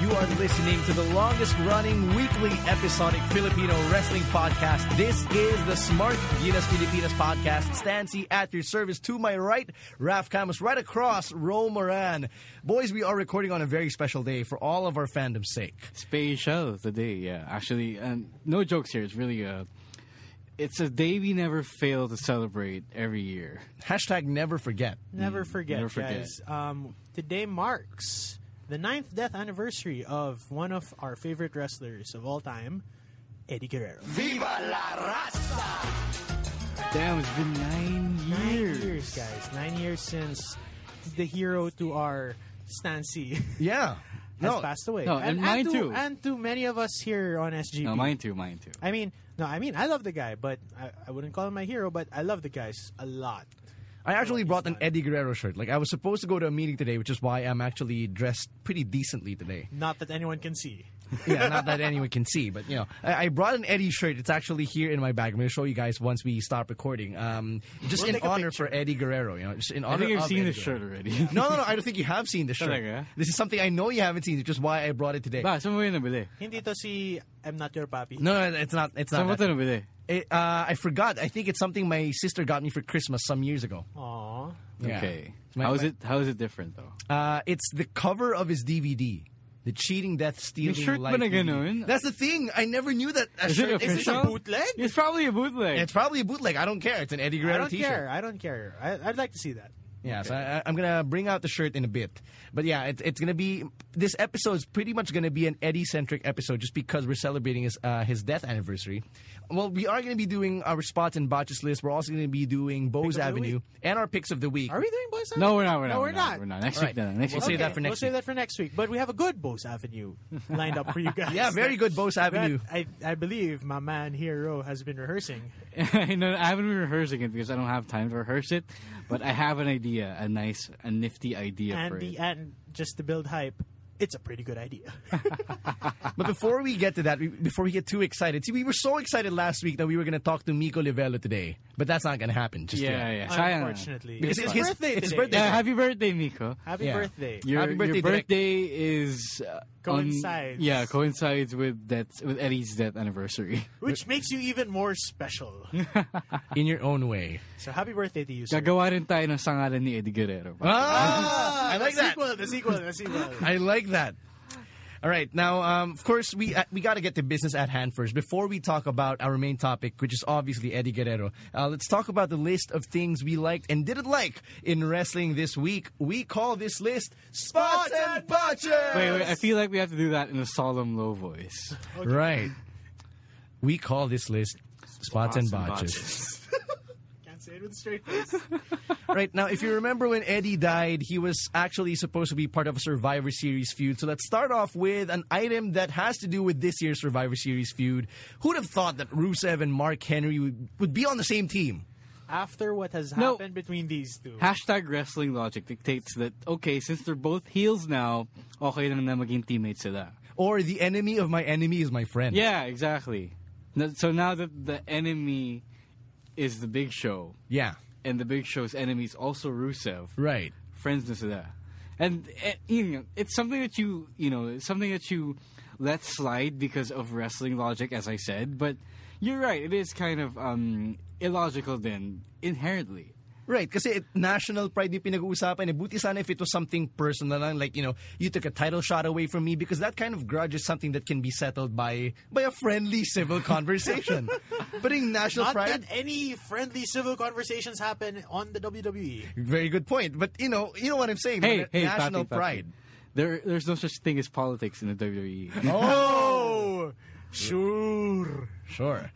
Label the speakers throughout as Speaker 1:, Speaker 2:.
Speaker 1: You are listening to the longest running weekly episodic Filipino wrestling podcast. This is the Smart Gilas Filipinas podcast. Stancy at your service to my right, Raf Camus, right across, Ro Moran. Boys, we are recording on a very special day for all of our fandom's sake.
Speaker 2: Special today, yeah. Actually, and no jokes here. It's really a. It's a day we never fail to celebrate every year.
Speaker 1: Hashtag never forget.
Speaker 3: Never forget,
Speaker 2: Mm, never forget.
Speaker 3: guys. Um, today marks the ninth death anniversary of one of our favorite wrestlers of all time, Eddie Guerrero.
Speaker 2: Damn, it's been nine
Speaker 3: Nine
Speaker 2: years.
Speaker 3: years, guys. Nine years since the hero to our Stancy has
Speaker 1: Yeah. No,
Speaker 3: passed away.
Speaker 2: No, and mine
Speaker 3: to,
Speaker 2: too.
Speaker 3: And to many of us here on SGP.
Speaker 2: No, mine too, mine too.
Speaker 3: I mean, no, I mean, I love the guy, but I, I wouldn't call him my hero, but I love the guys a lot.
Speaker 1: I actually brought an Eddie Guerrero shirt. Like, I was supposed to go to a meeting today, which is why I'm actually dressed pretty decently today.
Speaker 3: Not that anyone can see.
Speaker 1: yeah, not that anyone can see, but you know, I, I brought an Eddie shirt. It's actually here in my bag. I'm going to show you guys once we stop recording. Um, just
Speaker 3: We'll
Speaker 1: in
Speaker 3: take a
Speaker 1: honor
Speaker 3: picture.
Speaker 1: for Eddie Guerrero, you know, just in
Speaker 2: I
Speaker 1: honor.
Speaker 2: think I've
Speaker 1: of
Speaker 2: seen
Speaker 1: Eddie
Speaker 2: this
Speaker 1: Guerrero.
Speaker 2: shirt already.
Speaker 1: No, no, no. I don't think you have seen this shirt.
Speaker 2: Talaga?
Speaker 1: This is something I know you haven't seen. It's just why I brought it today.
Speaker 2: Ba, saan mo yun nabili?
Speaker 3: Hindi to si I'm not your papi.
Speaker 1: no, no, it's not. It's
Speaker 2: Saan mo
Speaker 1: not.
Speaker 2: ito
Speaker 1: That.
Speaker 2: nabili?
Speaker 1: It, uh, I forgot. I think it's something my sister got me for Christmas some years ago.
Speaker 3: Aww.
Speaker 1: Yeah.
Speaker 2: Okay.
Speaker 1: My-
Speaker 2: how is
Speaker 1: my-
Speaker 2: it? How is it different though?
Speaker 1: Uh, it's the cover of his DVD. The cheating, death, stealing,
Speaker 2: shirt ba
Speaker 1: life.
Speaker 2: na
Speaker 1: DVD.
Speaker 2: ganun?
Speaker 1: That's the thing. I never knew that. A
Speaker 2: Is
Speaker 1: shirt
Speaker 2: it
Speaker 1: existed.
Speaker 2: official?
Speaker 3: bootleg?
Speaker 2: It's probably a bootleg.
Speaker 1: It's probably a bootleg. I don't care. It's an Eddie
Speaker 3: I
Speaker 1: Guerrero
Speaker 3: don't
Speaker 1: T-shirt.
Speaker 3: care. I don't care. I, I'd like to see that.
Speaker 1: Yeah, so I, I- I'm gonna bring out the shirt in a bit, but yeah, it's it's gonna be this episode is pretty much gonna be an Eddie centric episode just because we're celebrating his uh, his death anniversary. Well, we are gonna be doing our spots and botches list. We're also gonna be doing Bose
Speaker 3: of the
Speaker 1: Avenue
Speaker 3: week.
Speaker 1: and our picks of the week.
Speaker 3: Are we doing Boys Avenue?
Speaker 2: no, we're not. We're not.
Speaker 3: No,
Speaker 2: we're not. We're not. Next week.
Speaker 1: Alright.
Speaker 2: No, no, next
Speaker 1: We'll
Speaker 2: week.
Speaker 1: save
Speaker 3: Okay,
Speaker 1: that for next
Speaker 3: We'll save
Speaker 1: week.
Speaker 3: that for next week. But we have a good Bose Avenue lined up for you guys.
Speaker 1: Yeah, very good Bose
Speaker 3: That
Speaker 1: Avenue.
Speaker 3: I, I believe my man Hero has been rehearsing.
Speaker 2: no, I haven't been rehearsing it because I don't have time to rehearse it. But I have an idea, a nice, a nifty idea for
Speaker 3: and,
Speaker 2: it.
Speaker 3: the, and just to build hype, it's a pretty good idea.
Speaker 1: But before we get to that, we, before we get too excited, see, we were so excited last week that we were gonna talk to Miko Livello today, but that's not gonna happen. Just
Speaker 2: yeah,
Speaker 1: yet.
Speaker 2: yeah. sayang na.
Speaker 3: Unfortunately.
Speaker 1: Because
Speaker 3: it's
Speaker 1: it's his-
Speaker 3: birthday
Speaker 1: it's his
Speaker 3: today.
Speaker 1: birthday.
Speaker 2: Yeah, happy birthday, Miko.
Speaker 3: Happy
Speaker 1: Yeah.
Speaker 3: birthday.
Speaker 2: Your,
Speaker 1: Happy birthday,
Speaker 2: your
Speaker 1: Direk.
Speaker 2: birthday is uh,
Speaker 3: Coincides.
Speaker 2: On, yeah, coincides with that with Eddie's death anniversary.
Speaker 3: Which makes you even more special.
Speaker 1: in your own way.
Speaker 3: so happy birthday to you, sir. Uh,
Speaker 2: Gagawa rin tayo ng sangalan ni Eddie Guerrero.
Speaker 1: Ah, I like
Speaker 3: the
Speaker 1: that.
Speaker 3: sequel, the sequel, the sequel.
Speaker 1: I like that. All right, now um, of course we uh, we got to get to business at hand first before we talk about our main topic, which is obviously Eddie Guerrero. Uh, let's talk about the list of things we liked and didn't like in wrestling this week. We call this list spots and botches.
Speaker 2: Wait, wait, I feel like we have to do that in a solemn, low voice.
Speaker 1: Right, we call this list spots, and botches.
Speaker 3: Can't say it with a straight face.
Speaker 1: Right now, if you remember when Eddie died, he was actually supposed to be part of a Survivor Series feud. So let's start off with an item that has to do with this year's Survivor Series feud. Who'd have thought that Rusev and Mark Henry would, would be on the same team?
Speaker 3: After what has
Speaker 2: No.
Speaker 3: happened between these two.
Speaker 2: Hashtag wrestling logic dictates that, okay, since they're both heels now, okay lang na maging teammates sila.
Speaker 1: Or the enemy of my enemy is my friend?
Speaker 2: Yeah, exactly. No- So now that the enemy is the Big Show,
Speaker 1: Yeah.
Speaker 2: and the Big Show's enemy is also Rusev,
Speaker 1: Right.
Speaker 2: friends na sila. And, eh, you know, it's something that you, you know, it's something that you let slide because of wrestling logic, as I said. But you're right; it is kind of um, illogical then inherently.
Speaker 1: Right, kasi it, national pride yung pinag-uusapan. Eh. Buti sana if it was something personal lang, like, you know, you took a title shot away from me because that kind of grudge is something that can be settled by by a friendly civil conversation. but in national
Speaker 3: Not
Speaker 1: pride...
Speaker 3: that any friendly civil conversations happen on the E. WWE.
Speaker 1: Very good point. But you know, you know what I'm saying.
Speaker 2: Hey,
Speaker 1: na-
Speaker 2: hey,
Speaker 1: national
Speaker 2: papi, papi.
Speaker 1: pride.
Speaker 2: There, there's no such thing as E. politics in the WWE.
Speaker 1: Oh,
Speaker 3: Sure.
Speaker 1: sure.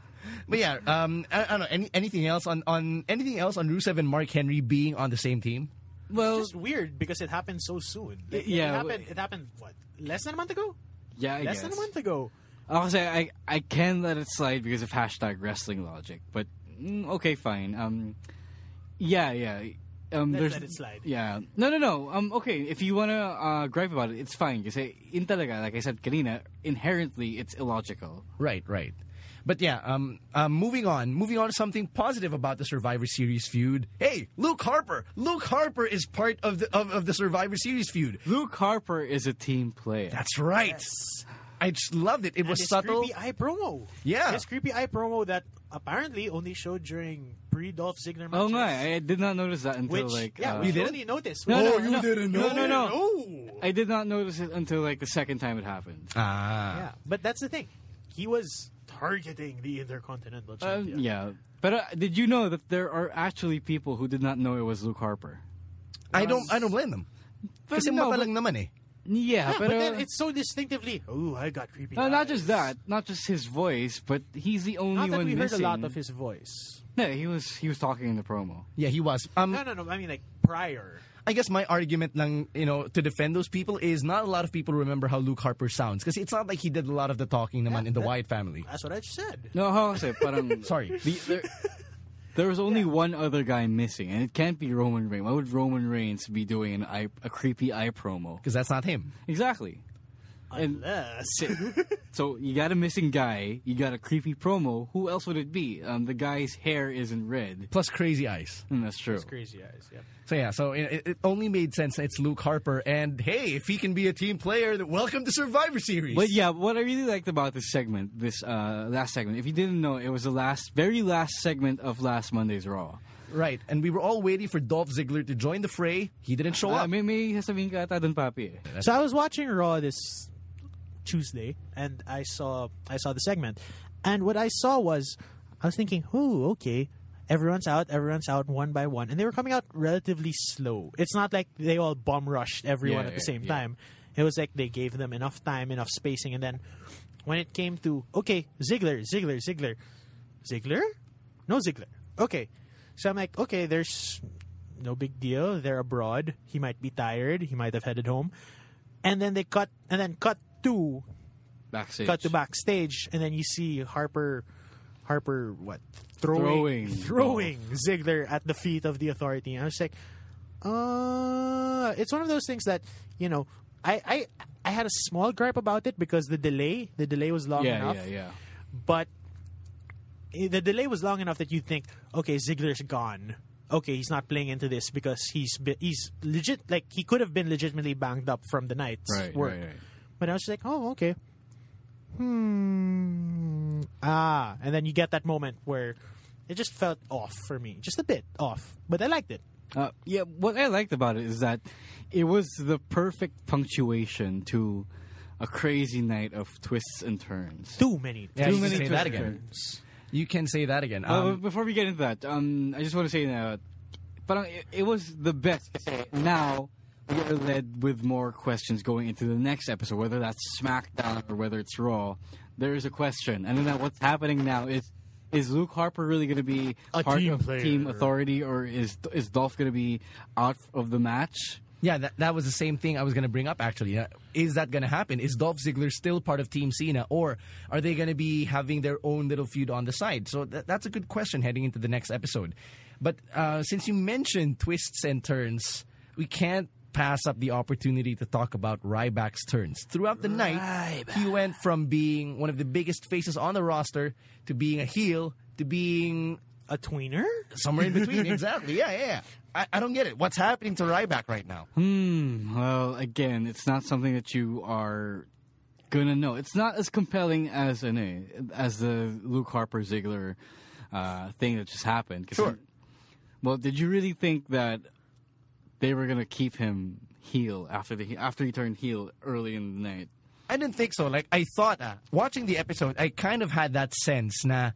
Speaker 1: But yeah, um, I, I don't know. Any, anything else on, on anything else on Rusev and Mark Henry being on the same team?
Speaker 2: Well,
Speaker 3: It's just weird because it happened so soon. Like, it,
Speaker 2: yeah,
Speaker 3: happened. It happened what less than a month ago.
Speaker 2: yeah, I
Speaker 3: less
Speaker 2: guess.
Speaker 3: than a month ago.
Speaker 2: I'll say I I can let it slide because of hashtag wrestling logic, but mm, okay, fine. Um, yeah, yeah. Um,
Speaker 3: Let's
Speaker 2: there's,
Speaker 3: let it slide.
Speaker 2: Yeah, no, no, no. Um, okay, if you wanna uh, gripe about it, it's fine. You say in talaga, like I said, Karina, inherently it's illogical.
Speaker 1: Right, right. But yeah, um, um, moving on. Moving on to something positive about the Survivor Series feud. Hey, Luke Harper. Luke Harper is part of the of, of the Survivor Series feud.
Speaker 2: Luke Harper is a team player.
Speaker 1: That's right. I just loved it. It
Speaker 3: And
Speaker 1: was
Speaker 3: his
Speaker 1: subtle.
Speaker 3: creepy eye promo.
Speaker 1: Yeah.
Speaker 3: His creepy eye promo that apparently only showed during pre Dolph Ziggler matches.
Speaker 2: oh my! I did not notice that until
Speaker 3: which
Speaker 2: like
Speaker 3: yeah,
Speaker 2: uh,
Speaker 3: we
Speaker 1: You didn't?
Speaker 3: only noticed.
Speaker 2: No,
Speaker 1: Oh,
Speaker 2: no,
Speaker 1: you
Speaker 2: no.
Speaker 1: didn't
Speaker 2: No,
Speaker 1: know?
Speaker 2: no, no.
Speaker 3: Oh.
Speaker 2: I did not notice it until like the second time it happened.
Speaker 1: Ah.
Speaker 3: Yeah, but that's the thing. He was targeting the Intercontinental
Speaker 2: Um,
Speaker 3: Champion.
Speaker 2: yeah. But uh, did you know that there are actually people who did not know it was Luke Harper?
Speaker 1: I don't I don't blame them.
Speaker 2: But
Speaker 1: Kasi
Speaker 2: no,
Speaker 1: mata
Speaker 2: but-
Speaker 1: lang naman eh.
Speaker 2: yeah,
Speaker 3: Yeah,
Speaker 2: but,
Speaker 3: but
Speaker 2: uh,
Speaker 3: then it's so distinctively. Oh, I got creepy.
Speaker 2: no, not just
Speaker 3: eyes."
Speaker 2: that, not just his voice, but he's the only
Speaker 3: Not that
Speaker 2: one
Speaker 3: we heard
Speaker 2: missing.
Speaker 3: a lot of his voice.
Speaker 2: No, he was he was talking in the promo.
Speaker 1: Yeah, he was. Um,
Speaker 3: No, no, no. I mean, like prior.
Speaker 1: I guess my argument lang, you know, to defend those people is not a lot of people remember how Luke Harper sounds because it's not like he did a lot of the talking naman in the Wyatt family.
Speaker 3: That's what I just said.
Speaker 2: No, how was it? Parang,
Speaker 1: Sorry.
Speaker 2: um, The, there, there was only one other guy missing, and it can't be Roman Reigns. Why would Roman Reigns be doing an eye, a creepy eye promo?
Speaker 1: Because that's not him.
Speaker 2: Exactly. And
Speaker 3: Unless
Speaker 2: so you got a missing guy, you got a creepy promo. Who else would it be? Um, the guy's hair isn't red.
Speaker 1: Plus crazy eyes.
Speaker 2: Mm, that's true.
Speaker 3: crazy eyes. Yeah.
Speaker 1: So yeah, so it, it only made sense that it's Luke Harper. And hey, if he can be a team player, then welcome to Survivor Series.
Speaker 2: But yeah, what I really liked about this segment, this uh, last segment, if you didn't know, it was the last, very last segment of last Monday's Raw.
Speaker 1: Right. And we were all waiting for Dolph Ziggler to join the fray. He didn't show
Speaker 3: Oh,
Speaker 2: Ah,
Speaker 1: up.
Speaker 2: may, may sasabihin ka ata dun, papi. eh.
Speaker 3: So I was watching Raw this Tuesday, and I saw I saw the segment, and what I saw was I was thinking, "Oh, okay, everyone's out, everyone's out, one by one," and they were coming out relatively slow. It's not like they all bomb rushed everyone
Speaker 2: Yeah,
Speaker 3: at the
Speaker 2: yeah,
Speaker 3: same
Speaker 2: yeah.
Speaker 3: time. It was like they gave them enough time, enough spacing, and then when it came to okay, Ziggler, Ziggler, Ziggler, Ziggler, no Ziggler. Okay, so I'm like, okay, there's no big deal. They're abroad. He might be tired. He might have headed home. And then they cut, and then cut to
Speaker 2: Backstage.
Speaker 3: cut to backstage, and then you see Harper, Harper, what
Speaker 2: Throwing.
Speaker 3: throwing throwing Ziggler at the feet of the authority. And I was like, uh, it's one of those things that you know, I I I had a small gripe about it because the delay, the delay was long
Speaker 2: Yeah,
Speaker 3: enough
Speaker 2: yeah, yeah.
Speaker 3: but i- the delay was long enough that you think, okay, Ziggler's gone. Okay, he's not playing into this because he's be- he's legit. Like he could have been legitimately banged up from the night's
Speaker 2: Right,
Speaker 3: work.
Speaker 2: right, right.
Speaker 3: But I was just like, oh, okay. Hmm. Ah, and then you get that moment where it just felt off for me, just a bit off. But I liked it.
Speaker 2: Uh, yeah, what I liked about it is that it was the perfect punctuation to a crazy night of twists and turns.
Speaker 3: Too many.
Speaker 1: Yeah,
Speaker 2: Too
Speaker 1: you
Speaker 2: many
Speaker 1: can say
Speaker 2: twists
Speaker 1: that
Speaker 2: and
Speaker 1: again.
Speaker 2: turns.
Speaker 1: You can say that again.
Speaker 2: Uh,
Speaker 1: Um,
Speaker 2: but before we get into that, um, I just want to say that but it, it was the best. Now we're led with more questions going into the next episode, whether that's SmackDown or whether it's Raw. There is a question, and then that what's happening now is is Luke Harper really going to be
Speaker 3: A
Speaker 2: part
Speaker 3: team
Speaker 2: of
Speaker 3: player.
Speaker 2: Team Authority, or is is Dolph going to be out of the match?
Speaker 1: yeah, that, that was the same thing I was going to bring up, actually. Uh, Is that going to happen? Is Dolph Ziggler still part of Team Cena, or are they going to be having their own little feud on the side? So th- that's a good question heading into the next episode. But uh, since you mentioned twists and turns, we can't pass up the opportunity to talk about Ryback's turns. Throughout the night, he went from being one of the biggest faces on the roster to being a heel to being
Speaker 3: A tweener?
Speaker 1: somewhere in between. exactly. Yeah, yeah. yeah. I, I don't get it. What's happening to Ryback right now?
Speaker 2: Hmm. Well, again, it's not something that you are gonna know. It's not as compelling as an as the Luke Harper Ziggler uh, thing that just happened. 'Cause
Speaker 1: Sure.
Speaker 2: well, did you really think that they were gonna keep him heel after the after he turned heel early in the night?
Speaker 1: I didn't think so. Like I thought, uh, watching the episode, I kind of had that sense. Nah,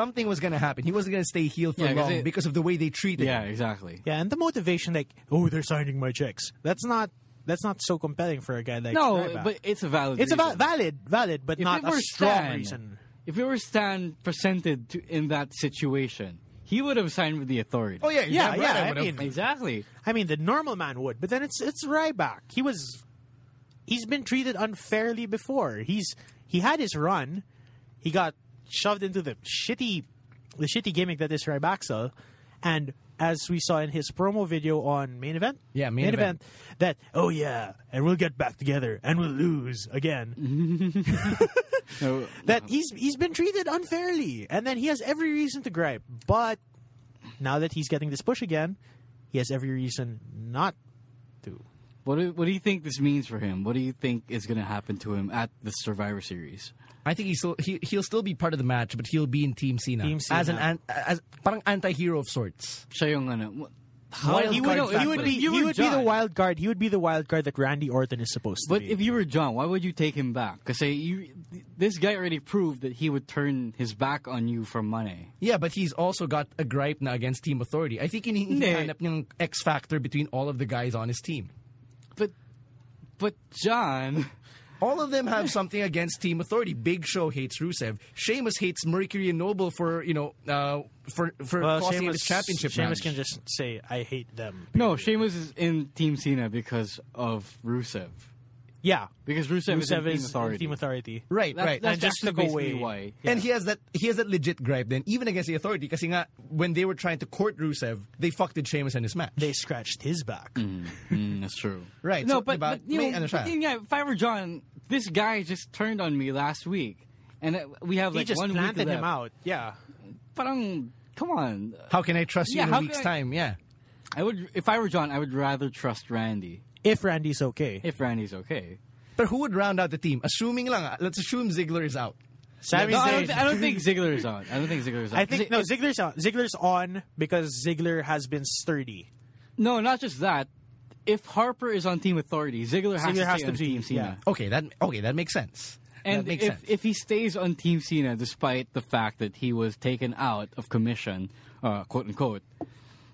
Speaker 1: something was gonna happen. He wasn't gonna stay heel for
Speaker 2: Yeah, 'cause
Speaker 1: long
Speaker 2: it-
Speaker 1: because of the way they treated
Speaker 2: Yeah,
Speaker 1: him.
Speaker 2: exactly.
Speaker 3: Yeah, and the motivation, like, oh, they're signing my checks. That's not. That's not so compelling for a guy like
Speaker 2: No,
Speaker 3: Ryback.
Speaker 2: but it's a valid.
Speaker 3: It's
Speaker 2: reason.
Speaker 3: about valid, valid, but
Speaker 2: If
Speaker 3: not
Speaker 2: it
Speaker 3: a
Speaker 2: were
Speaker 3: strong
Speaker 2: Stan,
Speaker 3: reason.
Speaker 2: if it were Stan presented to, in that situation, he would have signed with the authority.
Speaker 4: Oh yeah,
Speaker 3: Yeah,
Speaker 4: damn
Speaker 3: yeah,
Speaker 4: right
Speaker 3: I
Speaker 4: would've.
Speaker 3: mean-
Speaker 2: Exactly.
Speaker 3: I mean, the normal man would, but then it's it's Ryback. He was, he's been treated unfairly before. He's he had his run, he got shoved into the shitty, the shitty gimmick that is Ryback's, and as we saw in his promo video on main event,
Speaker 4: Yeah, Main Event.
Speaker 3: that oh yeah, and we'll get back together and we'll lose again
Speaker 2: No,
Speaker 3: that he's he's been treated unfairly, and then he has every reason to gripe. But now that he's getting this push again, he has every reason not to.
Speaker 2: what, do, what do you think this means for him? What do you think is going to happen to him at the Survivor Series?
Speaker 1: I think he's still, he he'll still be part of the match, but he'll be in Team Cena,
Speaker 3: Team
Speaker 1: as an
Speaker 3: Cena.
Speaker 1: an, as parang anti-hero of sorts.
Speaker 2: Siya yung ano,
Speaker 1: How
Speaker 3: he would, he would be he would be the wild card. He would be the wild card that Randy Orton is supposed to
Speaker 2: But
Speaker 3: be.
Speaker 2: if you were John, why would you take him back? Because you, this guy already proved that he would turn his back on you for money.
Speaker 1: Yeah, but he's also got a gripe na against Team Authority. I think
Speaker 2: Hindi.
Speaker 1: hinahanap niyang X factor between all of the guys on his team.
Speaker 2: But, but John,
Speaker 1: All of them have something against Team Authority. Big Show hates Rusev. Sheamus hates Mercury and Noble for you know uh, for for
Speaker 3: well,
Speaker 1: costing
Speaker 3: Sheamus,
Speaker 1: his championship
Speaker 3: Sheamus
Speaker 1: match.
Speaker 3: can just say, "I hate them."
Speaker 2: no, Sheamus is in Team Cena because of Rusev.
Speaker 3: Yeah,
Speaker 2: Because Rusev, is in
Speaker 3: Rusev
Speaker 2: Team
Speaker 3: is
Speaker 2: Authority.
Speaker 3: team authority.
Speaker 1: right,
Speaker 2: That's,
Speaker 1: right.
Speaker 2: that's
Speaker 3: And just
Speaker 2: actually
Speaker 3: took
Speaker 2: basically
Speaker 3: away-
Speaker 2: why.
Speaker 1: And he has that he has that legit gripe then, even against the authority, kasi nga, when they were trying to court Rusev, they fucked with Sheamus and his match.
Speaker 3: They scratched his back.
Speaker 2: Mm, that's true.
Speaker 1: Right,
Speaker 2: No,
Speaker 1: so,
Speaker 2: but,
Speaker 1: diba,
Speaker 2: but, you
Speaker 1: may
Speaker 2: know,
Speaker 1: ano siya.
Speaker 2: but, you know, if I were John, this guy just turned on me last week, and uh, we have
Speaker 3: He
Speaker 2: like
Speaker 3: just
Speaker 2: one
Speaker 3: planted
Speaker 2: week
Speaker 3: him
Speaker 2: left.
Speaker 3: out. Yeah,
Speaker 2: Parang, come on.
Speaker 1: how can I trust you
Speaker 2: Yeah,
Speaker 1: in a
Speaker 2: how
Speaker 1: week's
Speaker 2: can I-
Speaker 1: time? Yeah.
Speaker 2: I would, if I were John, I would rather trust Randy
Speaker 3: if Randy's okay.
Speaker 2: if Randy's okay.
Speaker 1: But who would round out the team? Assuming lang, ah, let's assume Ziggler is out.
Speaker 3: Sami
Speaker 2: no, I
Speaker 3: Zayn-
Speaker 2: don't, I don't think Ziggler is on. I don't think Ziggler is on.
Speaker 3: I think
Speaker 2: Zi-
Speaker 3: no Ziggler's on. Ziggler's on because Ziggler has been sturdy.
Speaker 2: no, not just that. If Harper is on Team Authority, Ziggler has
Speaker 3: Ziggler
Speaker 2: to
Speaker 3: has
Speaker 2: stay
Speaker 3: to
Speaker 2: on
Speaker 3: be-
Speaker 2: Team Cena.
Speaker 1: Okay, that okay, that makes sense.
Speaker 2: And
Speaker 1: that makes
Speaker 2: if,
Speaker 1: sense.
Speaker 2: if he stays on Team Cena, despite the fact that he was taken out of commission, uh, quote unquote,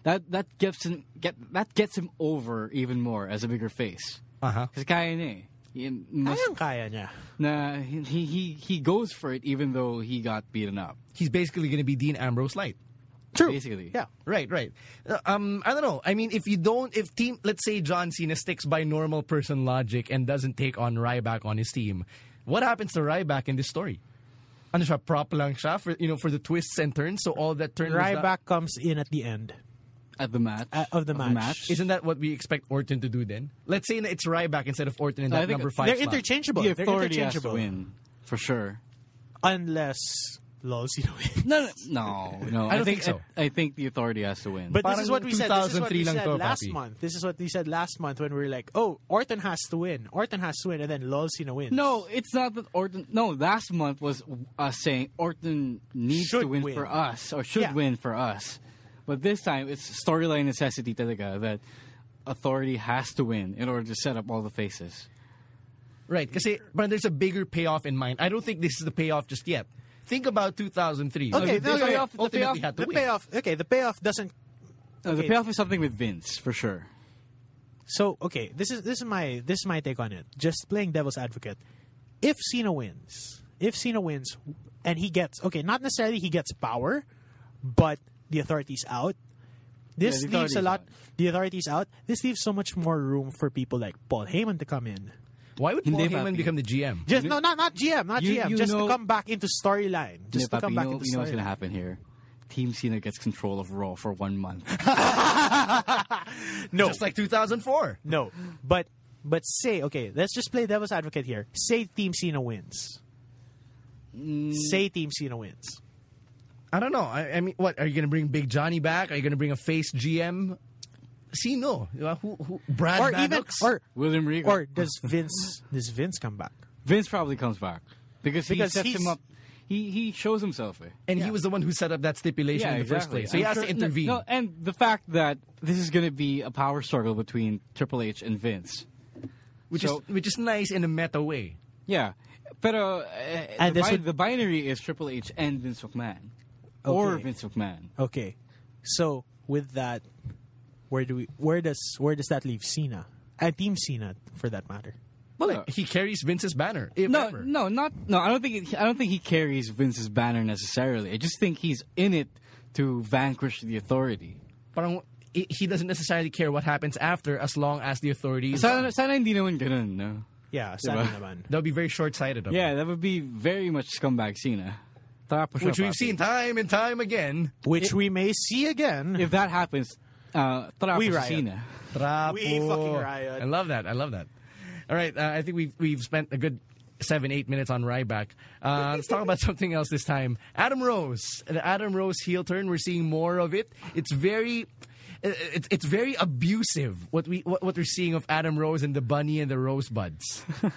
Speaker 2: that that gets him get that gets him over even more as a bigger face.
Speaker 1: Uh-huh.
Speaker 2: Kasi kaya niya eh. Yun, mas-
Speaker 3: Kayang kaya niya.
Speaker 2: na he, he he goes for it even though he got beaten up.
Speaker 1: He's basically gonna be Dean Ambrose light.
Speaker 3: True.
Speaker 2: Basically.
Speaker 3: Yeah.
Speaker 1: Right, right. Uh, Um, I don't know. I mean, if you don't, if team, let's say John Cena sticks by normal person logic and doesn't take on Ryback on his team, what happens to Ryback in this story? Ano siya, prop lang siya for, you know, for the twists and turns, so all that turn was not-
Speaker 3: Ryback comes in at the end.
Speaker 2: At the match.
Speaker 3: Uh, of the match.
Speaker 1: Isn't that what we expect Orton to do then? Let's say that it's Ryback instead of Orton in that
Speaker 2: I think
Speaker 1: number 5
Speaker 3: They're
Speaker 1: slot.
Speaker 3: interchangeable.
Speaker 2: the
Speaker 3: They're
Speaker 2: authority has to
Speaker 3: interchangeable.
Speaker 2: win. For sure.
Speaker 3: Unless Lol Sino wins.
Speaker 2: No, no, no. no.
Speaker 1: I don't think so.
Speaker 2: I, I think the authority has to win.
Speaker 3: But this
Speaker 1: Parang
Speaker 3: is what we said. This is what
Speaker 1: 2003
Speaker 3: we
Speaker 1: lang
Speaker 3: said
Speaker 1: to,
Speaker 3: last
Speaker 1: papi.
Speaker 3: month. This is what we said last month when we were like, "Oh, Orton has to win. Orton has to win," and then Lol Sino wins.
Speaker 2: no, it's not that Orton. No, last month was us saying Orton needs
Speaker 3: Should
Speaker 2: to win,
Speaker 3: win.
Speaker 2: for us or should
Speaker 3: Yeah.
Speaker 2: win for us. But this time it's storyline necessity talaga that authority has to win in order to set up all the faces.
Speaker 1: Right, kasi but there's a bigger payoff in mind. I don't think this is the payoff just yet. Think about 2003.
Speaker 3: Okay,
Speaker 1: They
Speaker 3: no, okay.
Speaker 1: ultimately
Speaker 2: The payoff-
Speaker 1: had to
Speaker 3: the
Speaker 1: win.
Speaker 3: payoff. Okay, the payoff doesn't.
Speaker 2: No, Uh, the
Speaker 3: Okay.
Speaker 2: payoff is something with Vince for sure.
Speaker 3: So okay, this is this is my this is my take on it. Just playing devil's advocate. If Cena wins, if Cena wins, and he gets okay, not necessarily he gets power, but the authorities out. This
Speaker 2: Yeah, the
Speaker 3: leaves a
Speaker 2: authority's
Speaker 3: lot.
Speaker 2: out.
Speaker 3: The authorities out. This leaves so much more room for people like Paul Heyman to come in.
Speaker 1: Why would Paul
Speaker 2: Hindi,
Speaker 1: Heyman
Speaker 2: papi.
Speaker 1: become the GM?
Speaker 3: Just no, not not GM, not
Speaker 2: You-
Speaker 3: GM.
Speaker 2: you
Speaker 3: just
Speaker 2: know-
Speaker 3: to come back into storyline. Just
Speaker 2: Yeah,
Speaker 3: to come
Speaker 2: Papi,
Speaker 3: back
Speaker 2: you know,
Speaker 3: into
Speaker 2: you know what's gonna
Speaker 3: storyline.
Speaker 2: happen here. Team Cena gets control of Raw for one month.
Speaker 3: No,
Speaker 1: Just like 2004.
Speaker 3: No, but but say okay. Let's just play devil's advocate here. Say Team Cena wins. Say Team Cena wins.
Speaker 1: I don't know. I, I mean, what are you going to bring Big Johnny back? Are you going to bring a face GM? See, no. Uh, Who, who, Brad
Speaker 3: or even
Speaker 1: Maddox?
Speaker 3: or
Speaker 2: William Regal.
Speaker 3: or does Vince does Vince come back?
Speaker 2: Vince probably comes back because he
Speaker 3: Because
Speaker 2: sets
Speaker 3: he's-
Speaker 2: him up. He he shows himself. Eh?
Speaker 1: and he was the one who set up that stipulation in the first place, so he
Speaker 2: I'm
Speaker 1: has
Speaker 2: sure-
Speaker 1: to intervene.
Speaker 2: No, no, and the fact that this is going to be a power struggle between Triple H and Vince.
Speaker 1: which
Speaker 2: so-
Speaker 1: is which is nice in a meta way.
Speaker 2: Yeah, but uh,
Speaker 3: And
Speaker 2: the,
Speaker 3: this
Speaker 2: bi-
Speaker 3: would-
Speaker 2: the binary is Triple H and Vince McMahon, or
Speaker 3: Okay.
Speaker 2: Vince McMahon.
Speaker 3: Okay, so with that, where do we where does where does that leave Cena and Team Cena for that matter?
Speaker 1: Well, like, he carries Vince's banner. If
Speaker 2: No,
Speaker 1: ever.
Speaker 2: no, not no. I don't think it, I don't think he carries Vince's banner necessarily. I just think he's in it to vanquish the authority.
Speaker 1: Parang he he doesn't necessarily care what happens after, as long as the authorities.
Speaker 2: Sana, sana hindi naman ganun, no?
Speaker 3: Yeah, sana naman.
Speaker 1: That would be very short-sighted of him.
Speaker 2: Yeah, that would be very much scumbag Cena. Tapos
Speaker 1: which we've seen time and time again.
Speaker 3: Which we may see again.
Speaker 2: If that happens, uh, tapos
Speaker 3: We riot.
Speaker 2: Cena.
Speaker 1: Trapo.
Speaker 3: We fucking riot.
Speaker 1: I love that. I love that. All right, uh, I think we've we've spent a good seven eight minutes on Ryback. Uh, let's talk about something else this time. Adam Rose, the Adam Rose heel turn. We're seeing more of it. It's very. it- It's it's very abusive what we what, what we're seeing of Adam Rose and the bunny and the rosebuds.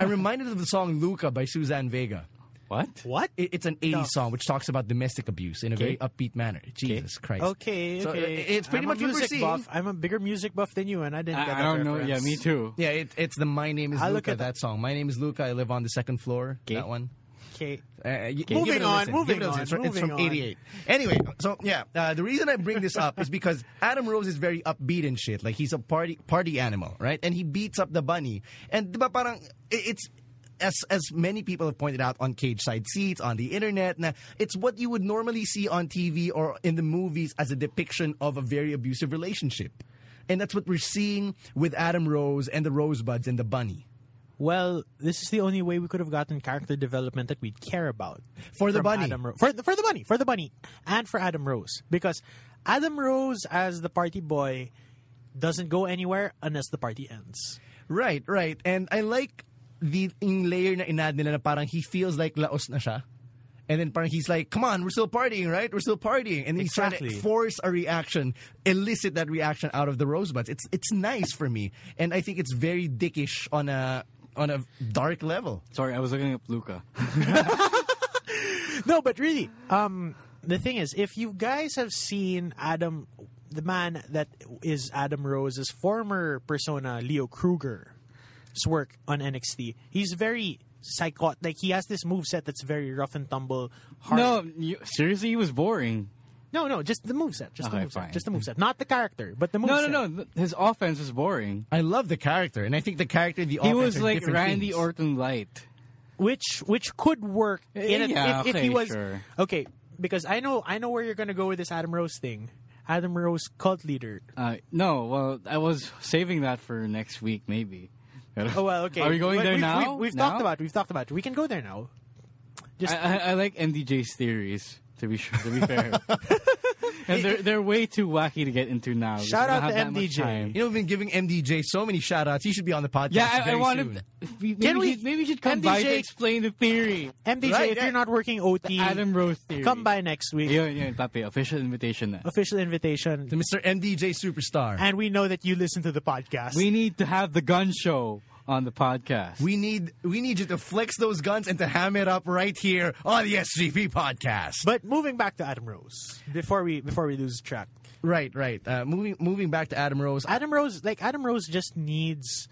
Speaker 1: I'm reminded of the song "Luca" by Suzanne Vega.
Speaker 2: What?
Speaker 3: what?
Speaker 1: It, it's an 80s song which talks about domestic abuse in a very upbeat manner. Jesus Christ.
Speaker 3: Okay, okay.
Speaker 1: So, it- it's pretty much
Speaker 3: I'm a
Speaker 1: what we're
Speaker 3: music
Speaker 1: seeing.
Speaker 3: buff. I'm a bigger music buff than you, and I didn't get
Speaker 2: I, I
Speaker 3: that
Speaker 2: don't know.
Speaker 3: reference.
Speaker 2: Yeah, me too.
Speaker 1: Yeah, it, it's the "My Name Is
Speaker 3: I look
Speaker 1: Luca"
Speaker 3: at the-
Speaker 1: that song. My name is Luca. I live on the second floor. That one.
Speaker 3: Okay.
Speaker 1: Uh, you-
Speaker 3: Moving
Speaker 1: give it a
Speaker 3: on,
Speaker 1: listen.
Speaker 3: moving
Speaker 1: Give it a listen.
Speaker 3: on,
Speaker 1: It's from- It's
Speaker 3: moving
Speaker 1: from
Speaker 3: on.
Speaker 1: '88. Anyway, so yeah, uh, the reason I bring this up is because Adam Rose is very upbeat and shit. Like he's a party party animal, right? And he beats up the bunny. And di ba parang i- it's as as many people have pointed out on cage side seats on the internet. Na, it's what you would normally see on TV or in the movies as a depiction of a very abusive relationship. And that's what we're seeing with Adam Rose and the Rosebuds and the bunny.
Speaker 3: Well, this is the only way we could have gotten character development that we'd care about
Speaker 1: For the
Speaker 3: from
Speaker 1: bunny.
Speaker 3: Adam Ro- for the, for the bunny, for the bunny, and for Adam Rose, because Adam Rose as the party boy doesn't go anywhere unless the party ends.
Speaker 1: Right, right. And I like the yung layer na inad nila na parang he feels like laos na siya. And then parang he's like, come on, we're still partying, right? We're still partying. And he's trying
Speaker 3: Exactly.
Speaker 1: to force a reaction, elicit that reaction out of the rosebuds. It's it's nice for me. And I think it's very dickish on a on a dark level.
Speaker 2: Sorry, I was looking up Luca.
Speaker 3: No, but really, um, the thing is, if you guys have seen Adam, the man that is Adam Rose's former persona, Leo Kruger's work on NXT, he's very psychotic. Like he has this moveset that's very rough and tumble. Hard.
Speaker 2: No, you, seriously, he was boring.
Speaker 3: no, no, just the moveset, just
Speaker 2: Okay,
Speaker 3: the moveset,
Speaker 2: fine.
Speaker 3: just the moveset, not the character, but the moveset.
Speaker 2: No, no, no. His offense was boring.
Speaker 1: I love the character. And I think the character, the
Speaker 2: He
Speaker 1: offense
Speaker 2: was
Speaker 1: are
Speaker 2: like
Speaker 1: different
Speaker 2: Randy
Speaker 1: things.
Speaker 2: Orton light.
Speaker 3: which which could work in
Speaker 2: Eh,
Speaker 3: a,
Speaker 2: Yeah,
Speaker 3: if, if
Speaker 2: okay,
Speaker 3: he was
Speaker 2: sure.
Speaker 3: okay. Because I know I know where you're gonna go with this Adam Rose thing. Adam Rose cult leader.
Speaker 2: Uh, no, well, I was saving that for next week, maybe.
Speaker 3: Oh well, okay.
Speaker 2: Are we going
Speaker 3: Well,
Speaker 2: there
Speaker 3: we've,
Speaker 2: now?
Speaker 3: We've, we've
Speaker 2: Now?
Speaker 3: talked about. it, We've talked about. it. We can go there now. Just
Speaker 2: I, I, I like MDJ's theories. To be sure, to be fair, and they're they're way too wacky to get into now. We
Speaker 3: Shout
Speaker 2: don't
Speaker 3: out
Speaker 2: have
Speaker 3: to
Speaker 2: that much
Speaker 3: MDJ.
Speaker 2: time.
Speaker 1: You know, we've been giving MDJ so many shout outs. He should be on the podcast.
Speaker 2: Yeah, I, I
Speaker 1: very
Speaker 2: want
Speaker 1: soon.
Speaker 2: to. Maybe,
Speaker 3: Can
Speaker 2: we,
Speaker 3: we-
Speaker 2: should- maybe we should come by to
Speaker 3: MDJ
Speaker 2: explain the theory.
Speaker 3: MDJ,
Speaker 1: Right,
Speaker 3: if
Speaker 1: yeah.
Speaker 3: you're not working OT,
Speaker 2: Adam Rose theory.
Speaker 3: come by next week.
Speaker 2: Yun, yun, papi. Official invitation na.
Speaker 3: Official invitation,
Speaker 1: The Mr. MDJ superstar.
Speaker 3: and we know that you listen to the podcast.
Speaker 2: We need to have the gun show on the podcast.
Speaker 1: We need we need you to flex those guns and to ham it up right here on the SGP podcast.
Speaker 3: but moving back to Adam Rose before we before we lose track.
Speaker 1: right, right. Uh, moving moving back to Adam Rose.
Speaker 3: Adam Rose, like Adam Rose, just needs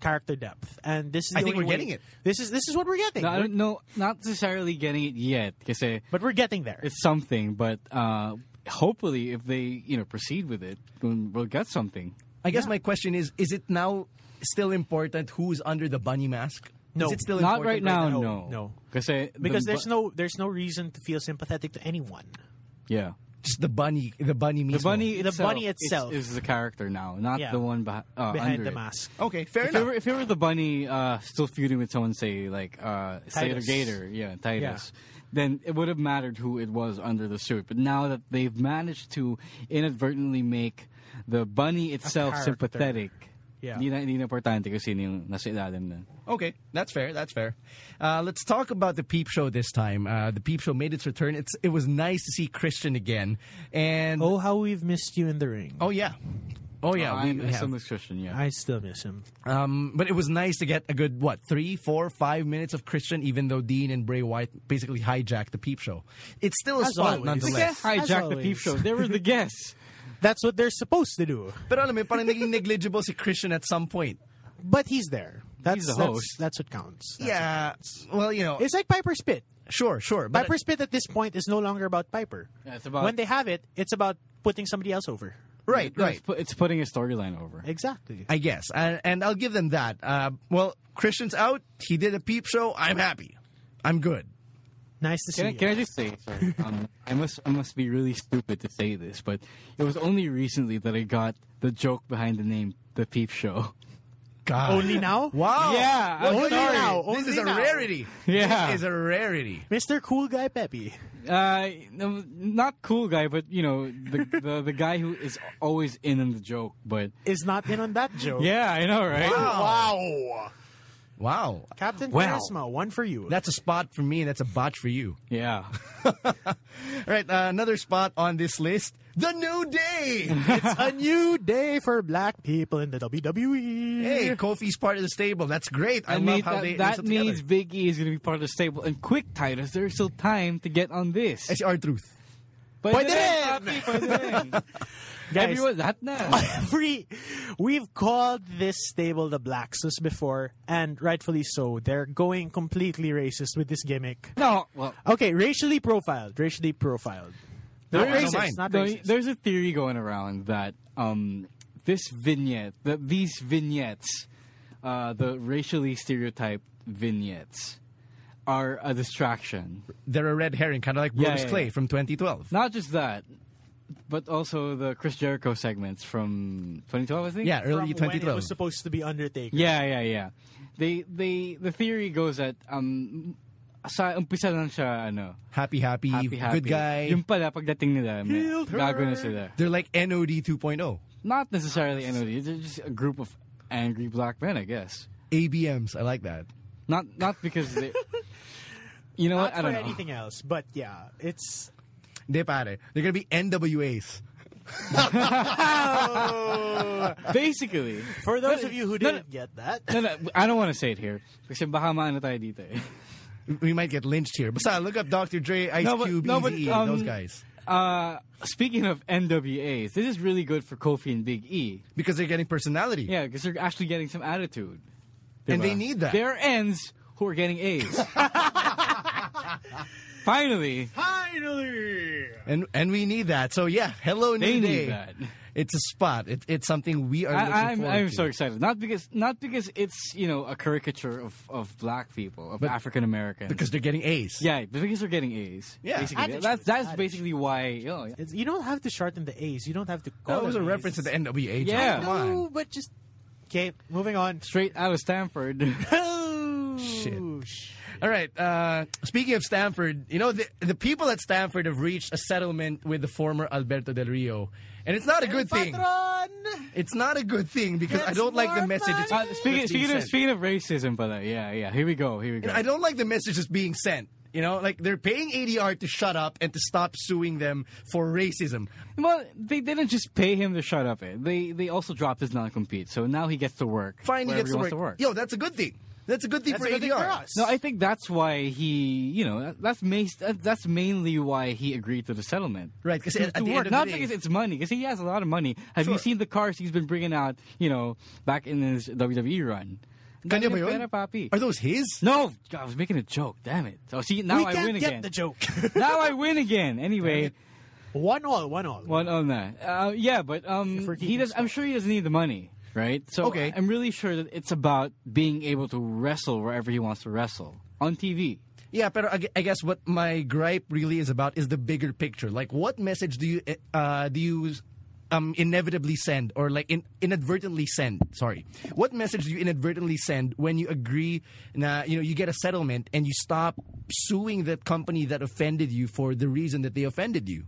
Speaker 3: character depth, and this is. The
Speaker 1: I think
Speaker 3: only
Speaker 1: we're
Speaker 3: way-
Speaker 1: getting it.
Speaker 3: This is this is what we're getting.
Speaker 2: no, I
Speaker 3: We're-
Speaker 2: don't know. Not necessarily getting it yet, because
Speaker 3: but we're getting there.
Speaker 2: it's something. But uh, hopefully, if they you know proceed with it, then we'll get something.
Speaker 1: I guess my question is: Is it now still important who's under the bunny mask?
Speaker 3: No.
Speaker 1: is it still
Speaker 2: Not
Speaker 1: important
Speaker 2: right now,
Speaker 3: now?
Speaker 2: no,
Speaker 3: No.
Speaker 2: Kasi the
Speaker 3: because
Speaker 2: bu-
Speaker 3: there's no there's no reason to feel sympathetic to anyone.
Speaker 2: yeah.
Speaker 1: Just the bunny, the bunny.
Speaker 2: The
Speaker 1: Mismo.
Speaker 2: bunny,
Speaker 3: The
Speaker 2: itself
Speaker 3: bunny
Speaker 2: is-
Speaker 3: itself.
Speaker 2: is, the character now, not
Speaker 3: Yeah.
Speaker 2: the one beh- uh,
Speaker 3: behind
Speaker 2: under
Speaker 3: the
Speaker 2: it.
Speaker 3: mask.
Speaker 1: Okay, fair
Speaker 2: If it,
Speaker 1: enough.
Speaker 2: were, if it were the bunny uh, still feuding with someone, say like uh, Slater
Speaker 3: Titus.
Speaker 2: Gator, yeah, Titus, then it would have mattered who it was under the suit. But now that they've managed to inadvertently make the bunny itself
Speaker 3: character.
Speaker 2: sympathetic,
Speaker 3: Yeah.
Speaker 2: hindi na, hindi na importante kung sino yung nasa ilalim na.
Speaker 1: Okay, that's fair. That's fair. Uh, let's talk about the Peep Show this time. Uh, the Peep Show made its return. It's it was nice to see Christian again, and
Speaker 3: Oh, how we've missed you in the ring.
Speaker 1: oh yeah, oh yeah,
Speaker 2: Ah, I,
Speaker 1: we,
Speaker 2: I
Speaker 1: we
Speaker 2: still
Speaker 1: have.
Speaker 2: miss Christian, yeah.
Speaker 3: I still miss him.
Speaker 1: Um, but it was nice to get a good what three, four, five minutes of Christian, even though Dean and Bray White basically hijacked the peep show. It's still a
Speaker 3: As
Speaker 1: spot
Speaker 3: always.
Speaker 2: the
Speaker 1: nonetheless.
Speaker 2: guests
Speaker 3: As
Speaker 2: hijacked the peep
Speaker 3: always.
Speaker 2: show. They were the guests.
Speaker 3: That's what they're supposed to do.
Speaker 1: Pero alam mo, parang naging negligible si Christian at some point.
Speaker 3: But he's there. That's
Speaker 2: the
Speaker 3: that's,
Speaker 2: host.
Speaker 3: That's what counts. That's what-
Speaker 1: yeah, well, you know,
Speaker 3: it's like Piper Spit.
Speaker 1: sure, sure, but
Speaker 3: Piper Spit at this point is no longer about Piper.
Speaker 2: Yeah, it's about-
Speaker 3: when they have it, it's about putting somebody else over.
Speaker 1: Right, right.
Speaker 2: It's, pu- it's putting a storyline over.
Speaker 3: Exactly.
Speaker 1: I guess, and, and I'll give them that. Uh, well, Christian's out. He did a peep show. I'm happy. I'm good.
Speaker 3: Nice to see
Speaker 2: Can I,
Speaker 3: you.
Speaker 2: can I just say, sorry, um, I must I must be really stupid to say this, but it was only recently that I got the joke behind the name The Peep Show.
Speaker 1: God.
Speaker 3: Only now?
Speaker 1: Wow.
Speaker 2: Yeah, I'm
Speaker 1: Only
Speaker 2: sorry.
Speaker 1: now.
Speaker 3: Only
Speaker 1: this is
Speaker 3: now.
Speaker 1: a rarity.
Speaker 2: Yeah.
Speaker 1: This is a rarity.
Speaker 3: Mr. Cool Guy Pepe.
Speaker 2: Uh, no, not cool guy, but you know the, the the guy who is always in on the joke. But
Speaker 3: Is not in on that joke.
Speaker 2: yeah, I know, right?
Speaker 1: Wow. Wow.
Speaker 3: Captain
Speaker 1: Wow.
Speaker 3: Charisma, one for you.
Speaker 1: That's a spot for me, and that's a botch for you.
Speaker 2: Yeah,
Speaker 1: All right, uh, another spot on this list The New Day.
Speaker 3: it's a new day for black people in the E. WWE.
Speaker 1: hey, Kofi's part of the stable. That's great. I,
Speaker 2: I
Speaker 1: love
Speaker 2: mean
Speaker 1: how
Speaker 2: that,
Speaker 1: they
Speaker 2: that
Speaker 1: they're still
Speaker 2: means
Speaker 1: together.
Speaker 2: Big E is going to be part of the stable. And quick, Titus, there's still time to get on this.
Speaker 1: I see our truth.
Speaker 2: But
Speaker 1: Pwede rin!
Speaker 3: Guys,
Speaker 2: Everyone, that na.
Speaker 3: every we've called this stable the Blacksus before, and rightfully so. They're going completely racist with this gimmick.
Speaker 2: No, well,
Speaker 3: Okay, racially profiled, racially profiled. Not
Speaker 1: I don't
Speaker 3: racist,
Speaker 1: mind.
Speaker 3: not
Speaker 2: No,
Speaker 3: racist.
Speaker 2: there's a theory going around that um, this vignette, that these vignettes, uh, the racially stereotyped vignettes, are a distraction.
Speaker 1: They're a red herring, kind of like
Speaker 2: Yeah,
Speaker 1: Bruce
Speaker 2: yeah,
Speaker 1: Clay
Speaker 2: yeah.
Speaker 1: from 2012.
Speaker 2: Not just that, but also the Chris Jericho segments from 2012, I think.
Speaker 1: Yeah,
Speaker 3: From
Speaker 1: early
Speaker 3: when it
Speaker 1: 2012.
Speaker 3: was supposed to be Undertaker.
Speaker 2: Yeah, yeah, yeah. They, they, the theory goes that um, sa umpisa lang siya ano,
Speaker 1: happy, happy,
Speaker 2: happy, happy.
Speaker 1: good guy.
Speaker 2: Yung pala pagdating nila, may-
Speaker 3: Healed her.
Speaker 2: gago na sila.
Speaker 1: They're like NOD 2.0.
Speaker 2: Not necessarily NOD. They're just a group of angry black men, I guess.
Speaker 1: ABMs. I like that.
Speaker 2: Not not because they. You know
Speaker 3: Not
Speaker 2: what? I
Speaker 3: for
Speaker 2: don't know.
Speaker 3: anything else, but yeah, it's
Speaker 1: De pare. They're going to be NWAs.
Speaker 2: Basically,
Speaker 3: for those of you who
Speaker 2: no,
Speaker 3: didn't get that.
Speaker 2: no, no, I don't want to say it here kasi baka maano tayo dito. eh.
Speaker 1: We might get lynched here. Basta, look up Dr. Dre, Ice
Speaker 2: No, but-
Speaker 1: Cube,
Speaker 2: no, but,
Speaker 1: Eazy-E,
Speaker 2: um,
Speaker 1: those guys.
Speaker 2: Uh, speaking of NWAs, this is really good for Kofi and Big E.
Speaker 1: Because they're getting personality.
Speaker 2: Yeah, because they're actually getting some attitude.
Speaker 1: And
Speaker 2: Diba?
Speaker 1: they need that.
Speaker 2: There are N's who are getting A's. Finally,
Speaker 3: Finally,
Speaker 1: And and we need that. So yeah, hello New
Speaker 2: They need
Speaker 1: Day.
Speaker 2: that.
Speaker 1: It's a spot. It, it's something we are looking
Speaker 2: I, I'm
Speaker 1: forward
Speaker 2: I'm
Speaker 1: to.
Speaker 2: so excited. Not because not because it's you know a caricature of, of black people of African Americans.
Speaker 1: because they're getting A's.
Speaker 2: Yeah, but because they're getting A's.
Speaker 1: Yeah.
Speaker 2: basically.
Speaker 3: Attitude,
Speaker 2: that's that's
Speaker 3: attitude.
Speaker 2: basically why. oh, You know,
Speaker 3: It's- you don't have to shorten the A's. You don't have to. Call
Speaker 1: that was a
Speaker 3: them A's.
Speaker 1: Oh, reference to the NWA. John.
Speaker 2: Yeah.
Speaker 1: Come on.
Speaker 3: No, but just okay. Moving on.
Speaker 2: straight out of Stanford. Uh,
Speaker 3: Oh
Speaker 1: Shit.
Speaker 3: sh-
Speaker 1: All right. Uh, speaking of Stanford, you know the the people at Stanford have reached a settlement with the former Alberto Del Rio, and it's not a good thing.
Speaker 3: Patron!
Speaker 1: It's not a good thing because I
Speaker 3: Gets
Speaker 1: don't like the
Speaker 3: more
Speaker 1: message. It's,
Speaker 2: Uh, speaking
Speaker 1: that's being
Speaker 2: speaking of
Speaker 1: sent.
Speaker 2: speaking of racism, but uh, yeah, yeah. Here we go. Here we go.
Speaker 1: I don't like the message that's being sent. You know, like they're paying ADR to shut up and to stop suing them for racism.
Speaker 2: well, they didn't just pay him to shut up. eh. They they also dropped his non compete, so now he gets to work.
Speaker 1: Finally
Speaker 2: wherever
Speaker 1: gets
Speaker 2: he
Speaker 1: to
Speaker 2: wants
Speaker 1: work. Yo, that's a good thing. That's a good thing
Speaker 3: That's
Speaker 1: for
Speaker 3: a good thing
Speaker 1: ADR.
Speaker 3: for us.
Speaker 2: No, I think that's why he, you know, that- that's ma- that- that's mainly why he agreed to the settlement.
Speaker 1: Right, 'cause
Speaker 2: To-
Speaker 1: at- at
Speaker 2: to
Speaker 1: the end
Speaker 2: work.
Speaker 1: of the
Speaker 2: not
Speaker 1: day-
Speaker 2: because it's money, because he has a lot of money. Have you
Speaker 1: Sure.
Speaker 2: seen the cars he's been bringing out? You know, back in his WWE run.
Speaker 1: Kanya ba
Speaker 2: Dami ng
Speaker 1: yun?
Speaker 2: pera, papi.
Speaker 1: Are those his?
Speaker 2: No, God, I was making a joke. Damn it! Oh, see, now
Speaker 3: we
Speaker 2: I
Speaker 3: can't
Speaker 2: win
Speaker 3: get
Speaker 2: again.
Speaker 3: the joke.
Speaker 2: now I win again. Anyway,
Speaker 3: one all, one all.
Speaker 2: one on that. Uh, yeah, but um,
Speaker 3: If we're
Speaker 2: he
Speaker 3: keeping
Speaker 2: does. I'm sure he doesn't need the money, right? So
Speaker 1: Okay.
Speaker 2: I'm really sure that it's about being able to wrestle wherever he wants to wrestle on TV.
Speaker 1: Yeah, but I gu- I guess what my gripe really is about is the bigger picture. Like, what message do you uh, do you um, inevitably send, or like in, inadvertently send? Sorry, what message do you inadvertently send when you agree? Na, you know, you get a settlement and you stop suing that company that offended you for the reason that they offended you.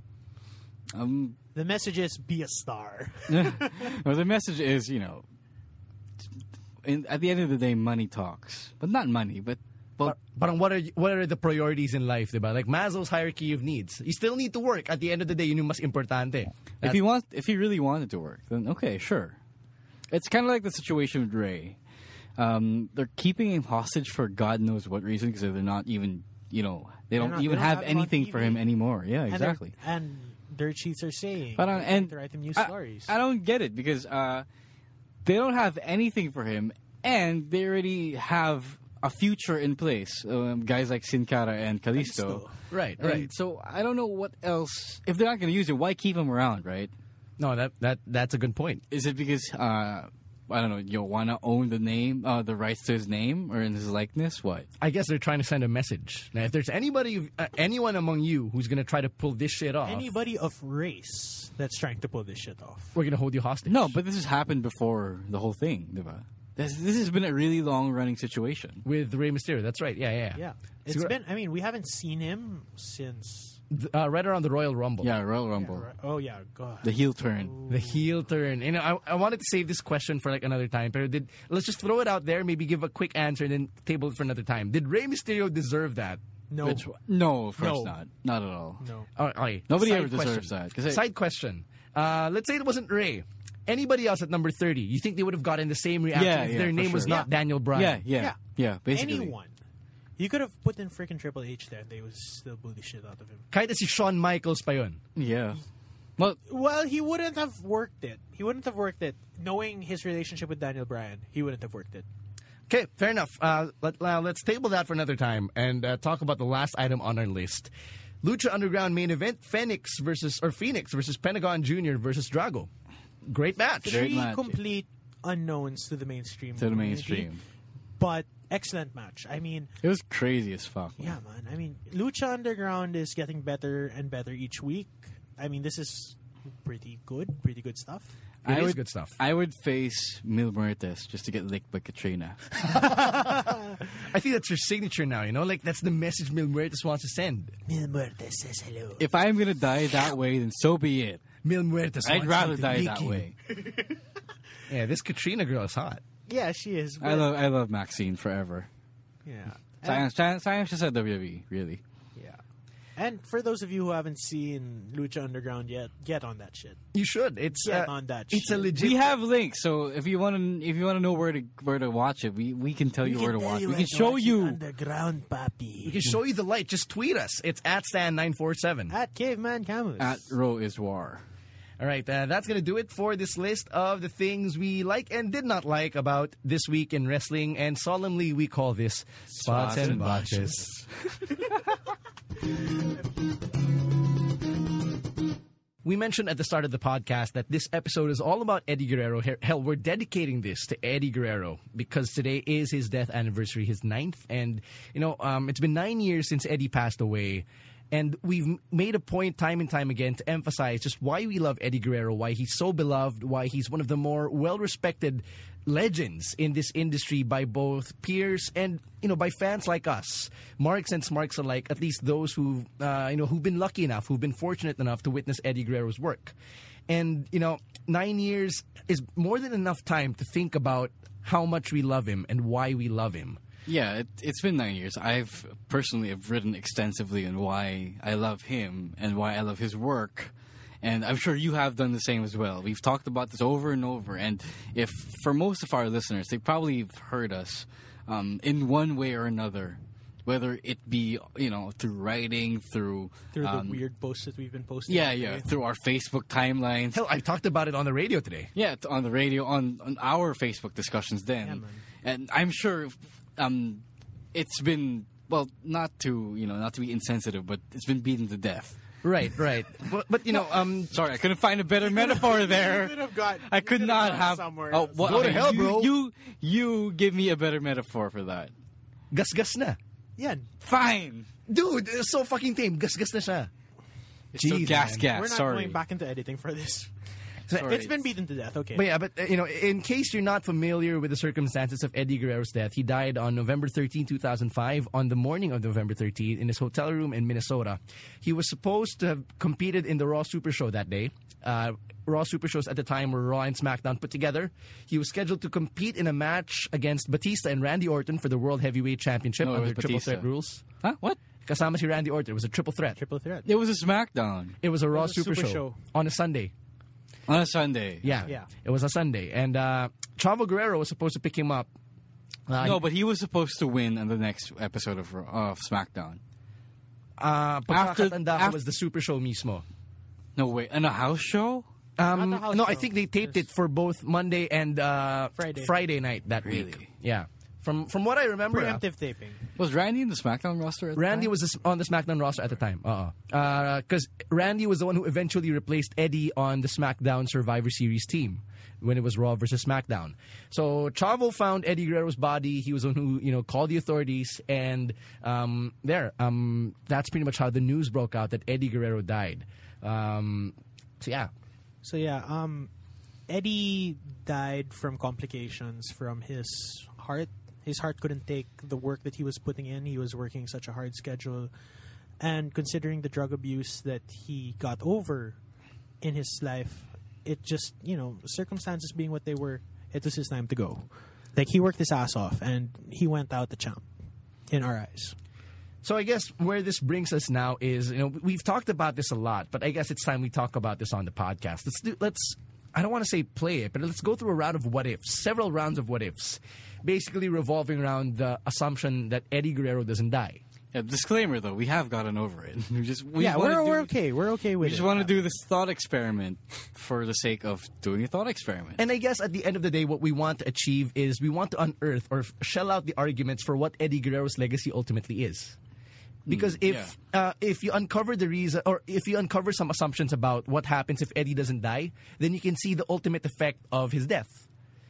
Speaker 3: The message is be a star.
Speaker 2: Well, the message is, you know, in, at the end of the day, money talks, but not money, but but
Speaker 1: But, but what are you- what are the priorities in life, diba? Like Maslow's hierarchy of needs. You still need to work. At the end of the day, yun yung mas importante.
Speaker 2: if he wants, if he really wanted to work, then okay, sure. It's kind of like the situation with Ray. Um, they're keeping him hostage for God knows what reason because they're not even, you know, they don't
Speaker 3: not- they
Speaker 2: even
Speaker 3: don't
Speaker 2: have,
Speaker 3: have him on
Speaker 2: anything for
Speaker 3: TV.
Speaker 2: him anymore. Yeah,
Speaker 3: And
Speaker 2: exactly.
Speaker 3: they're- And their cheats are saying.
Speaker 2: But um,
Speaker 3: they need
Speaker 2: and
Speaker 3: to write them new
Speaker 2: I,
Speaker 3: stories.
Speaker 2: I don't get it because uh, they don't have anything for him, and they already have a future in place. Um, guys like Sin Cara and Kalisto.
Speaker 3: Kalisto.
Speaker 1: Right,
Speaker 2: And
Speaker 1: right.
Speaker 2: so I don't know what else. If they're not going to use it, why keep him around, right?
Speaker 1: No, that that that's a good point.
Speaker 2: Is it because uh, I don't know Joanna owned the name, uh, the rights to his name or in his likeness? What?
Speaker 1: I guess they're trying to send a message. Now, if there's anybody, uh, anyone among you who's going to try to pull this shit off,
Speaker 3: Anybody of race that's trying to pull this shit off.
Speaker 1: we're going to hold you hostage.
Speaker 2: No, but this has happened before the whole thing, diba? This, this has been a really long running situation.
Speaker 1: with Rey Mysterio, that's right. Yeah, yeah,
Speaker 3: Yeah,
Speaker 1: It's
Speaker 3: it's been. I mean, we haven't seen him since.
Speaker 1: th- uh, right around the Royal Rumble.
Speaker 2: Yeah, Royal Rumble,
Speaker 3: Right. Oh yeah, God.
Speaker 2: the heel turn.
Speaker 1: The heel turn. You know, I, I wanted to save this question for like another time, but did let's just throw it out there, maybe give a quick answer, and then table it for another time. Did Rey Mysterio deserve that?
Speaker 3: no,
Speaker 2: Which no, of course
Speaker 3: No.
Speaker 2: not, not at all.
Speaker 3: no.
Speaker 1: All right, all right.
Speaker 2: Nobody
Speaker 1: Side
Speaker 2: ever
Speaker 1: question.
Speaker 2: deserves that, 'cause it-
Speaker 1: Side question. Uh, let's say it wasn't Ray. Anybody else at number thirty? You think they would have gotten the same reaction
Speaker 2: Yeah,
Speaker 1: if
Speaker 2: yeah,
Speaker 1: their
Speaker 2: for
Speaker 1: name was
Speaker 2: sure.
Speaker 1: not
Speaker 3: Yeah.
Speaker 1: Daniel Bryan?
Speaker 2: Yeah, yeah, yeah, basically,
Speaker 3: anyone. You could have put in freaking Triple H there. They would still boo the shit out of him.
Speaker 1: Kahit si Shawn Michaels pa yun.
Speaker 2: Yeah. Well,
Speaker 3: Well, he wouldn't have worked it. He wouldn't have worked it. Knowing his relationship with Daniel Bryan, he wouldn't have worked it.
Speaker 1: Okay, fair enough. Uh, let, uh, let's table that for another time and uh, talk about the last item on our list. Lucha Underground main event: Phoenix versus or Phoenix versus Pentagon Junior versus Drago. Great match.
Speaker 2: Great
Speaker 3: Three
Speaker 2: match.
Speaker 3: complete unknowns to the mainstream.
Speaker 2: to the
Speaker 3: community,
Speaker 2: mainstream,
Speaker 3: But excellent match. I mean,
Speaker 2: it was crazy as fuck.
Speaker 3: yeah, man. I mean, Lucha Underground is getting better and better each week. I mean, this is pretty good. Pretty good stuff.
Speaker 1: It
Speaker 2: I
Speaker 1: is
Speaker 2: would,
Speaker 1: good stuff.
Speaker 2: I would face Mil Muertes just to get licked by Katrina.
Speaker 1: I think that's your signature now. You know, like that's the message Mil Muertes wants to send.
Speaker 3: Mil Muertes says hello.
Speaker 2: if I'm gonna die that way, then so be it.
Speaker 1: Mil Muertes. wants
Speaker 2: I'd rather
Speaker 1: me to
Speaker 2: die
Speaker 1: lick
Speaker 2: that
Speaker 1: you.
Speaker 2: way.
Speaker 1: Yeah, this Katrina girl is hot.
Speaker 3: Yeah, she is.
Speaker 2: I
Speaker 3: but-
Speaker 2: love, I love Maxine forever.
Speaker 3: Yeah.
Speaker 2: Science, science, science just said WWE, really.
Speaker 3: Yeah. And for those of you who haven't seen Lucha Underground yet, get on that shit.
Speaker 1: You should. It's
Speaker 3: Get
Speaker 1: uh,
Speaker 3: on that
Speaker 1: It's a
Speaker 3: shit.
Speaker 1: legit.
Speaker 2: We have links, so if you want to, if you want to know where to where to watch it, we, we can tell you where to watch. it. We can show you.
Speaker 3: Underground,
Speaker 1: we
Speaker 3: papi.
Speaker 1: can show you the light. Just tweet us. It's at Stan nine four seven.
Speaker 3: At Caveman Camus.
Speaker 2: At Row is War.
Speaker 1: All right, uh, that's going to do it for this list of the things we like and did not like about this week in wrestling. And solemnly, we call this Spots,
Speaker 2: Spots
Speaker 1: and
Speaker 2: and
Speaker 1: Botches. we mentioned at the start of the podcast that this episode is all about Eddie Guerrero. He- Hell, we're dedicating this to Eddie Guerrero because today is his death anniversary, his ninth. And, you know, um, it's been nine years since Eddie passed away. And we've m- made a point time and time again to emphasize just why we love Eddie Guerrero, why he's so beloved, why he's one of the more well respected legends in this industry by both peers and you know by fans like us marks and smarks alike at least those who uh, you know who've been lucky enough who've been fortunate enough to witness eddie guerrero's work and you know nine years is more than enough time to think about how much we love him and why we love him
Speaker 2: Yeah, it, it's been nine years. I've personally have written extensively on why I love him and why I love his work, and I'm sure you have done the same as well. We've talked about this over and over, and if for most of our listeners, they probably have heard us um, in one way or another, whether it be you know through writing, through
Speaker 3: Through the
Speaker 2: um,
Speaker 3: weird posts that we've been posting.
Speaker 2: yeah, yeah, through our Facebook timelines,
Speaker 1: hell i talked about it on the radio today
Speaker 2: yeah, t- on the radio, on, on our Facebook discussions then.
Speaker 3: man.
Speaker 2: and I'm sure um, it's been, well, not to, you know, not to be insensitive, but it's been beaten to death.
Speaker 1: right right but, but you know um
Speaker 2: Sorry, I couldn't find a better metaphor there.
Speaker 3: could have got-
Speaker 2: I
Speaker 3: you
Speaker 2: could
Speaker 3: could
Speaker 2: not
Speaker 3: have gone
Speaker 2: have.
Speaker 3: somewhere
Speaker 2: oh,
Speaker 3: else.
Speaker 2: well,
Speaker 1: Go
Speaker 2: okay,
Speaker 1: to hell,
Speaker 2: you,
Speaker 1: bro.
Speaker 2: You, you give me a better metaphor for that.
Speaker 1: gasgas na
Speaker 3: Yeah.
Speaker 2: Fine.
Speaker 1: dude it's so fucking tame gasgas na siya
Speaker 2: It's still
Speaker 1: Jeez,
Speaker 2: gas,
Speaker 1: man.
Speaker 2: gas.
Speaker 3: We're not
Speaker 2: sorry.
Speaker 3: going back into editing for this.
Speaker 2: Sorry.
Speaker 3: It's been beaten to death. Okay.
Speaker 1: But yeah, but uh, you know, in case you're not familiar with the circumstances of Eddie Guerrero's death, he died on November 13, 2005, on the morning of November 13, in his hotel room in Minnesota. He was supposed to have competed in the Raw Super Show that day. Uh, Raw Super Shows at the time were Raw and SmackDown put together. He was scheduled to compete in a match against Batista and Randy Orton for the World Heavyweight Championship
Speaker 2: No, it was
Speaker 1: under Triple
Speaker 2: Batista.
Speaker 1: Threat rules.
Speaker 2: Huh? What?
Speaker 1: Kasama si Randy Orton. It was a triple threat.
Speaker 3: Triple threat.
Speaker 2: It was a SmackDown
Speaker 1: It was a Raw
Speaker 3: was a
Speaker 1: Super,
Speaker 3: Super
Speaker 1: show,
Speaker 3: Show.
Speaker 1: on a Sunday.
Speaker 2: on a Sunday.
Speaker 1: Yeah.
Speaker 3: Yeah.
Speaker 1: It was a Sunday. And uh, Chavo Guerrero was supposed to pick him up. Uh,
Speaker 2: No, but he was supposed to win on the next episode of, of SmackDown.
Speaker 1: uh, pagkakatanda
Speaker 2: after-
Speaker 1: ko was the super show mismo.
Speaker 2: No, wait. On a house show?
Speaker 1: Um,
Speaker 3: At the house
Speaker 1: no, I
Speaker 3: show.
Speaker 1: think they taped it for both Monday and uh,
Speaker 3: Friday.
Speaker 1: night that
Speaker 2: Really?
Speaker 1: week. Yeah. From from what I remember, ah.
Speaker 3: Preemptive taping.
Speaker 2: Was Randy in the SmackDown roster? At the
Speaker 1: Randy
Speaker 2: time?
Speaker 1: was the s- on the SmackDown roster at the time. Uh-uh. Uh Because Randy was the one who eventually replaced Eddie on the SmackDown Survivor Series team when it was Raw versus SmackDown. So Chavo found Eddie Guerrero's body. He was the one who you know called the authorities, and um, there, um, that's pretty much how the news broke out that Eddie Guerrero died. Um, so yeah,
Speaker 3: So yeah, um, Eddie died from complications from his heart. His heart couldn't take the work that he was putting in. He was working such a hard schedule, and considering the drug abuse that he got over in his life, it just you know circumstances being what they were, it was his time to go. Like he worked his ass off, and he went out the champ in our eyes.
Speaker 1: So I guess where this brings us now is you know we've talked about this a lot, but I guess it's time we talk about this on the podcast. Let's do let's I don't want to say play it, but let's go through a round of what ifs, several rounds of what ifs, basically revolving around the assumption that Eddie Guerrero doesn't die.
Speaker 2: Yeah, disclaimer though, we have gotten over it. We just we
Speaker 3: yeah,
Speaker 2: wanna
Speaker 3: we're,
Speaker 2: do-
Speaker 3: we're okay. We're okay with
Speaker 2: We just
Speaker 3: it.
Speaker 2: want to do this thought experiment for the sake of doing a thought experiment.
Speaker 1: And I guess at the end of the day, what we want to achieve is we want to unearth or f- shell out the arguments for what Eddie Guerrero's legacy ultimately is. Because if uh, if you uncover the reason, or if you uncover some assumptions about what happens if Eddie doesn't die, then you can see the ultimate effect of his death.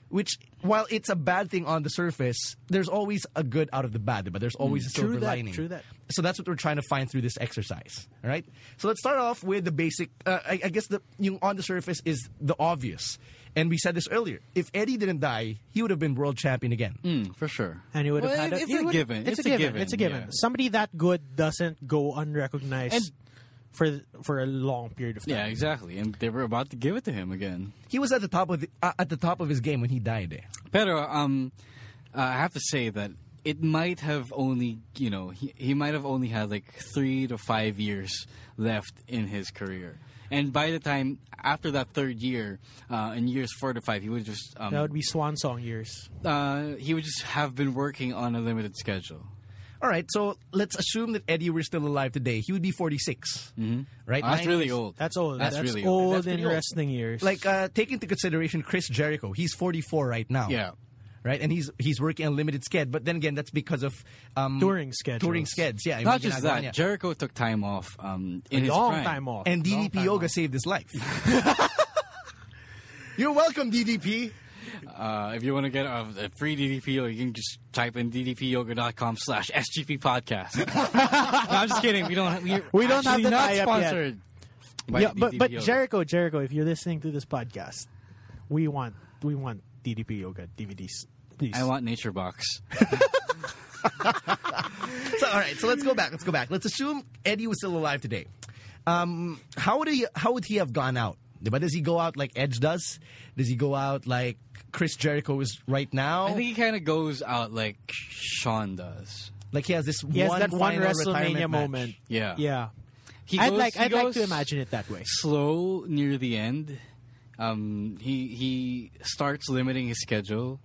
Speaker 1: Which, while it's a bad thing on the surface, there's always a good out of the bad, but there's always a
Speaker 3: True
Speaker 1: silver
Speaker 3: that,
Speaker 1: lining.
Speaker 3: true that.
Speaker 1: So that's what we're trying to find through this exercise. All right. So let's start off with the basic. Uh, I, I guess the yung on the surface is the obvious, and we said this earlier. If Eddie didn't die, he would have been world champion again.
Speaker 2: Mm, for sure.
Speaker 3: and he would have
Speaker 2: Well,
Speaker 3: had
Speaker 2: it-
Speaker 3: a,
Speaker 2: it's
Speaker 3: he
Speaker 2: a
Speaker 3: would-
Speaker 2: given.
Speaker 3: It's, a given. It's a given.
Speaker 2: yeah.
Speaker 3: Somebody that good doesn't go unrecognized
Speaker 2: And-
Speaker 3: for for a long period of time.
Speaker 2: Yeah, exactly. And they were about to give it to him again.
Speaker 1: He was at the top of the, uh, at the top of his game when he died. eh.
Speaker 2: Pero um, uh, I have to say that it might have only you know he, he might have only had like three to five years left in his career. And by the time after that third year, uh, in years four to five, he would just um,
Speaker 3: That would be swan song years.
Speaker 2: uh, he would just have been working on a limited schedule.
Speaker 1: All right. So let's assume that Eddie were still alive today. He would be 46. Mm-hmm. Right.
Speaker 2: That's
Speaker 1: Nine-
Speaker 2: really old.
Speaker 3: That's old.
Speaker 2: That's, really
Speaker 3: old,
Speaker 2: old.
Speaker 3: in
Speaker 1: pretty old.
Speaker 3: wrestling years.
Speaker 1: Like uh, take into consideration Chris Jericho. He's 44 right now.
Speaker 2: Yeah.
Speaker 1: Right, and he's he's working a limited sked, but then again, that's because of um,
Speaker 3: Touring schedules.
Speaker 1: Touring skeds, yeah. I
Speaker 2: Not
Speaker 1: mean,
Speaker 2: just
Speaker 1: ginagawa
Speaker 2: that.
Speaker 1: niya.
Speaker 2: Jericho took time off. Um, in his
Speaker 3: long
Speaker 2: prime.
Speaker 3: time off.
Speaker 1: And
Speaker 3: Long
Speaker 1: DDP
Speaker 3: time
Speaker 1: Yoga
Speaker 3: off.
Speaker 1: saved his life. You're welcome, DDP.
Speaker 2: Uh, if you want to get a, a free DDP yoga, you can just type in ddpyoga.com slash SGP podcast. no, I'm just kidding. We don't. We're
Speaker 3: We don't have
Speaker 2: actually
Speaker 3: the
Speaker 2: not
Speaker 3: tie-up yet.
Speaker 2: sponsored. by
Speaker 3: Yeah, but
Speaker 2: DDP
Speaker 3: but
Speaker 2: yoga.
Speaker 3: Jericho, Jericho, if you're listening to this podcast, we want we want DDP Yoga DVDs, please.
Speaker 2: I want Nature Box.
Speaker 1: So, all right, so let's go back. Let's go back. Let's assume Eddie was still alive today. Um, how would he? How would he have gone out? But does he go out like Edge does? Does he go out like Chris Jericho is right now?
Speaker 2: I think he kind of goes out like Sean does.
Speaker 1: like he has this
Speaker 3: He has
Speaker 1: one
Speaker 3: that one
Speaker 1: final retirement
Speaker 3: WrestleMania
Speaker 1: match.
Speaker 3: moment.
Speaker 2: Yeah.
Speaker 3: yeah.
Speaker 2: He
Speaker 3: I'd
Speaker 2: goes-
Speaker 3: like
Speaker 2: he
Speaker 3: I'd like to
Speaker 2: goes
Speaker 3: imagine it that way.
Speaker 2: Slow near the end. Um, he he starts limiting his schedule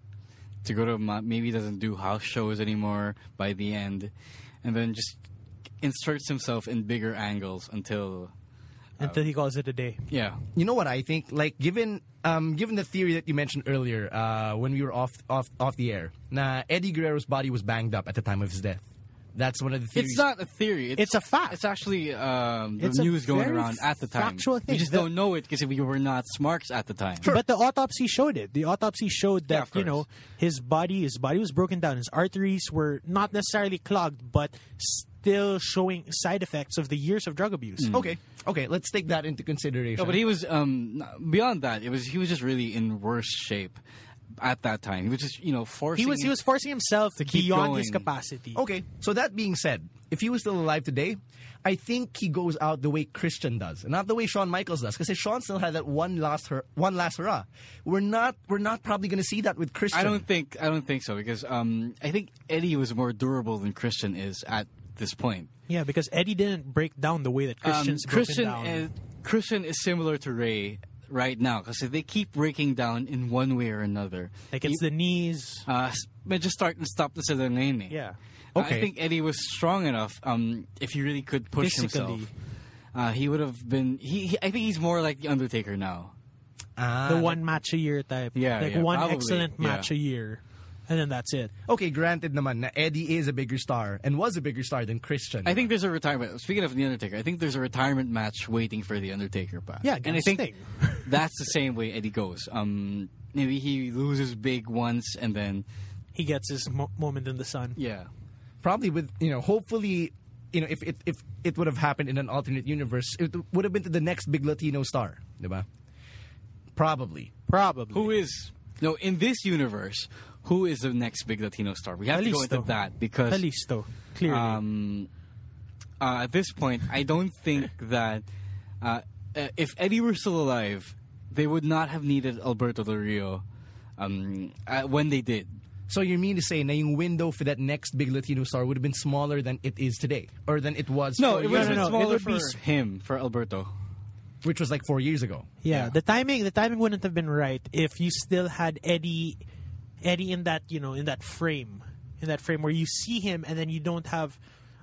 Speaker 2: to go to ma- maybe doesn't do house shows anymore by the end, and then just inserts himself in bigger angles until Oh.
Speaker 3: Until he calls it a day.
Speaker 2: Yeah.
Speaker 1: You know what I think? Like given um, given the theory that you mentioned earlier uh, when we were off off off the air, nah, Eddie Guerrero's body was banged up at the time of his death. That's one of the theories.
Speaker 2: It's not a theory. It's,
Speaker 3: It's a fact.
Speaker 2: It's actually um, the
Speaker 3: It's a
Speaker 2: news going
Speaker 3: very
Speaker 2: around at the time.
Speaker 3: factual thing.
Speaker 2: We just
Speaker 3: The-
Speaker 2: don't know it because we were not smarks at the time.
Speaker 3: But the autopsy showed it. The autopsy showed
Speaker 2: Yeah,
Speaker 3: that
Speaker 2: of
Speaker 3: you know
Speaker 2: course.
Speaker 3: his body, his body was broken down. His arteries were not necessarily clogged, but still showing side effects of the years of drug abuse.
Speaker 2: Mm.
Speaker 3: Oh,
Speaker 1: Okay, okay, let's take that into consideration.
Speaker 2: No, but he was um, beyond that. It was he was just really in worse shape at that time. He was just you know forcing.
Speaker 3: He was he was forcing himself to
Speaker 2: keep
Speaker 3: beyond
Speaker 2: going. Oh.
Speaker 3: his capacity.
Speaker 1: okay, so that being said, if he was still alive today, I think he goes out the way Christian does, and not the way Shawn Michaels does, because Shawn still had that one last hur- one last hurrah. We're not we're not probably going to see that with Christian.
Speaker 2: I don't think I don't think so because um, I think Eddie was more durable than Christian is at this point.
Speaker 3: Yeah, because Eddie didn't break down the way that
Speaker 2: Um,
Speaker 3: Christian's broken
Speaker 2: Christian uh,
Speaker 3: down.
Speaker 2: is Christian is similar to Ray right now because they keep breaking down in one way or another.
Speaker 3: like it's the knees.
Speaker 2: uh, medyo start and stop na sila ngayon eh.
Speaker 3: Yeah.
Speaker 1: Okay.
Speaker 2: I think Eddie was strong enough um, if he really could push
Speaker 3: Physically.
Speaker 2: himself. Uh, he would have been. He, he, I think he's more like the Undertaker now.
Speaker 1: Ah,
Speaker 3: the one match a year type.
Speaker 2: Yeah,
Speaker 3: like
Speaker 2: Uh, yeah,
Speaker 3: one
Speaker 2: probably,
Speaker 3: excellent
Speaker 2: yeah.
Speaker 3: match a year. and then that's it.
Speaker 1: Okay, granted naman na Eddie is a bigger star and was a bigger star than Christian.
Speaker 2: I think there's a retirement. Speaking of the Undertaker, I think there's a retirement match waiting for the Undertaker. Pat.
Speaker 3: Yeah,
Speaker 2: and I
Speaker 3: Sting.
Speaker 2: think that's the same way Eddie goes. Um, maybe he loses big once and then
Speaker 3: He gets his mo- moment in the sun.
Speaker 2: yeah,
Speaker 1: probably with you know hopefully you know if it if it would have happened in an alternate universe it would have been to the next big Latino star, diba? Probably.
Speaker 3: Probably.
Speaker 2: who is no in this universe? Who is the next big Latino star? We have to go
Speaker 3: Kalisto.
Speaker 2: into that because
Speaker 3: Kalisto, clearly.
Speaker 2: um, uh, at this point, I don't think that uh, uh, if Eddie were still alive, they would not have needed Alberto Del Rio um, uh, when they did.
Speaker 1: So you mean to say na yung window for that next big Latino star would have been smaller than it is today or than it was
Speaker 2: No,
Speaker 1: four
Speaker 2: it
Speaker 1: years
Speaker 2: would have been
Speaker 3: Oh, no, no, it
Speaker 2: smaller
Speaker 3: would be
Speaker 2: for
Speaker 3: s-
Speaker 2: him, for Alberto.
Speaker 1: which was like 4 years ago.
Speaker 3: yeah, the timing the timing wouldn't have been right if you still had Eddie Eddie in that you know in that frame in that frame where you see him and then you don't have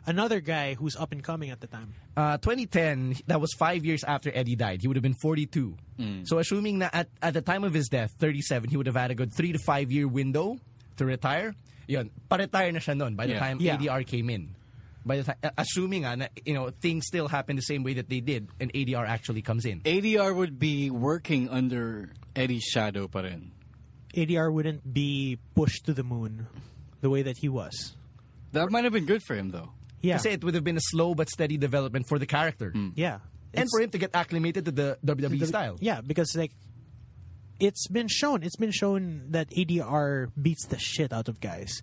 Speaker 3: another guy who's up and coming at the time.
Speaker 1: Uh, 2010, that was 5 years after Eddie died. He would have been 42. So assuming na at, at the time of his death, 37, he would have had a good 3 to 5 year window to retire. Yun, pa-retire na siya nun by the
Speaker 2: Yeah.
Speaker 1: time
Speaker 3: Yeah.
Speaker 1: ADR came in. By the time, assuming nga na, you know, things still happen the same way that they did and ADR actually comes in.
Speaker 2: ADR would be working under Eddie's shadow, pa rin.
Speaker 3: ADR wouldn't be pushed to the moon the way that he was.
Speaker 2: That might have been good for him, though.
Speaker 3: Yeah.
Speaker 1: Kasi it would have been a slow but steady development for the character.
Speaker 3: yeah.
Speaker 1: And
Speaker 3: It's-
Speaker 1: for him to get acclimated to the WWE
Speaker 3: E
Speaker 1: style.
Speaker 3: Yeah, because like it's been shown, it's been shown that ADR beats the shit out of guys.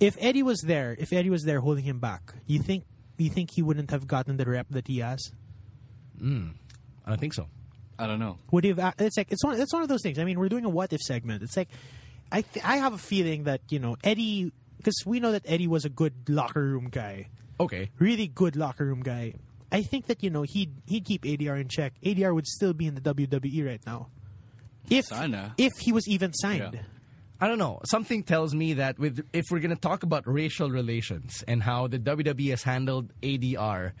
Speaker 3: If Eddie was there, if Eddie was there holding him back, you think you think he wouldn't have gotten the rep that he has?
Speaker 1: I don't think so.
Speaker 2: I don't know.
Speaker 3: Would he have? a- uh, It's like it's one. It's one of those things. I mean, we're doing a what if segment. It's like I th- I have a feeling that you know Eddie because we know that Eddie was a good locker room guy.
Speaker 1: Okay.
Speaker 3: really good locker room guy. I think that you know he'd he'd keep ADR in check. ADR would still be in the WWE right now, if
Speaker 2: Sana.
Speaker 3: if he was even signed.
Speaker 2: Yeah.
Speaker 1: I don't know. Something tells me that with if we're going to talk about racial relations and how the WWE has handled ADR,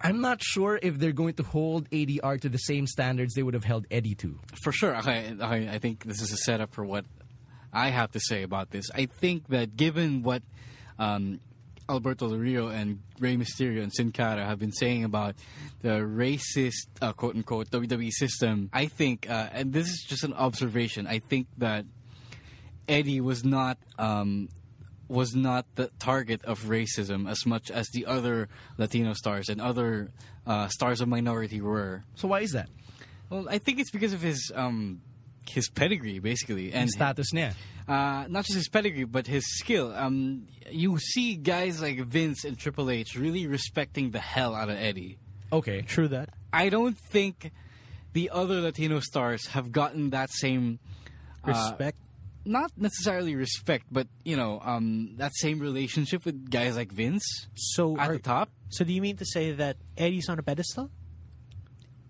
Speaker 1: I'm not sure if they're going to hold ADR to the same standards they would have held Eddie to.
Speaker 2: For sure. Okay, okay, I think this is a setup for what I have to say about this. I think that given what um, Alberto Del Rio and Rey Mysterio and Sin Cara have been saying about the racist, uh, quote unquote, WWE system, I think, uh, and this is just an observation, I think that Eddie was not. Um, was not the target of racism as much as the other Latino stars and other uh, stars of minority were.
Speaker 1: So why is that?
Speaker 2: Well, I think it's because of his um his pedigree basically and
Speaker 1: And status niya.
Speaker 2: uh, not just his pedigree but his skill. Um you see guys like Vince and Triple H really respecting the hell out of Eddie.
Speaker 1: Okay.
Speaker 3: True that.
Speaker 2: I don't think the other Latino stars have gotten that same
Speaker 3: Respect.
Speaker 2: not necessarily respect but you know um that same relationship with guys like Vince
Speaker 3: so
Speaker 2: at
Speaker 3: are-
Speaker 2: the top
Speaker 3: So do you mean to say that Eddie's on a pedestal?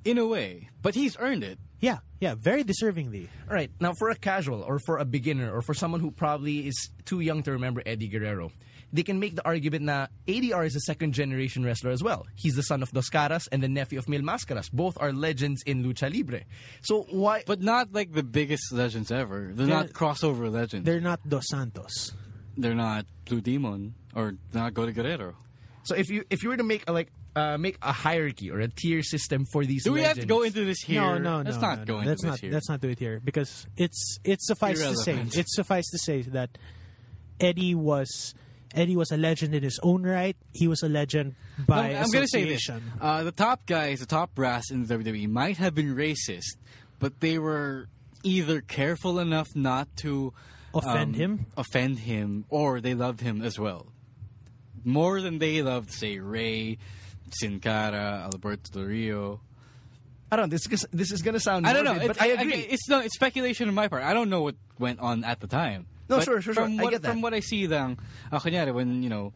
Speaker 2: in a way but he's earned it.
Speaker 3: Yeah, yeah, very deservingly.
Speaker 1: All right. Now for a casual or for a beginner or for someone who probably is too young to remember Eddie Guerrero, they can make the argument na ADR is a second generation wrestler as well. He's the son of Dos Caras and the nephew of Mil Mascaras. Both are legends in lucha libre. So why
Speaker 2: But not like the biggest legends ever. They're not crossover legends.
Speaker 3: They're not Dos Santos.
Speaker 2: they're not Blue Demon or not Go to Guerrero.
Speaker 1: So if you if you were to make a, like uh, make a hierarchy or a tier system for these,
Speaker 2: Do we have
Speaker 1: legends,
Speaker 2: to go into this here?
Speaker 3: No, no, no.
Speaker 2: Let's
Speaker 3: no,
Speaker 2: not
Speaker 3: no.
Speaker 2: go into
Speaker 3: let's
Speaker 2: this
Speaker 3: not,
Speaker 2: here.
Speaker 3: Let's not do it here because it's it's suffice
Speaker 2: Irrelevant.
Speaker 3: to say it's suffice to say that Eddie was Eddie was a legend in his own right. He was a legend
Speaker 2: No,
Speaker 3: by
Speaker 2: I'm going to say this.
Speaker 3: association.
Speaker 2: Uh, the top guys, the top brass in the WWE might have been racist, but they were either careful enough not to
Speaker 3: Offend
Speaker 2: um,
Speaker 3: him?
Speaker 2: offend him, or they loved him as well. More than they loved, say, Ray, Sin Cara, Alberto Del Rio.
Speaker 1: I don't. know, This is, this is gonna sound.
Speaker 2: I don't know.
Speaker 1: morbid,
Speaker 2: It's-
Speaker 1: but I
Speaker 2: I-
Speaker 1: agree.
Speaker 2: okay, it's no, it's speculation on my part. I don't know what went on at the time.
Speaker 1: No,
Speaker 2: But
Speaker 1: sure, sure,
Speaker 2: from
Speaker 1: sure. I
Speaker 2: What,
Speaker 1: get that.
Speaker 2: From what I see, lang, uh, kunyari, when you know,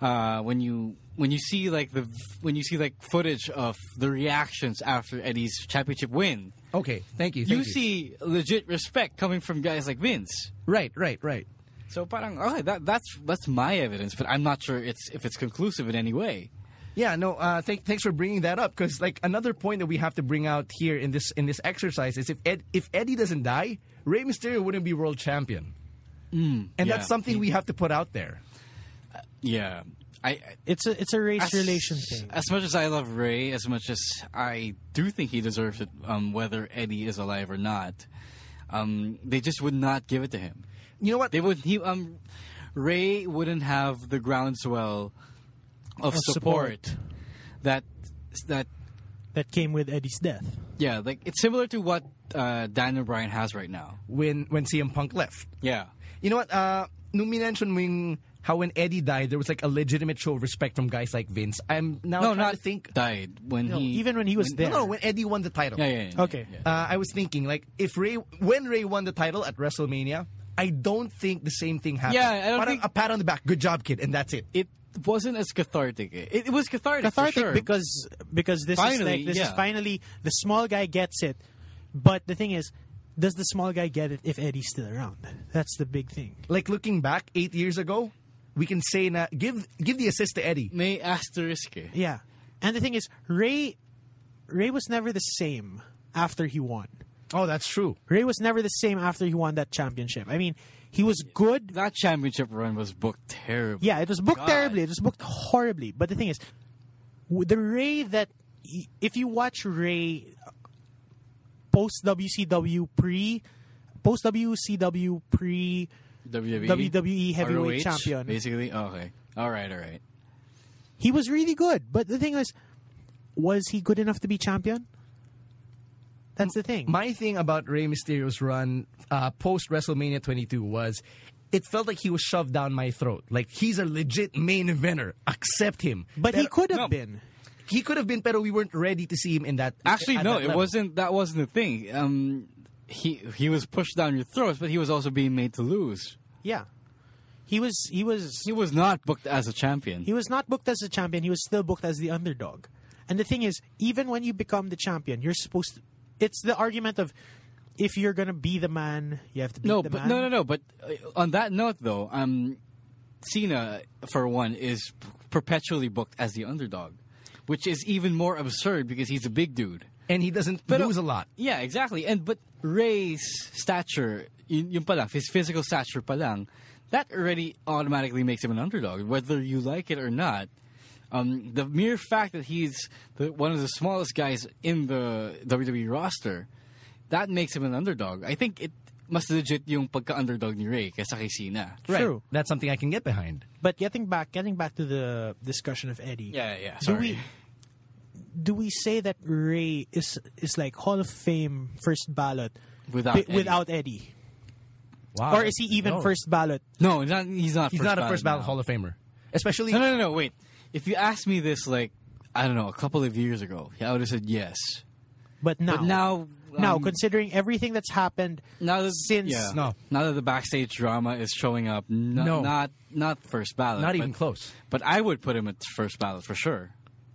Speaker 2: uh, when you when you see like the when you see like footage of the reactions after Eddie's championship win,
Speaker 1: okay, thank you.
Speaker 2: you
Speaker 1: Thank you,
Speaker 2: see legit respect coming from guys like Vince.
Speaker 1: Right, right, right.
Speaker 2: So, parang okay, that, that's that's my evidence, but I'm not sure it's if it's conclusive in any way.
Speaker 1: Yeah, no. Uh, th- thanks for bringing that up because like another point that we have to bring out here in this in this exercise is if Ed- if Eddie doesn't die, Rey Mysterio wouldn't be world champion. and
Speaker 2: Mm, yeah.
Speaker 1: that's something we have to put out there.
Speaker 2: Yeah. I, I-
Speaker 3: It's a it's a race
Speaker 2: as-
Speaker 3: relation thing.
Speaker 2: As much as I love Ray, as much as I do think he deserves it, um, whether Eddie is alive or not, um, they just would not give it to him.
Speaker 1: You know what?
Speaker 2: They would he um, Ray wouldn't have the groundswell of,
Speaker 3: support.
Speaker 2: support, that that
Speaker 3: that came with Eddie's death.
Speaker 2: yeah like it's similar to what uh, Dan O'Brien has right now.
Speaker 1: When when CM Punk left,
Speaker 2: Yeah,
Speaker 1: you know what? Uh, nung minention mo yung how when Eddie died, there was like a legitimate show of respect from guys like Vince. I'm now
Speaker 2: no,
Speaker 1: trying
Speaker 2: not
Speaker 1: to think.
Speaker 2: died when
Speaker 3: No,
Speaker 2: he
Speaker 3: even when he was
Speaker 1: No,
Speaker 3: there.
Speaker 1: no, when Eddie won the title.
Speaker 2: yeah, yeah, yeah,
Speaker 3: Okay.
Speaker 2: yeah.
Speaker 1: Uh, I was thinking like if Ray when Ray won the title at WrestleMania, I don't think the same thing happened.
Speaker 2: Yeah, I don't
Speaker 1: Parang
Speaker 2: think-
Speaker 1: a pat on the back, good job, kid, and that's it.
Speaker 2: it wasn't as cathartic. It, it was cathartic, for
Speaker 3: cathartic
Speaker 2: sure.
Speaker 3: because because this is
Speaker 2: Finally,
Speaker 3: like this is
Speaker 2: yeah.
Speaker 3: finally the small guy gets it. But the thing is, does the small guy get it if Eddie's still around? That's the big thing.
Speaker 1: Like looking back eight years ago, we can say na give give the assist to Eddie.
Speaker 2: may asterisk. eh.
Speaker 3: Yeah. And the thing is, Ray Ray was never the same after he won.
Speaker 1: Oh, that's true.
Speaker 3: Ray was never the same after he won that championship. I mean, he was good.
Speaker 2: That championship run was booked terribly.
Speaker 3: Yeah, it was
Speaker 2: God.
Speaker 3: booked terribly. It was booked horribly. But the thing is, w- the Ray that if you watch Ray uh, post WCW pre post WCW pre
Speaker 2: WWE,
Speaker 3: WWE E heavyweight
Speaker 2: ROH,
Speaker 3: champion.
Speaker 2: Basically, okay. All right, all right.
Speaker 3: he was really good. But the thing is, was he good enough to be champion? That's the thing.
Speaker 1: My thing about Rey Mysterio's run uh, post WrestleMania 22 was it felt like he was shoved down my throat. Like he's a legit main eventer. Accept him.
Speaker 3: but he
Speaker 1: Pero-
Speaker 3: could have
Speaker 2: no.
Speaker 3: been.
Speaker 1: He could have been, pero we weren't ready to see him in that.
Speaker 2: Actually,
Speaker 1: at
Speaker 2: no,
Speaker 1: that
Speaker 2: it
Speaker 1: level.
Speaker 2: wasn't. That wasn't the thing. Um, he he was pushed down your throats, but he was also being made to lose.
Speaker 3: Yeah. He was he was
Speaker 2: He was not booked as a champion.
Speaker 3: He was not booked as a champion. He was still booked as the underdog. And the thing is, even when you become the champion, you're supposed to. It's the argument of if you're gonna be the man, you have to be
Speaker 2: no,
Speaker 3: the
Speaker 2: but
Speaker 3: man.
Speaker 2: no, no, no. But uh, on that note, though, um, Cena for one is p- perpetually booked as the underdog, which is even more absurd because he's a big dude.
Speaker 1: And he doesn't
Speaker 2: Pero-
Speaker 1: lose a lot.
Speaker 2: Yeah, exactly. And but Ray's stature, yun, yun pa lang, his physical stature pa lang, that already automatically makes him an underdog, whether you like it or not. Um, the mere fact that he's the, one of the smallest guys in the WWE roster, that makes him an underdog. I think it mas legit yung pagka-underdog ni Ray kaysa kay Cena.
Speaker 1: Right.
Speaker 3: True.
Speaker 1: That's something I can get behind.
Speaker 3: But getting back, getting back to the discussion of Eddie.
Speaker 2: Yeah, yeah,
Speaker 3: Do we
Speaker 2: sorry.
Speaker 3: do we say that Ray is is like Hall of Fame first ballot
Speaker 2: Without
Speaker 3: bi-
Speaker 2: Eddie.
Speaker 3: without Eddie,
Speaker 1: Wow.
Speaker 3: or is he even
Speaker 1: Ah, No.
Speaker 3: first ballot?
Speaker 2: No, not, he's not
Speaker 1: He's
Speaker 2: first
Speaker 1: not a
Speaker 2: ballot
Speaker 1: first ballot
Speaker 2: now.
Speaker 1: Hall of Famer. Especially
Speaker 2: No, no, no, no, wait. If you asked me this, like, I don't know, a couple of years ago, I would have said yes.
Speaker 3: But now,
Speaker 2: But now,
Speaker 3: now
Speaker 2: um,
Speaker 3: considering everything that's happened
Speaker 2: now that,
Speaker 3: since
Speaker 2: yeah.
Speaker 1: No.
Speaker 2: now that the backstage drama is showing up, no,
Speaker 1: No.
Speaker 2: not not first ballot,
Speaker 1: Not
Speaker 2: but-
Speaker 1: even close.
Speaker 2: But I would put him at first ballot for sure,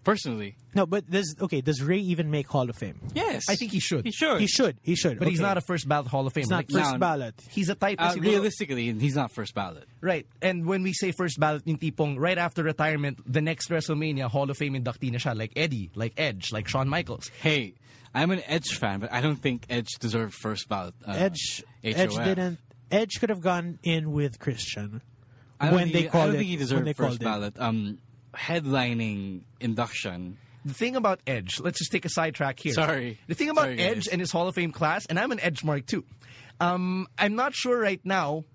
Speaker 2: personally.
Speaker 3: No, but does okay? Does Ray even make Hall of Fame?
Speaker 2: Yes,
Speaker 1: I think he should.
Speaker 2: He should.
Speaker 3: He should. He should.
Speaker 1: but he's
Speaker 3: okay.
Speaker 1: not a first ballot Hall of Famer.
Speaker 3: He's not
Speaker 1: Like,
Speaker 3: first
Speaker 2: now-
Speaker 3: ballot.
Speaker 1: he's a type.
Speaker 2: Uh,
Speaker 1: siguro-
Speaker 2: realistically, he's not first ballot.
Speaker 1: Right. And when we say first ballot yung tipong right after retirement, the next WrestleMania Hall of Fame inductee na siya, like Eddie, like Edge, like Shawn Michaels.
Speaker 2: Hey, I'm an Edge fan, but I don't think Edge deserved first ballot. Uh,
Speaker 3: Edge.
Speaker 2: HOF.
Speaker 3: Edge didn't. Edge could have gone in with Christian
Speaker 2: I don't
Speaker 3: when
Speaker 2: think
Speaker 3: they
Speaker 2: he-
Speaker 3: called
Speaker 2: I don't
Speaker 3: it.
Speaker 2: think he
Speaker 3: when
Speaker 2: deserved
Speaker 3: they
Speaker 2: first
Speaker 3: called it.
Speaker 2: ballot. Um, headlining induction.
Speaker 1: The thing about Edge, let's just take a sidetrack here.
Speaker 2: Sorry.
Speaker 1: The thing about
Speaker 2: Sorry, guys.
Speaker 1: Edge and his Hall of Fame class, and I'm an Edge mark too. Um, I'm not sure right now,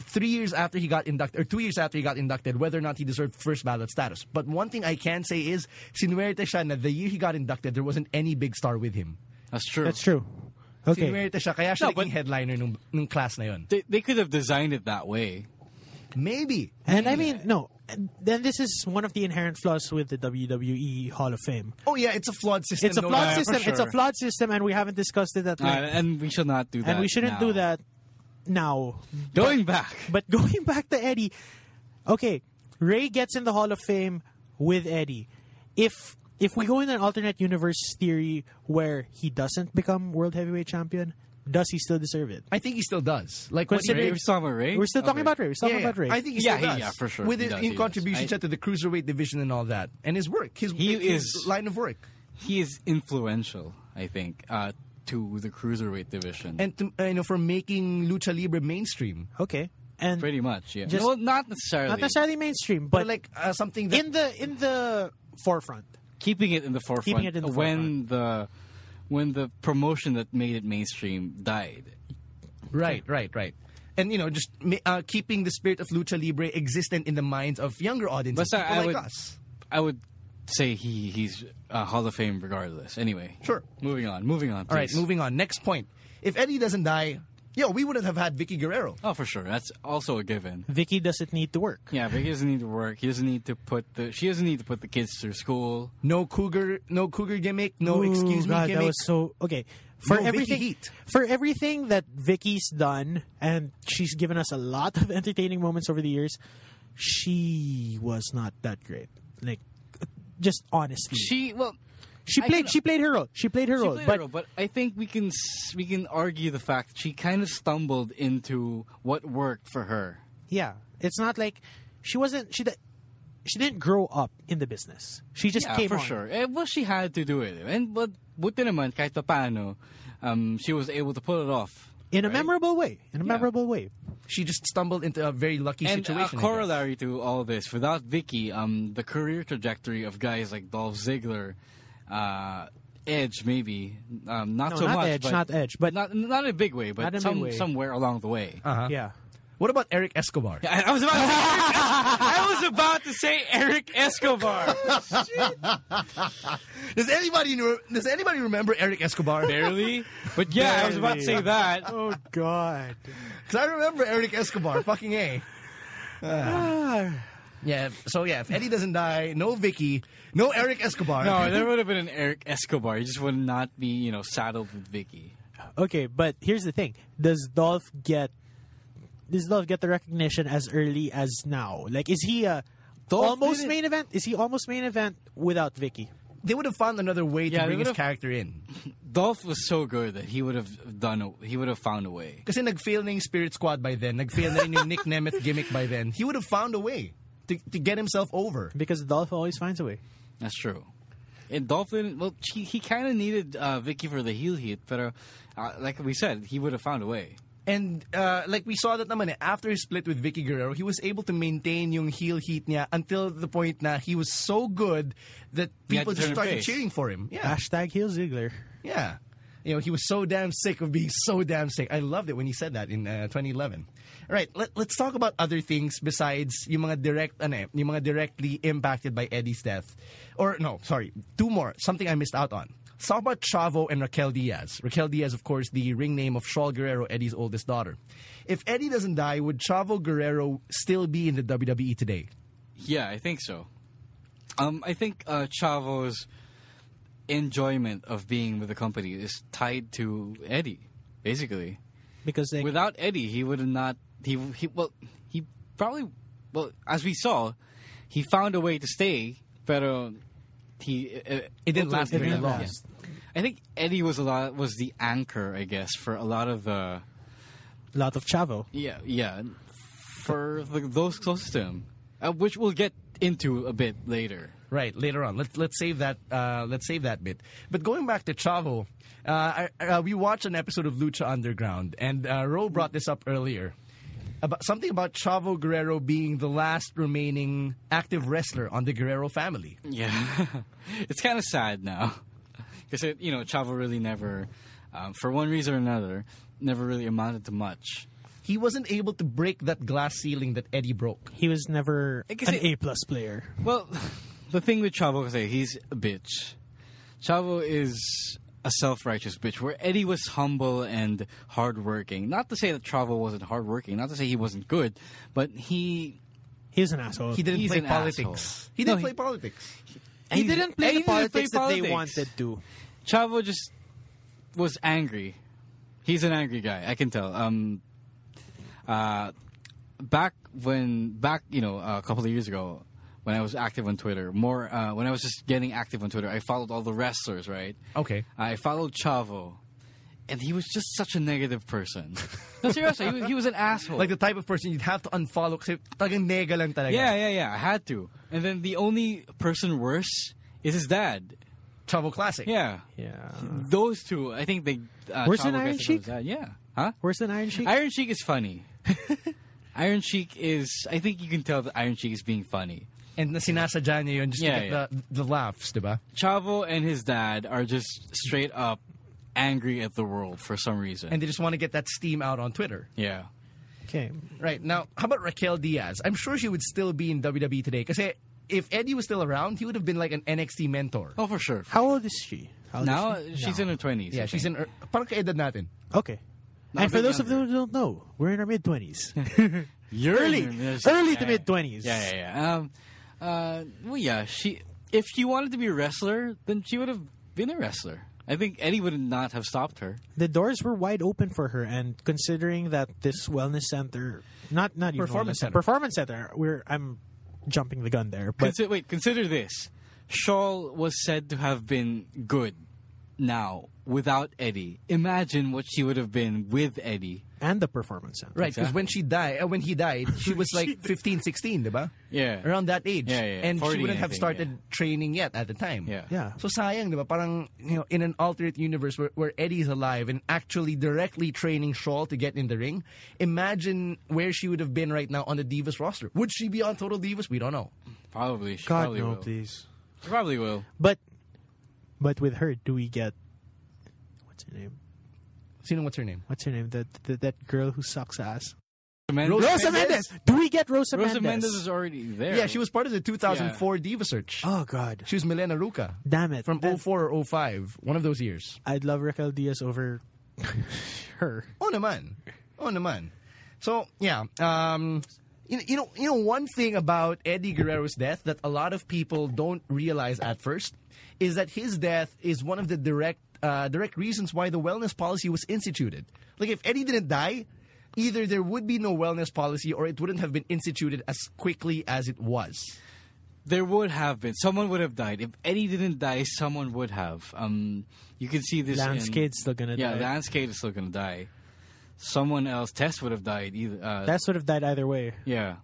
Speaker 1: three years after he got inducted, or two years after he got inducted, whether or not he deserved first ballot status. But one thing I can say is, sinuwerte siya na the year he got inducted, there wasn't any big star with him.
Speaker 2: That's true.
Speaker 3: That's true. Okay.
Speaker 1: Sinuwerte siya, kaya siya
Speaker 2: No, but-
Speaker 1: naging headliner nung, nung class na yun.
Speaker 2: They, they could have designed it that way.
Speaker 1: Maybe.
Speaker 3: And I mean, no. and Then this is one of the inherent flaws with the WWE Hall of Fame.
Speaker 1: Oh yeah, it's a flawed system.
Speaker 3: It's a
Speaker 1: no
Speaker 3: flawed
Speaker 1: doubt.
Speaker 3: system.
Speaker 2: for
Speaker 3: It's a
Speaker 2: sure.
Speaker 3: flawed system, and we haven't discussed it at
Speaker 2: Uh,
Speaker 3: length.
Speaker 2: and we should not do that.
Speaker 3: and we shouldn't
Speaker 2: now.
Speaker 3: do that now.
Speaker 2: Going back.
Speaker 3: But going back to Eddie, okay, Ray gets in the Hall of Fame with Eddie. If if we go in an alternate universe theory where he doesn't become world heavyweight champion, does he still deserve it?
Speaker 1: I think he still does. Like
Speaker 3: Considering-
Speaker 2: Ray, we're still talking about Ray?
Speaker 3: We're still talking
Speaker 2: Okay.
Speaker 3: about Ray. We're still talking about Ray.
Speaker 1: I think he
Speaker 2: Yeah,
Speaker 1: still
Speaker 2: he-
Speaker 1: does.
Speaker 2: yeah, for sure.
Speaker 1: With
Speaker 2: He
Speaker 1: it-
Speaker 2: does, he
Speaker 1: in
Speaker 2: does.
Speaker 1: contribution
Speaker 2: I-
Speaker 1: to the cruiserweight division and all that, and his work, his,
Speaker 2: He
Speaker 1: his
Speaker 2: is-
Speaker 1: line of work,
Speaker 2: He is influential, I think, uh, to the cruiserweight division.
Speaker 1: and to, uh, you know for making lucha libre mainstream.
Speaker 3: okay. and
Speaker 2: Pretty much, yeah.
Speaker 3: Just-
Speaker 2: well, not necessarily.
Speaker 3: not necessarily mainstream,
Speaker 1: But
Speaker 3: but
Speaker 1: like uh, something that
Speaker 3: in the in the forefront.
Speaker 2: keeping it in the forefront.
Speaker 3: Keeping it in the
Speaker 2: when the when the promotion that made it mainstream died.
Speaker 1: Right, right, right. And you know, just ma- uh, keeping the spirit of lucha libre existent in the minds of younger audiences,
Speaker 2: Basta,
Speaker 1: people
Speaker 2: I
Speaker 1: like
Speaker 2: would-
Speaker 1: us.
Speaker 2: I would say he he's a Hall of Fame regardless. Anyway,
Speaker 1: Sure.
Speaker 2: Moving on. Moving on.
Speaker 1: All right,
Speaker 2: please.
Speaker 1: moving on. Next point: If Eddie doesn't die, yo, we wouldn't have had Vicky Guerrero.
Speaker 2: Oh, for sure. That's also a given.
Speaker 3: Vicky doesn't need to work.
Speaker 2: Yeah, but he doesn't need to work. He doesn't need to put the. She doesn't need to put the kids through school.
Speaker 1: No cougar, no cougar gimmick, no
Speaker 2: Oh,
Speaker 3: Ooh,
Speaker 1: excuse me
Speaker 3: God,
Speaker 1: gimmick.
Speaker 3: That was so okay. For
Speaker 1: Vicky
Speaker 3: everything,
Speaker 1: heat.
Speaker 3: for everything that Vicky's done, and she's given us a lot of entertaining moments over the years. She was not that great. Like, just honestly, she,
Speaker 2: She well. I
Speaker 3: played.
Speaker 2: can-
Speaker 3: she played her role. She played her
Speaker 2: She
Speaker 3: role.
Speaker 2: played
Speaker 3: but
Speaker 2: her role, but I think we can s- we can argue the fact that she kind of stumbled into what worked for her.
Speaker 3: yeah, it's not like she wasn't. She di- she didn't grow up in the business. She just
Speaker 2: yeah,
Speaker 3: came
Speaker 2: for
Speaker 3: on.
Speaker 2: sure. Eh, well, she had to do it, and but buti naman kahit paano, um, she was able to pull it off.
Speaker 3: in a memorable way. In a memorable way.
Speaker 1: she just stumbled into a very lucky
Speaker 2: And uh, a
Speaker 1: situation. I guess.
Speaker 2: corollary to all this, without Vicky, um, the career trajectory of guys like Dolph Ziggler, uh, Edge, maybe um, not
Speaker 3: No,
Speaker 2: so
Speaker 3: not
Speaker 2: much,
Speaker 3: Edge,
Speaker 2: but
Speaker 3: not Edge, but-
Speaker 2: not not in a big way, but
Speaker 3: Not in a big
Speaker 2: some
Speaker 3: way. Uh,
Speaker 2: somewhere along the way.
Speaker 1: Uh-huh.
Speaker 3: Yeah.
Speaker 1: What about Eric Escobar?
Speaker 2: I, I was about to say I was about to say Eric Escobar.
Speaker 1: Does anybody know, does anybody remember Eric Escobar?
Speaker 2: Barely, but yeah, I was about to say that.
Speaker 3: Oh God.
Speaker 1: Because I remember Eric Escobar. fucking a. Ah. yeah. So yeah, if Eddie doesn't die, no Vicky, no Eric Escobar.
Speaker 2: No, there would have been an Eric Escobar. He just would not be, you know, saddled with Vicky.
Speaker 3: Okay, but here's the thing: Does Dolph get does Dolph get the recognition as early as now? Like, is he a
Speaker 1: Dolph
Speaker 3: almost
Speaker 1: didn't-
Speaker 3: main event? Is he almost main event without Vicky?
Speaker 1: they would have found another way
Speaker 2: Yeah,
Speaker 1: to
Speaker 2: they
Speaker 1: bring
Speaker 2: would
Speaker 1: his
Speaker 2: have-
Speaker 1: character in.
Speaker 2: Dolph was so good that he would have done. A, he would have found a way.
Speaker 1: Kasi nag-fail na yung Spirit Squad by then. Nag-fail na rin yung Nick Nemeth gimmick by then. He would have found a way to, to get himself over.
Speaker 3: Because Dolph always finds a way.
Speaker 2: That's true. And Dolph didn't. Well, he, he kind of needed uh, Vicky for the heel hit, but uh, like we said, he would have found a way.
Speaker 1: And uh, like we saw that naman eh, after his split with Vicky Guerrero, he was able to maintain yung heel heat niya until the point na he was so good that
Speaker 2: He had
Speaker 1: people
Speaker 2: to
Speaker 1: just
Speaker 2: turn
Speaker 1: started
Speaker 2: face.
Speaker 1: cheering for him. Yeah.
Speaker 3: Hashtag heel Ziggler.
Speaker 1: Yeah. You know, he was so damn sick of being so damn sick. I loved it when he said that in uh, 2011. All right, let, let's talk about other things besides yung mga direct ano, eh, yung mga directly impacted by Eddie's death. Or no, sorry, two more. Something I missed out on. How about Chavo and Raquel Diaz? Raquel Diaz, of course, the ring name of Shawl Guerrero, Eddie's oldest daughter. If Eddie doesn't die, would Chavo Guerrero still be in the WWE today?
Speaker 2: Yeah, I think so. Um, I think uh, Chavo's enjoyment of being with the company is tied to Eddie, basically.
Speaker 3: Because like,
Speaker 2: Without Eddie, he would have not. He, he well, he probably well, as we saw, he found a way to stay, but uh, he uh,
Speaker 1: It didn't last
Speaker 2: ultimately-
Speaker 1: very long.
Speaker 2: Yeah. I think Eddie was a lot was the anchor, I guess, for a lot of the
Speaker 3: a lot of Chavo.
Speaker 2: yeah yeah for the, those closest to him, uh, which we'll get into a bit later.
Speaker 1: Right, later on. Let's let's save that. Uh, let's save that bit. But going back to Chavo, uh, I, uh, we watched an episode of Lucha Underground, and uh, Ro brought this up earlier about something about Chavo Guerrero being the last remaining active wrestler on the Guerrero family.
Speaker 2: Yeah, it's kind of sad now because you know Chavo really never, um, for one reason or another, never really amounted to much.
Speaker 1: He wasn't able to break that glass ceiling that Eddie broke.
Speaker 3: He was never
Speaker 2: guess
Speaker 3: an
Speaker 2: it-
Speaker 3: A plus player.
Speaker 2: Well, the thing with Chavo is that he's a bitch. Chavo is a self-righteous bitch. Where Eddie was humble and hardworking. Not to say that Chavo wasn't hardworking. Not to say he wasn't good, but he
Speaker 3: He was an asshole.
Speaker 1: He didn't
Speaker 2: He's
Speaker 1: play
Speaker 2: an
Speaker 1: politics.
Speaker 2: asshole.
Speaker 1: He didn't
Speaker 2: No,
Speaker 1: play
Speaker 2: he-
Speaker 1: politics.
Speaker 3: He didn't play
Speaker 2: Eddie
Speaker 3: the politics that they
Speaker 2: politics.
Speaker 3: wanted to.
Speaker 2: Chavo just was angry. He's an angry guy. I can tell. Um, uh, back when back you know a couple of years ago, when I was active on Twitter, more uh, when I was just getting active on Twitter, I followed all the wrestlers. Right.
Speaker 1: Okay.
Speaker 2: I followed Chavo, and he was just such a negative person. no, seriously, he was, he was an asshole.
Speaker 1: Like the type of person you'd have to unfollow kasi tagang nega lang talaga.
Speaker 2: yeah, yeah, yeah. I had to. And then the only person worse is his dad.
Speaker 1: Chavo classic.
Speaker 2: Yeah.
Speaker 3: Yeah.
Speaker 2: Those two, I think they. Uh,
Speaker 3: Worse than
Speaker 2: Chavo
Speaker 3: Iron
Speaker 2: Gaston
Speaker 3: Sheik?
Speaker 2: was that. Yeah. Huh?
Speaker 3: Worse than Iron Sheik.
Speaker 2: Iron Sheik is funny. Iron Sheik is. I think you can tell that Iron Sheik is being funny.
Speaker 1: And na sinasadya niya yun just
Speaker 2: Yeah,
Speaker 1: to get
Speaker 2: yeah.
Speaker 1: the, the laughs, diba?
Speaker 2: Chavo and his dad are just straight up angry at the world for some reason.
Speaker 1: And they just want to get that steam out on Twitter.
Speaker 2: yeah.
Speaker 3: Okay.
Speaker 1: Right. Now, how about Raquel Diaz? I'm sure she would still be in WWE today. Kasi if Eddie was still around, he would have been like an NXT mentor.
Speaker 2: Oh, for sure.
Speaker 3: How old is she? How old is
Speaker 2: now
Speaker 3: she?
Speaker 2: she's
Speaker 3: Now.
Speaker 2: in her twenties.
Speaker 1: yeah, she's in... her- Parang kaedad natin.
Speaker 3: Okay.
Speaker 2: Not a
Speaker 3: and for
Speaker 2: bit
Speaker 3: those of
Speaker 2: younger.
Speaker 3: you who don't know, we're in our mid twenties.
Speaker 2: early,
Speaker 3: early to mid-twenties.
Speaker 2: Yeah, yeah, yeah. Um, uh, well, yeah. She, if she wanted to be a wrestler, then she would have been a wrestler. I think Eddie would not have stopped her.
Speaker 3: the doors were wide open for her, and considering that this wellness center, not not even
Speaker 1: Performance
Speaker 3: wellness
Speaker 1: center.
Speaker 3: performance center, we're I'm jumping the gun there, but
Speaker 2: Consi- wait, consider this: Shawl was said to have been good. Now, without Eddie, imagine what she would have been with Eddie.
Speaker 3: and the performance center,
Speaker 1: Right, because when she died, uh, when he died, she was like 15, 16, diba?
Speaker 2: Yeah.
Speaker 1: Around that age.
Speaker 2: Yeah, yeah, yeah.
Speaker 1: And
Speaker 2: 14,
Speaker 1: she wouldn't
Speaker 2: I
Speaker 1: have
Speaker 2: think,
Speaker 1: started training yet at the time.
Speaker 2: Yeah.
Speaker 3: Yeah.
Speaker 1: So sayang, diba? Parang, you know, in an alternate universe where, where Eddie's alive and actually directly training Shawl to get in the ring, imagine where she would have been right now on the Divas roster. Would she be on Total Divas? We don't know.
Speaker 2: Probably. She
Speaker 3: God
Speaker 2: probably
Speaker 3: no,
Speaker 2: will.
Speaker 3: please.
Speaker 2: She Probably will.
Speaker 3: But but with her, do we get what's her name?
Speaker 1: Sino, what's her name?
Speaker 3: What's her name? That that, that girl who sucks ass.
Speaker 2: Mendes-
Speaker 3: Rosa Mendes. Do we get Rosa,
Speaker 2: Rosa
Speaker 3: Mendes?
Speaker 2: Mendes is already there.
Speaker 1: Yeah, she was part of the 2004 Diva search.
Speaker 3: Oh God,
Speaker 1: She was Milena Ruca
Speaker 3: damn it!
Speaker 1: from
Speaker 3: Then
Speaker 1: 04 or 05, one of those years.
Speaker 3: I'd love Raquel Diaz over her.
Speaker 1: Oh naman. Oh naman. So yeah, um, you, you know you know one thing about Eddie Guerrero's death that a lot of people don't realize at first is that his death is one of the direct uh, direct reasons why the wellness policy was instituted. Like if Eddie didn't die, either there would be no wellness policy or it wouldn't have been instituted as quickly as it was.
Speaker 2: There would have been. Someone would have died. If Eddie didn't die, someone would have. Um, you can see this.
Speaker 3: Lance
Speaker 2: in-
Speaker 3: Cade's still gonna
Speaker 2: yeah,
Speaker 3: die.
Speaker 2: Lance Cade is still gonna die. Someone else, Tess would have died either. Uh,
Speaker 3: That would have died either way.
Speaker 2: yeah.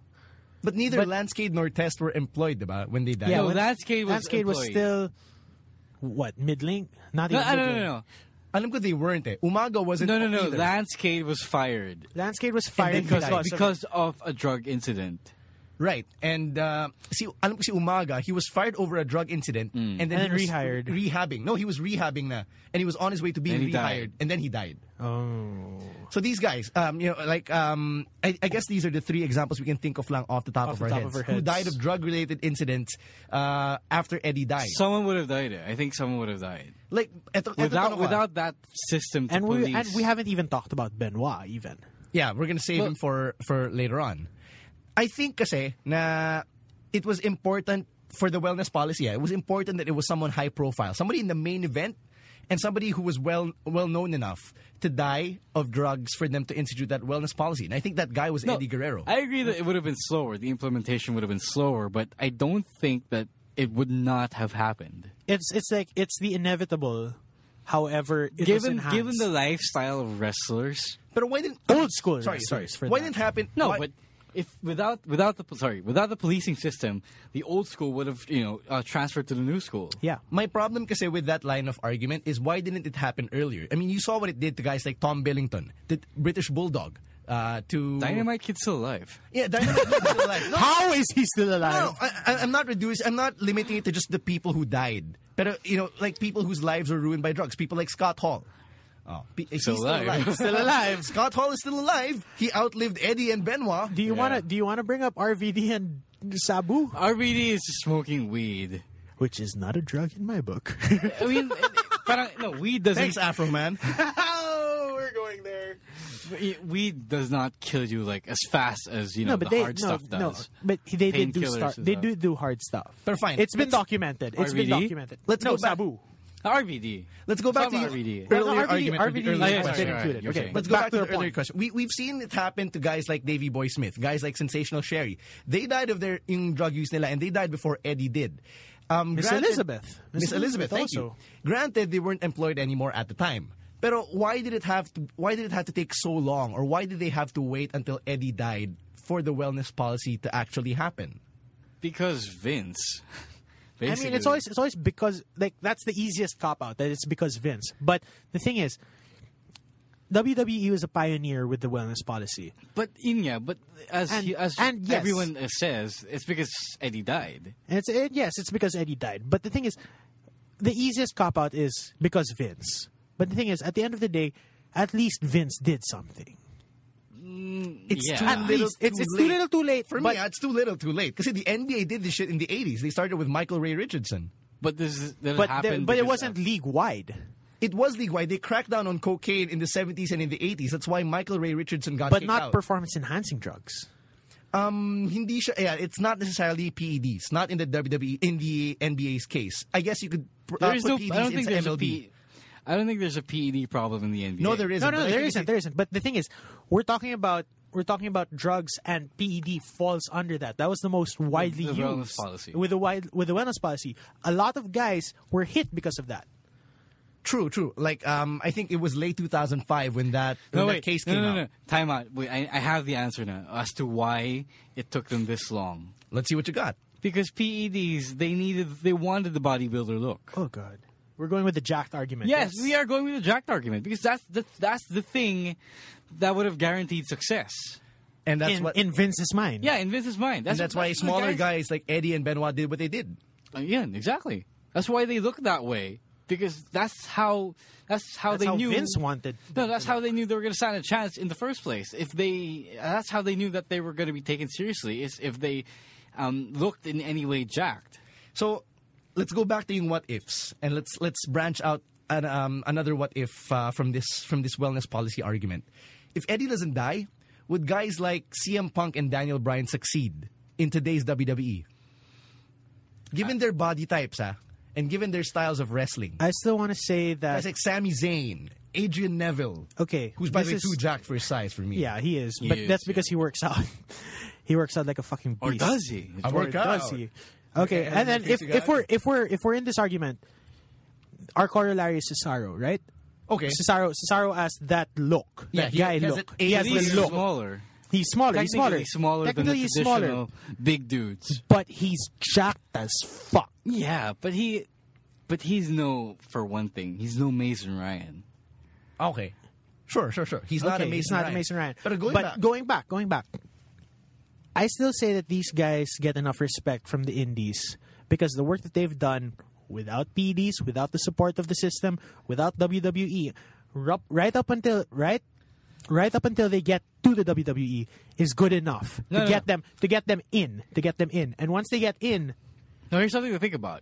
Speaker 1: But neither Lanscade nor Test were employed diba, when they died.
Speaker 2: Yeah, No,
Speaker 3: when-
Speaker 2: Lance Cade was
Speaker 3: Lance Cade was
Speaker 2: employed.
Speaker 3: still what midling? Not
Speaker 2: No,
Speaker 3: even
Speaker 2: I don't
Speaker 3: mid-link.
Speaker 2: know.
Speaker 1: Alam ko they weren't eh. Umaga wasn't
Speaker 2: No, no, no.
Speaker 1: either.
Speaker 2: Lance Cade was fired
Speaker 3: Lance Cade was fired
Speaker 1: then he
Speaker 3: because,
Speaker 1: died.
Speaker 3: of-
Speaker 2: because of a drug incident.
Speaker 1: Right. And uh, si, alam ko si Umaga, he was fired over a drug incident.
Speaker 2: Mm.
Speaker 1: And then
Speaker 3: And
Speaker 1: he was
Speaker 3: rehired.
Speaker 1: Rehabbing. No, he was rehabbing na. And he was on his way to being
Speaker 2: And he
Speaker 1: rehired.
Speaker 2: died.
Speaker 1: And then he died.
Speaker 3: Oh.
Speaker 1: So these guys, um, you know, like, um, I, I guess these are the three examples we can think of lang off the top,
Speaker 3: Off
Speaker 1: of,
Speaker 3: the
Speaker 1: our
Speaker 3: top
Speaker 1: heads,
Speaker 3: of our
Speaker 1: Who
Speaker 3: heads.
Speaker 1: died of drug-related incidents uh, after Eddie died.
Speaker 2: Someone would have died. eh. I think someone would have died
Speaker 1: like, eto, eto
Speaker 2: without
Speaker 1: tanong ah. ko,
Speaker 2: without that system. To
Speaker 3: and
Speaker 2: police.
Speaker 3: we and we haven't even talked about Benoit even.
Speaker 1: Yeah, we're gonna save him for for later on. I think kasi na it was important for the wellness policy. Yeah, it was important that it was someone high profile, somebody in the main event, and somebody who was well well known enough to die of drugs for them to institute that wellness policy. And I think that guy was
Speaker 2: No,
Speaker 1: Eddie Guerrero.
Speaker 2: I agree that it would have been slower. The implementation would have been slower, but I don't think that it would not have happened.
Speaker 3: It's it's like it's the inevitable. However, it was
Speaker 2: given
Speaker 3: enhanced.
Speaker 2: given the lifestyle of wrestlers,
Speaker 1: but why didn't
Speaker 3: Old school
Speaker 1: Sorry, sorry.
Speaker 3: wrestlers for
Speaker 1: why
Speaker 3: that.
Speaker 1: didn't happen?
Speaker 2: no,
Speaker 1: why-
Speaker 2: but if without without the sorry without the policing system, the old school would have you know uh, transferred to the new school.
Speaker 3: yeah,
Speaker 1: My problem kasi with that line of argument is why didn't it happen earlier? I mean, you saw what it did to guys like Tom Billington, the British Bulldog, uh, to
Speaker 2: Dynamite Kid's still alive.
Speaker 1: Yeah, Dynamite Kid's still alive. No,
Speaker 3: how is he still alive?
Speaker 1: No, I, I- I'm not reducing. I'm not limiting it to just the people who died. But you know, like people whose lives were ruined by drugs. People like Scott Hall. Oh, pe- he's still
Speaker 2: alive.
Speaker 1: still alive. Scott Hall is still alive. He outlived Eddie and Benoit.
Speaker 3: Do you wanna do you wanna bring up RVD and Sabu,
Speaker 2: RVD is just smoking weed.
Speaker 3: which is not a drug in my book?
Speaker 2: I mean, parang, no, weed doesn't.
Speaker 1: Thanks, Afro Man.
Speaker 3: oh, we're going there.
Speaker 2: Weed does not kill you like as fast as you know
Speaker 3: No, but
Speaker 2: the
Speaker 3: they
Speaker 2: hard
Speaker 3: no,
Speaker 2: stuff
Speaker 3: no,
Speaker 2: does.
Speaker 3: but they did do
Speaker 2: Painkillers
Speaker 3: start,
Speaker 2: and
Speaker 3: they
Speaker 2: stuff.
Speaker 3: do do hard stuff.
Speaker 1: But fine.
Speaker 3: it's
Speaker 1: Let's-
Speaker 3: been documented. It's been
Speaker 2: RVD?
Speaker 3: documented.
Speaker 1: Let's
Speaker 3: no
Speaker 1: go back-
Speaker 3: Sabu.
Speaker 2: RVD.
Speaker 1: Let's go back
Speaker 2: Some
Speaker 1: to
Speaker 2: RVD.
Speaker 1: the
Speaker 3: No, no,
Speaker 1: earlier
Speaker 3: RVD
Speaker 1: argument. with the
Speaker 3: RVD
Speaker 1: earlier
Speaker 2: has
Speaker 1: question.
Speaker 2: been
Speaker 3: included.
Speaker 2: You're
Speaker 3: Okay,
Speaker 2: saying.
Speaker 1: Let's go back, to, the earlier question. We we've seen it happen to guys like Davy Boy Smith, guys like Sensational Sherry. They died of their yung drug use nila, and they died before Eddie did. Um,
Speaker 3: Miss
Speaker 1: granted-
Speaker 3: Elizabeth.
Speaker 1: Miss Elizabeth, thank
Speaker 3: also.
Speaker 1: you. Granted, they weren't employed anymore at the time. But why did it have to? Why did it have to take so long, or why did they have to wait until Eddie died for the wellness policy to actually happen?
Speaker 2: Because Vince.
Speaker 3: I
Speaker 2: Basically.
Speaker 3: mean, it's always it's always because like that's the easiest cop out that it's because Vince. But the thing is, WWE E was a pioneer with the wellness policy.
Speaker 2: But in yeah, but as
Speaker 3: And-
Speaker 2: he, as
Speaker 3: and yes.
Speaker 2: everyone uh, says, it's because Eddie died.
Speaker 3: And it's and yes, it's because Eddie died. But the thing is, the easiest cop out is because Vince. But the thing is, at the end of the day, at least Vince did something.
Speaker 1: It's
Speaker 2: Mm, Yeah.
Speaker 1: too
Speaker 2: At
Speaker 1: little.
Speaker 3: It's, it's,
Speaker 1: too
Speaker 3: it's
Speaker 1: late.
Speaker 3: too little, too late.
Speaker 1: For
Speaker 3: but
Speaker 1: me, ah, it's too little, too late. Because the NBA did this shit in the '80s. They started with Michael Ray Richardson.
Speaker 2: But this is- that
Speaker 3: but, the-
Speaker 2: happened.
Speaker 3: but it
Speaker 2: because
Speaker 3: wasn't
Speaker 2: of-
Speaker 3: league wide.
Speaker 1: It was league wide. They cracked down on cocaine in the '70s and in the '80s. That's why Michael Ray Richardson got
Speaker 3: But
Speaker 1: kicked
Speaker 3: not
Speaker 1: out. Um,
Speaker 3: performance enhancing drugs.
Speaker 1: Hindi siya, yeah, it's not necessarily PEDs. Not in the WWE, in the NBA's case. I guess you could pr- uh,
Speaker 2: there is
Speaker 1: put
Speaker 2: no.
Speaker 3: E
Speaker 1: PEDs
Speaker 2: I don't think
Speaker 1: into
Speaker 2: there's
Speaker 1: MLB.
Speaker 2: a P. E, I don't think there's a PED problem in the NBA.
Speaker 1: No, there isn't.
Speaker 3: No, no,
Speaker 1: but I
Speaker 3: there
Speaker 1: think
Speaker 3: isn't. There isn't. But the thing is, we're talking about we're talking about drugs, and PED falls under that. That was the most widely
Speaker 2: the wellness
Speaker 3: used
Speaker 2: policy.
Speaker 3: with the wide, with the wellness policy. A lot of guys were hit because of that.
Speaker 1: True, true. Like, um, I think it was late 2005 when that,
Speaker 2: No,
Speaker 1: when
Speaker 2: wait.
Speaker 1: that case
Speaker 2: no,
Speaker 1: came
Speaker 2: no, no,
Speaker 1: out.
Speaker 2: no. Time out. Wait, I, I have the answer now as to why it took them this long.
Speaker 1: Let's see what you got.
Speaker 2: Because PEDs, they needed, they wanted the bodybuilder look.
Speaker 3: Oh God, we're going with the jacked argument.
Speaker 2: Yes, we are going with the jacked argument because that's the that's the thing that would have guaranteed success.
Speaker 1: And that's
Speaker 3: in,
Speaker 1: what.
Speaker 3: in Vince's mind.
Speaker 2: Yeah, in Vince's mind. That's,
Speaker 1: and that's why
Speaker 2: what the
Speaker 1: smaller
Speaker 2: guys.
Speaker 1: guys like Eddie and Benoit did what they did.
Speaker 2: Uh, Yeah, exactly. That's why they look that way because that's how that's how
Speaker 3: That's
Speaker 2: they
Speaker 3: how
Speaker 2: knew
Speaker 3: Vince wanted
Speaker 2: No,
Speaker 3: them
Speaker 2: that's
Speaker 3: to
Speaker 2: how they knew they were going to stand a chance in the first place. If they, that's how they knew that they were going to be taken seriously is if they um, looked in any way jacked.
Speaker 1: So let's go back to yung what ifs, and let's let's branch out an, um, another what if uh, from this from this wellness policy argument. If Eddie doesn't die, would guys like CM Punk and Daniel Bryan succeed in today's WWE? Given their body types, ah, and given their styles of wrestling,
Speaker 3: I still want to say that.
Speaker 1: guys like Sami Zayn, Adrian Neville,
Speaker 3: Okay,
Speaker 1: who's by the way
Speaker 3: this
Speaker 1: too
Speaker 3: is-
Speaker 1: jacked for his size for me.
Speaker 3: Yeah, he is, but
Speaker 2: is,
Speaker 3: that's
Speaker 2: yeah.
Speaker 3: because he works out. he works out like a fucking beast.
Speaker 2: Or does he?
Speaker 1: I
Speaker 3: Or
Speaker 1: work
Speaker 3: does
Speaker 1: out.
Speaker 3: he? Okay,
Speaker 1: and
Speaker 3: and then
Speaker 1: then
Speaker 3: if,
Speaker 1: fifty
Speaker 3: if we're if we're if we're in this argument, our corollary is Cesaro, right?
Speaker 1: Okay.
Speaker 3: Cesaro Cesaro has that look,
Speaker 1: Yeah,
Speaker 3: that
Speaker 1: he
Speaker 3: guy
Speaker 1: has an
Speaker 3: look. He has
Speaker 1: alien
Speaker 3: the
Speaker 2: He's
Speaker 3: look.
Speaker 2: smaller.
Speaker 3: He's smaller. He's
Speaker 2: Technically
Speaker 3: smaller.
Speaker 2: smaller
Speaker 3: Technically,
Speaker 2: than the
Speaker 3: he's smaller,
Speaker 2: traditional big dudes.
Speaker 3: but he's jacked as fuck.
Speaker 2: Yeah, but he, but he's no for one thing. He's no Mason Ryan.
Speaker 1: Okay. Sure, sure, sure. He's not
Speaker 3: okay,
Speaker 1: a Mason.
Speaker 3: he's not
Speaker 1: Ryan.
Speaker 3: a Mason Ryan.
Speaker 1: But going back,
Speaker 3: going back, going back, I still say that these guys get enough respect from the indies because the work that they've done without PDs, without the support of the system, without WWE, rup- right up until right. Right up until they get to the WWE is good enough
Speaker 2: No,
Speaker 3: to
Speaker 2: no,
Speaker 3: get
Speaker 2: no.
Speaker 3: them to get them in to get them in, and once they get in,
Speaker 2: Now here's something to think about.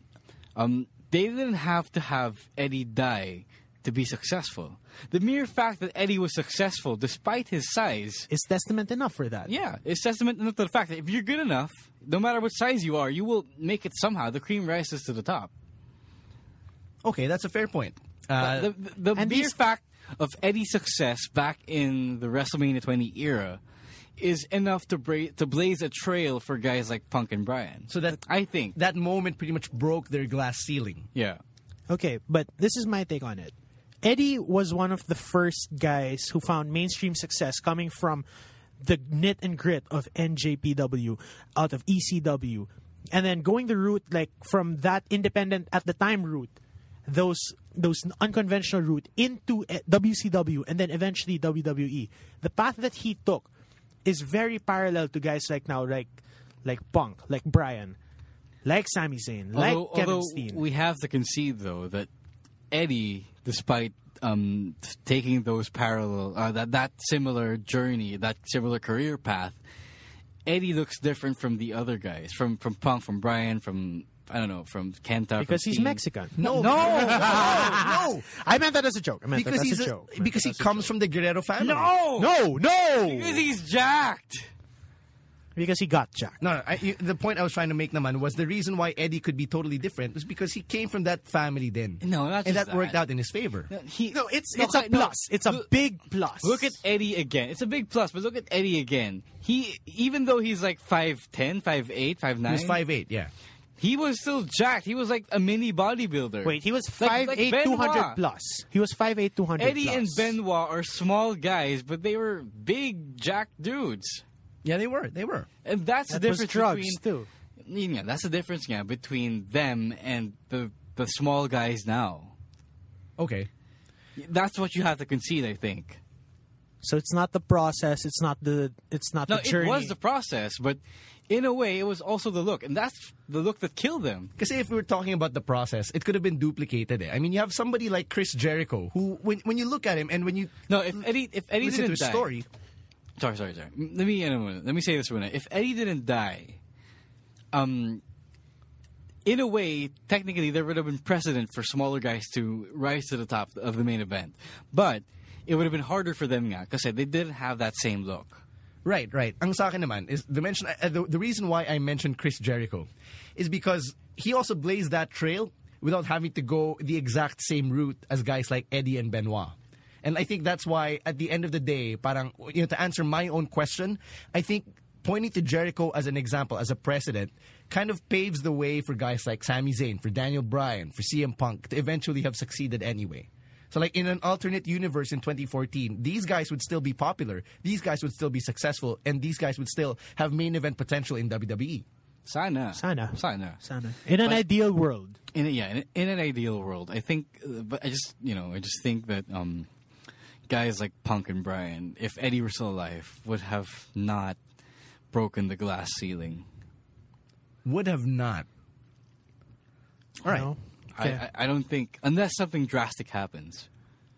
Speaker 2: Um, they didn't have to have Eddie die to be successful. The mere fact that Eddie was successful despite his size,
Speaker 3: is testament enough for that.
Speaker 2: yeah, is testament enough to the fact that if you're good enough, no matter what size you are, you will make it somehow. The cream rises to the top.
Speaker 1: okay, that's a fair point. Uh,
Speaker 2: the the, the mere
Speaker 3: and these-
Speaker 2: fact of Eddie's success back in the WrestleMania 20 era is enough to bra- to blaze a trail for guys like Punk and Bryan.
Speaker 1: So that-
Speaker 2: I think,
Speaker 1: that moment pretty much broke their glass ceiling.
Speaker 2: yeah.
Speaker 3: Okay, but this is my take on it. Eddie was one of the first guys who found mainstream success coming from the knit and grit of NJPW out of ECW and then going the route like from that independent at the time route those those unconventional route into eh, WCW and then eventually WWE the path that he took is very parallel to guys like now like like Punk like Brian like Sami Zayn like
Speaker 2: although,
Speaker 3: Kevin
Speaker 2: although
Speaker 3: Steen
Speaker 2: we have to concede though that Eddie, despite um, t- taking those parallel uh, that that similar journey, that similar career path, Eddie looks different from the other guys, from from Punk, from Brian, from I don't know, from Kenta, from
Speaker 3: because he's
Speaker 2: Steen.
Speaker 3: Mexican
Speaker 1: No, no, no, no.
Speaker 3: I meant that as a joke. I meant
Speaker 1: Because
Speaker 3: that as
Speaker 1: he's
Speaker 3: a,
Speaker 1: a,
Speaker 3: joke. I meant
Speaker 1: because he
Speaker 3: that as a
Speaker 1: comes from the Guerrero family.
Speaker 3: joke. no, no,
Speaker 2: Because he's jacked.
Speaker 3: because he got jacked.
Speaker 1: no. no I, you- the point I was trying to make, naman, was the reason why Eddie could be totally different was because he came from that family. Then
Speaker 2: No, not
Speaker 1: and
Speaker 2: just
Speaker 1: that worked
Speaker 2: that.
Speaker 1: out in his favor.
Speaker 2: He,
Speaker 3: No, it's
Speaker 2: No,
Speaker 3: it's a
Speaker 2: I- no.
Speaker 3: plus. It's a
Speaker 2: Look-
Speaker 3: big plus.
Speaker 2: Look at Eddie again. It's a big plus, but look at Eddie again. He, even though he's like 5'10", 5'8", 5'9",
Speaker 1: He was five eight. Yeah,
Speaker 2: He was still jacked. He was like a mini bodybuilder.
Speaker 3: wait, he was
Speaker 2: Like-
Speaker 3: five
Speaker 2: like
Speaker 3: eight
Speaker 2: Benoit.
Speaker 3: two hundred plus. He was five eight two hundred.
Speaker 2: Eddie
Speaker 3: plus.
Speaker 2: and Benoit are small guys, but they were big jacked dudes.
Speaker 1: yeah, they were, they were.
Speaker 2: And that's
Speaker 3: That
Speaker 2: the
Speaker 3: was
Speaker 2: difference
Speaker 3: drugs
Speaker 2: between
Speaker 3: too.
Speaker 2: Yeah, that's the difference yeah, between them and the the small guys now.
Speaker 1: Okay,
Speaker 2: That's what you have to concede, I think.
Speaker 3: So it's not the process. It's not the. It's not
Speaker 2: No,
Speaker 3: the journey.
Speaker 2: it was the process, but in a way, it was also the look, and that's the look that killed them.
Speaker 1: Because if we were talking about the process, it could have been duplicated. Eh? I mean, you have somebody like Chris Jericho, who, when, when you look at him and when you
Speaker 2: No, if
Speaker 3: Mm.
Speaker 2: Eddie, if Eddie
Speaker 1: listen to
Speaker 2: didn't
Speaker 1: his
Speaker 2: die,
Speaker 1: story,
Speaker 2: sorry, sorry, sorry. M- Let me uh, let me say this for a minute. If Eddie didn't die, um, in a way, technically there would have been precedent for smaller guys to rise to the top of the main event, but it would have been harder for them because they didn't have that same look.
Speaker 1: Right, right. Ang sa akin naman is the mention uh, the, the reason why I mentioned Chris Jericho is because he also blazed that trail without having to go the exact same route as guys like Eddie and Benoit. And I think that's why at the end of the day, parang you know to answer my own question, I think pointing to Jericho as an example, as a precedent, kind of paves the way for guys like Sami Zayn, for Daniel Bryan, for CM Punk to eventually have succeeded anyway. So, like in an alternate universe in 2014, these guys would still be popular, these guys would still be successful, and these guys would still have main event potential in E. WWE.
Speaker 2: Sana,
Speaker 3: Sana.
Speaker 2: Sana,
Speaker 3: Sana. In an ideal world,
Speaker 2: in a, yeah, in, in an ideal world, I think, uh, but I just you know, I just think that um, guys like Punk and Brian, if Eddie were still alive, would have not broken the glass ceiling.
Speaker 1: Would have not. All right.
Speaker 3: you know?
Speaker 2: I,
Speaker 3: Yeah.
Speaker 2: I, I don't think unless something drastic happens.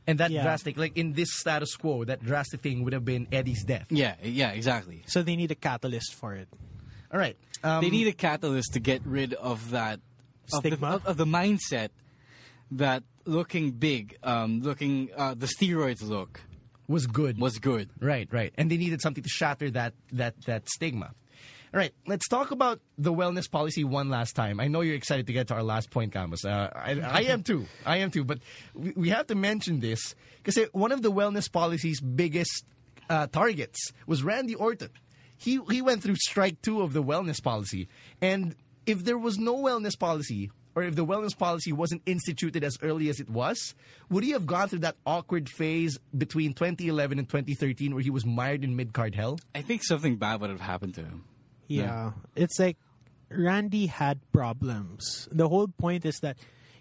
Speaker 1: And that
Speaker 3: Yeah.
Speaker 1: drastic, like in this status quo, that drastic thing would have been Eddie's death.
Speaker 2: Yeah, yeah, exactly.
Speaker 3: So they need a catalyst for it.
Speaker 1: All right. Um,
Speaker 2: they need a catalyst to get rid of that of the-
Speaker 3: Stigma?
Speaker 2: of, of the mindset that looking big, um, looking uh, the steroids look
Speaker 1: was good.
Speaker 2: was good.
Speaker 1: Right, right. And they needed something to shatter that that that stigma. All right, let's talk about the wellness policy one last time. I know you're excited to get to our last point, Camus. Uh, I, I am too. I am too. But we, we have to mention this because one of the wellness policy's biggest uh, targets was Randy Orton. He he went through strike two of the wellness policy, and if there was no wellness policy, or if the wellness policy wasn't instituted as early as it was, would he have gone through that awkward phase between 2011 and 2013 where he was mired in mid card hell?
Speaker 2: I think something bad would have happened to him.
Speaker 3: Yeah. It's like Randy had problems. The whole point is that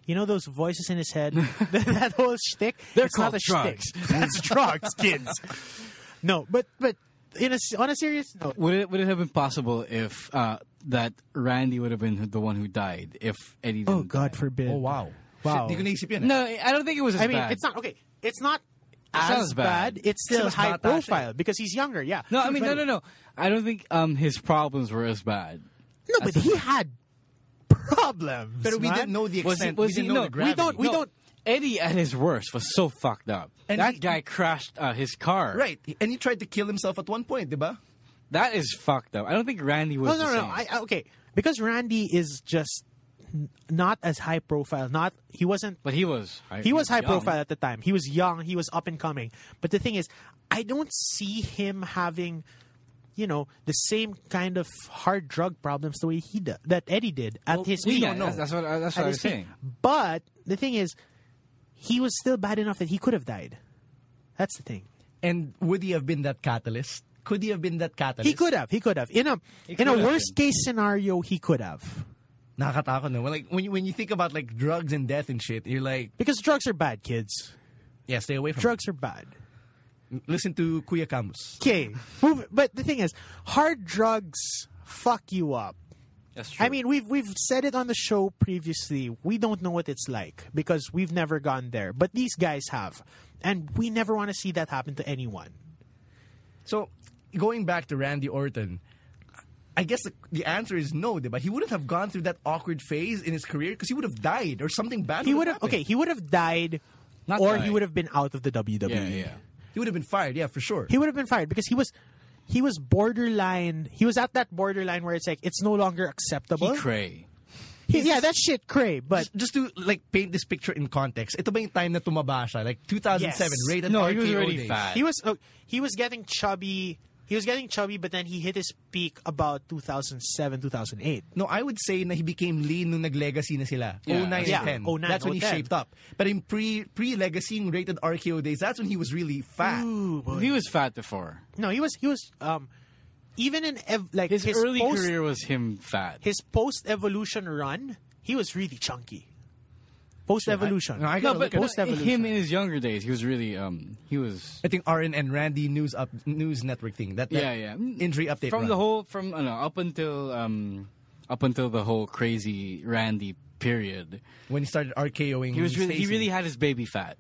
Speaker 3: you know those voices in his head, that whole shtick.
Speaker 2: They're
Speaker 3: it's
Speaker 2: called
Speaker 3: not a Shtick. That's drugs, kids. No, but but in a s on a serious note,
Speaker 2: Would it would it have been possible if uh, that Randy would have been the one who died if Eddie? Didn't
Speaker 3: oh God
Speaker 2: die?
Speaker 3: forbid. Wow.
Speaker 1: Shit, di ko naisip yun, eh.
Speaker 2: No, I don't think it was. As
Speaker 3: I mean,
Speaker 2: bad.
Speaker 3: it's not okay. It's not
Speaker 2: not
Speaker 3: as
Speaker 2: as bad.
Speaker 3: bad. It's still
Speaker 1: Still as
Speaker 3: high
Speaker 1: bad, actually.
Speaker 3: profile because he's younger. Yeah.
Speaker 2: No, I mean, no, no, no. I don't think um, his problems were as bad.
Speaker 3: No, but he had problems.
Speaker 1: But we
Speaker 3: man.
Speaker 1: didn't know the
Speaker 2: Was he?
Speaker 1: extent.
Speaker 2: Was
Speaker 1: we didn't
Speaker 2: he?
Speaker 1: know
Speaker 2: No,
Speaker 1: the gravity.
Speaker 2: we don't. We
Speaker 1: No.
Speaker 2: don't. Eddie at his worst was so fucked up.
Speaker 1: And
Speaker 2: that
Speaker 1: he-
Speaker 2: guy crashed uh, his car.
Speaker 1: Right. And he tried to kill himself at one point, diba?
Speaker 2: That is fucked up. I don't think Randy was.
Speaker 3: Oh no,
Speaker 2: the
Speaker 3: no, no.
Speaker 2: same.
Speaker 3: I, I- okay, because Randy is just n- not as high profile. Not he wasn't.
Speaker 2: but he was. I-
Speaker 3: He was high
Speaker 2: young.
Speaker 3: profile at the time. He was young. He was up and coming. But the thing is, I don't see him having, you know, the same kind of hard drug problems the way he did, that Eddie did at his
Speaker 2: We
Speaker 3: peak.
Speaker 2: don't know. That's, that's what. I- That's
Speaker 3: At
Speaker 2: what I
Speaker 3: his
Speaker 2: was
Speaker 3: peak.
Speaker 2: saying.
Speaker 3: But the thing is, he was still bad enough that he could have died. That's the thing.
Speaker 1: And would he have been that catalyst? Could he have been that catalyst?
Speaker 3: He could have. He could have. In a in
Speaker 2: could
Speaker 3: a
Speaker 2: have
Speaker 3: worst case scenario, he could have.
Speaker 1: Nakakatakot naman. Like, when you, when you think about like drugs and death and shit, you're like,
Speaker 3: Because drugs are bad, kids.
Speaker 1: yeah, stay away from
Speaker 3: Drugs are bad.
Speaker 1: it. Listen to Kuya Camus.
Speaker 3: Okay. Move, but the thing is, hard drugs fuck you up.
Speaker 2: That's true.
Speaker 3: I mean, we've we've said it on the show previously. We don't know what it's like because we've never gone there, but these guys have, and we never want to see that happen to anyone.
Speaker 1: So, going back to Randy Orton, I guess the, the answer is no, but he wouldn't have gone through that awkward phase in his career because he would have died or something bad.
Speaker 3: He would have
Speaker 1: happened.
Speaker 3: okay. He would have died,
Speaker 2: Not
Speaker 3: or he
Speaker 2: died.
Speaker 3: would have been out of the WWE.
Speaker 2: yeah, yeah.
Speaker 1: He would have been fired, yeah, for sure.
Speaker 3: he would have been fired because he was he was borderline he was at that borderline where it's like it's no longer acceptable
Speaker 2: He cray.
Speaker 3: He- yeah that shit cray but
Speaker 1: Just- just to like paint this picture in context, ito ba yung time na tumaba siya? Like 2007,
Speaker 3: Yes.
Speaker 1: rated
Speaker 2: No,
Speaker 1: RKO
Speaker 2: he was already
Speaker 1: days.
Speaker 2: fat.
Speaker 3: he was oh, he was getting chubby he was getting chubby but then he hit his peak about 2007 2008
Speaker 1: No, I would say na he became lean nung nag-legacy na sila.
Speaker 2: Yeah.
Speaker 1: 09
Speaker 3: Yeah,
Speaker 1: and 10.
Speaker 3: 09,
Speaker 1: that's when he
Speaker 3: 10.
Speaker 1: shaped up. But in pre, pre-legacy yung rated RKO days, that's when he was really fat.
Speaker 2: He was fat before.
Speaker 3: no he was he was um even in ev- like
Speaker 2: His,
Speaker 3: his,
Speaker 2: early
Speaker 3: post,
Speaker 2: career was him fat.
Speaker 3: his post evolution run he was really chunky Post evolution.
Speaker 1: I
Speaker 2: No,
Speaker 1: gotta
Speaker 2: but
Speaker 1: look at
Speaker 2: but
Speaker 1: that.
Speaker 2: him in his younger days, he was really um he was
Speaker 1: I think RNN Randy News up News Network thing. That, that
Speaker 2: yeah yeah Mm,
Speaker 1: injury update run.
Speaker 2: from the whole from ano, up until um up until the whole crazy Randy period.
Speaker 1: when he started RKOing.
Speaker 2: He was really he
Speaker 1: Stacey.
Speaker 2: really had his baby fat.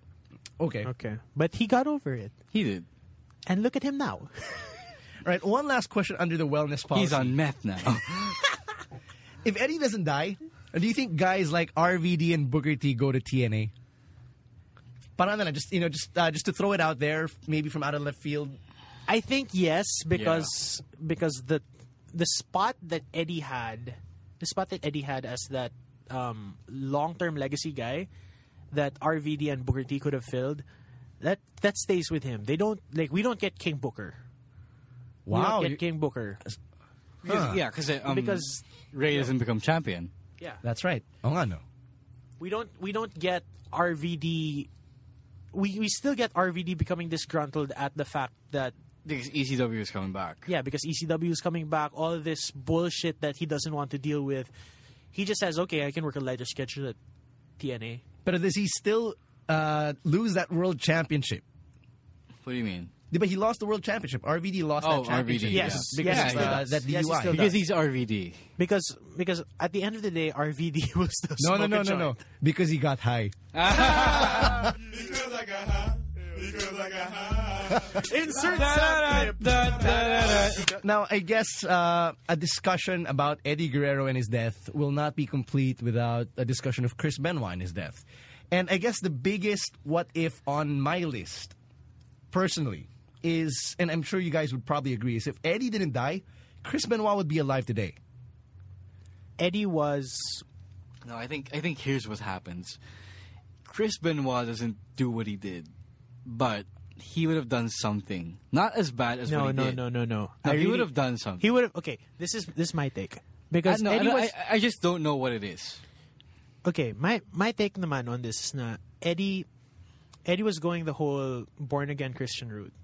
Speaker 1: okay. All
Speaker 3: Okay, but he got over it,
Speaker 2: He did.
Speaker 3: and look at him now.
Speaker 1: right. One last question under the wellness policy.
Speaker 2: He's on meth now.
Speaker 1: If Eddie doesn't die, do you think guys like RVD and Booker T go to TNA? Para na lang, just you know, just uh, just to throw it out there, maybe from out of left field.
Speaker 3: I think yes because because the the spot that Eddie had, the spot that Eddie had as that um, long term legacy guy that RVD and Booker T could have filled, that that stays with him. They don't like we don't get King Booker.
Speaker 1: Wow,
Speaker 3: we don't
Speaker 1: you-
Speaker 3: get King Booker
Speaker 2: Because- Yeah, cause, uh, um,
Speaker 3: because
Speaker 2: Ray doesn't become champion.
Speaker 3: yeah,
Speaker 1: that's right. Oh nga no.
Speaker 3: we don't we don't get RVD. We we still get RVD becoming disgruntled at the fact that
Speaker 2: Because ECW is coming back.
Speaker 3: Yeah, because ECW is coming back, all this bullshit that he doesn't want to deal with. He just says, okay, I can work a lighter schedule at TNA.
Speaker 1: But does he still uh, lose that world championship?
Speaker 2: What do you mean?
Speaker 1: Di ba he lost the world championship? RVD lost
Speaker 2: Oh,
Speaker 1: that championship.
Speaker 2: RVD,
Speaker 3: Yes,
Speaker 2: yeah.
Speaker 1: because
Speaker 3: yes,
Speaker 1: of
Speaker 3: he
Speaker 1: the-
Speaker 3: does.
Speaker 1: that DUI.
Speaker 3: Yes, he still
Speaker 2: Because
Speaker 3: does.
Speaker 2: he's RVD.
Speaker 3: Because because at the end of the day, RVD will still
Speaker 1: No,
Speaker 3: smoke
Speaker 1: no, no,
Speaker 3: a
Speaker 1: no, no.
Speaker 3: joint.
Speaker 1: Because he got high.
Speaker 5: Because I got high. Because I got high.
Speaker 3: Insert sound clip.
Speaker 1: Now, I guess uh, a discussion about Eddie Guerrero and his death will not be complete without a discussion of Chris Benoit and his death. And I guess the biggest what if on my list, personally, is, and I'm sure you guys would probably agree, is if Eddie didn't die, Chris Benoit would be alive today.
Speaker 3: Eddie was
Speaker 2: No, I think I think here's what happens. Chris Benoit doesn't do what he did, but he would have done something. Not as bad as what
Speaker 3: no,
Speaker 2: he
Speaker 3: no,
Speaker 2: did.
Speaker 3: no, no, no.
Speaker 2: No,
Speaker 3: I
Speaker 2: he
Speaker 3: really-
Speaker 2: would have done something.
Speaker 3: He would have. Okay, this is this is my take because
Speaker 2: I, no, I,
Speaker 3: Eddie
Speaker 2: don't-
Speaker 3: was
Speaker 2: I, I just don't know what it is.
Speaker 3: okay. My my take naman on this is na Eddie Eddie was going the whole born again Christian route,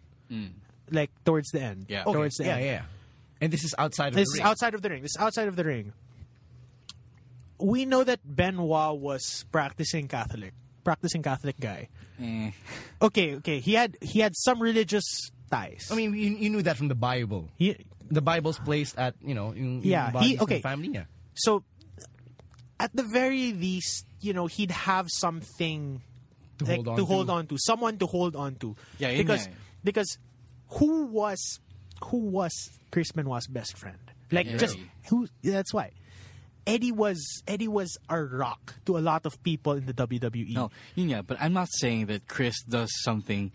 Speaker 3: like towards the
Speaker 2: Mm.
Speaker 3: end.
Speaker 2: Yeah. Okay,
Speaker 3: towards the
Speaker 1: Yeah,
Speaker 3: end.
Speaker 1: yeah. And this is outside of
Speaker 3: This
Speaker 1: the
Speaker 3: is
Speaker 1: ring.
Speaker 3: outside of the ring. This is outside of the ring. We know that Benoit was practicing Catholic, practicing Catholic guy.
Speaker 2: Eh.
Speaker 3: Okay, okay. He had he had some religious ties.
Speaker 1: I mean, you, you knew that from the Bible.
Speaker 3: he,
Speaker 1: The Bible's placed at, you know, in,
Speaker 3: Yeah,
Speaker 1: in
Speaker 3: he-
Speaker 1: bodies and
Speaker 3: okay.
Speaker 1: family. Yeah.
Speaker 3: so at the very least, you know, he'd have something
Speaker 1: To
Speaker 3: like,
Speaker 1: hold on
Speaker 3: to
Speaker 1: to.
Speaker 3: hold on to, someone to hold on to.
Speaker 2: Yeah, yun
Speaker 3: because
Speaker 2: nga eh.
Speaker 3: because who was who was Chris Benoit's best friend? Like
Speaker 2: Yeah.
Speaker 3: just
Speaker 2: Eddie.
Speaker 3: who? That's why Eddie was Eddie was a rock to a lot of people in the E. WWE.
Speaker 2: No, yun nga, but I'm not saying that Chris does something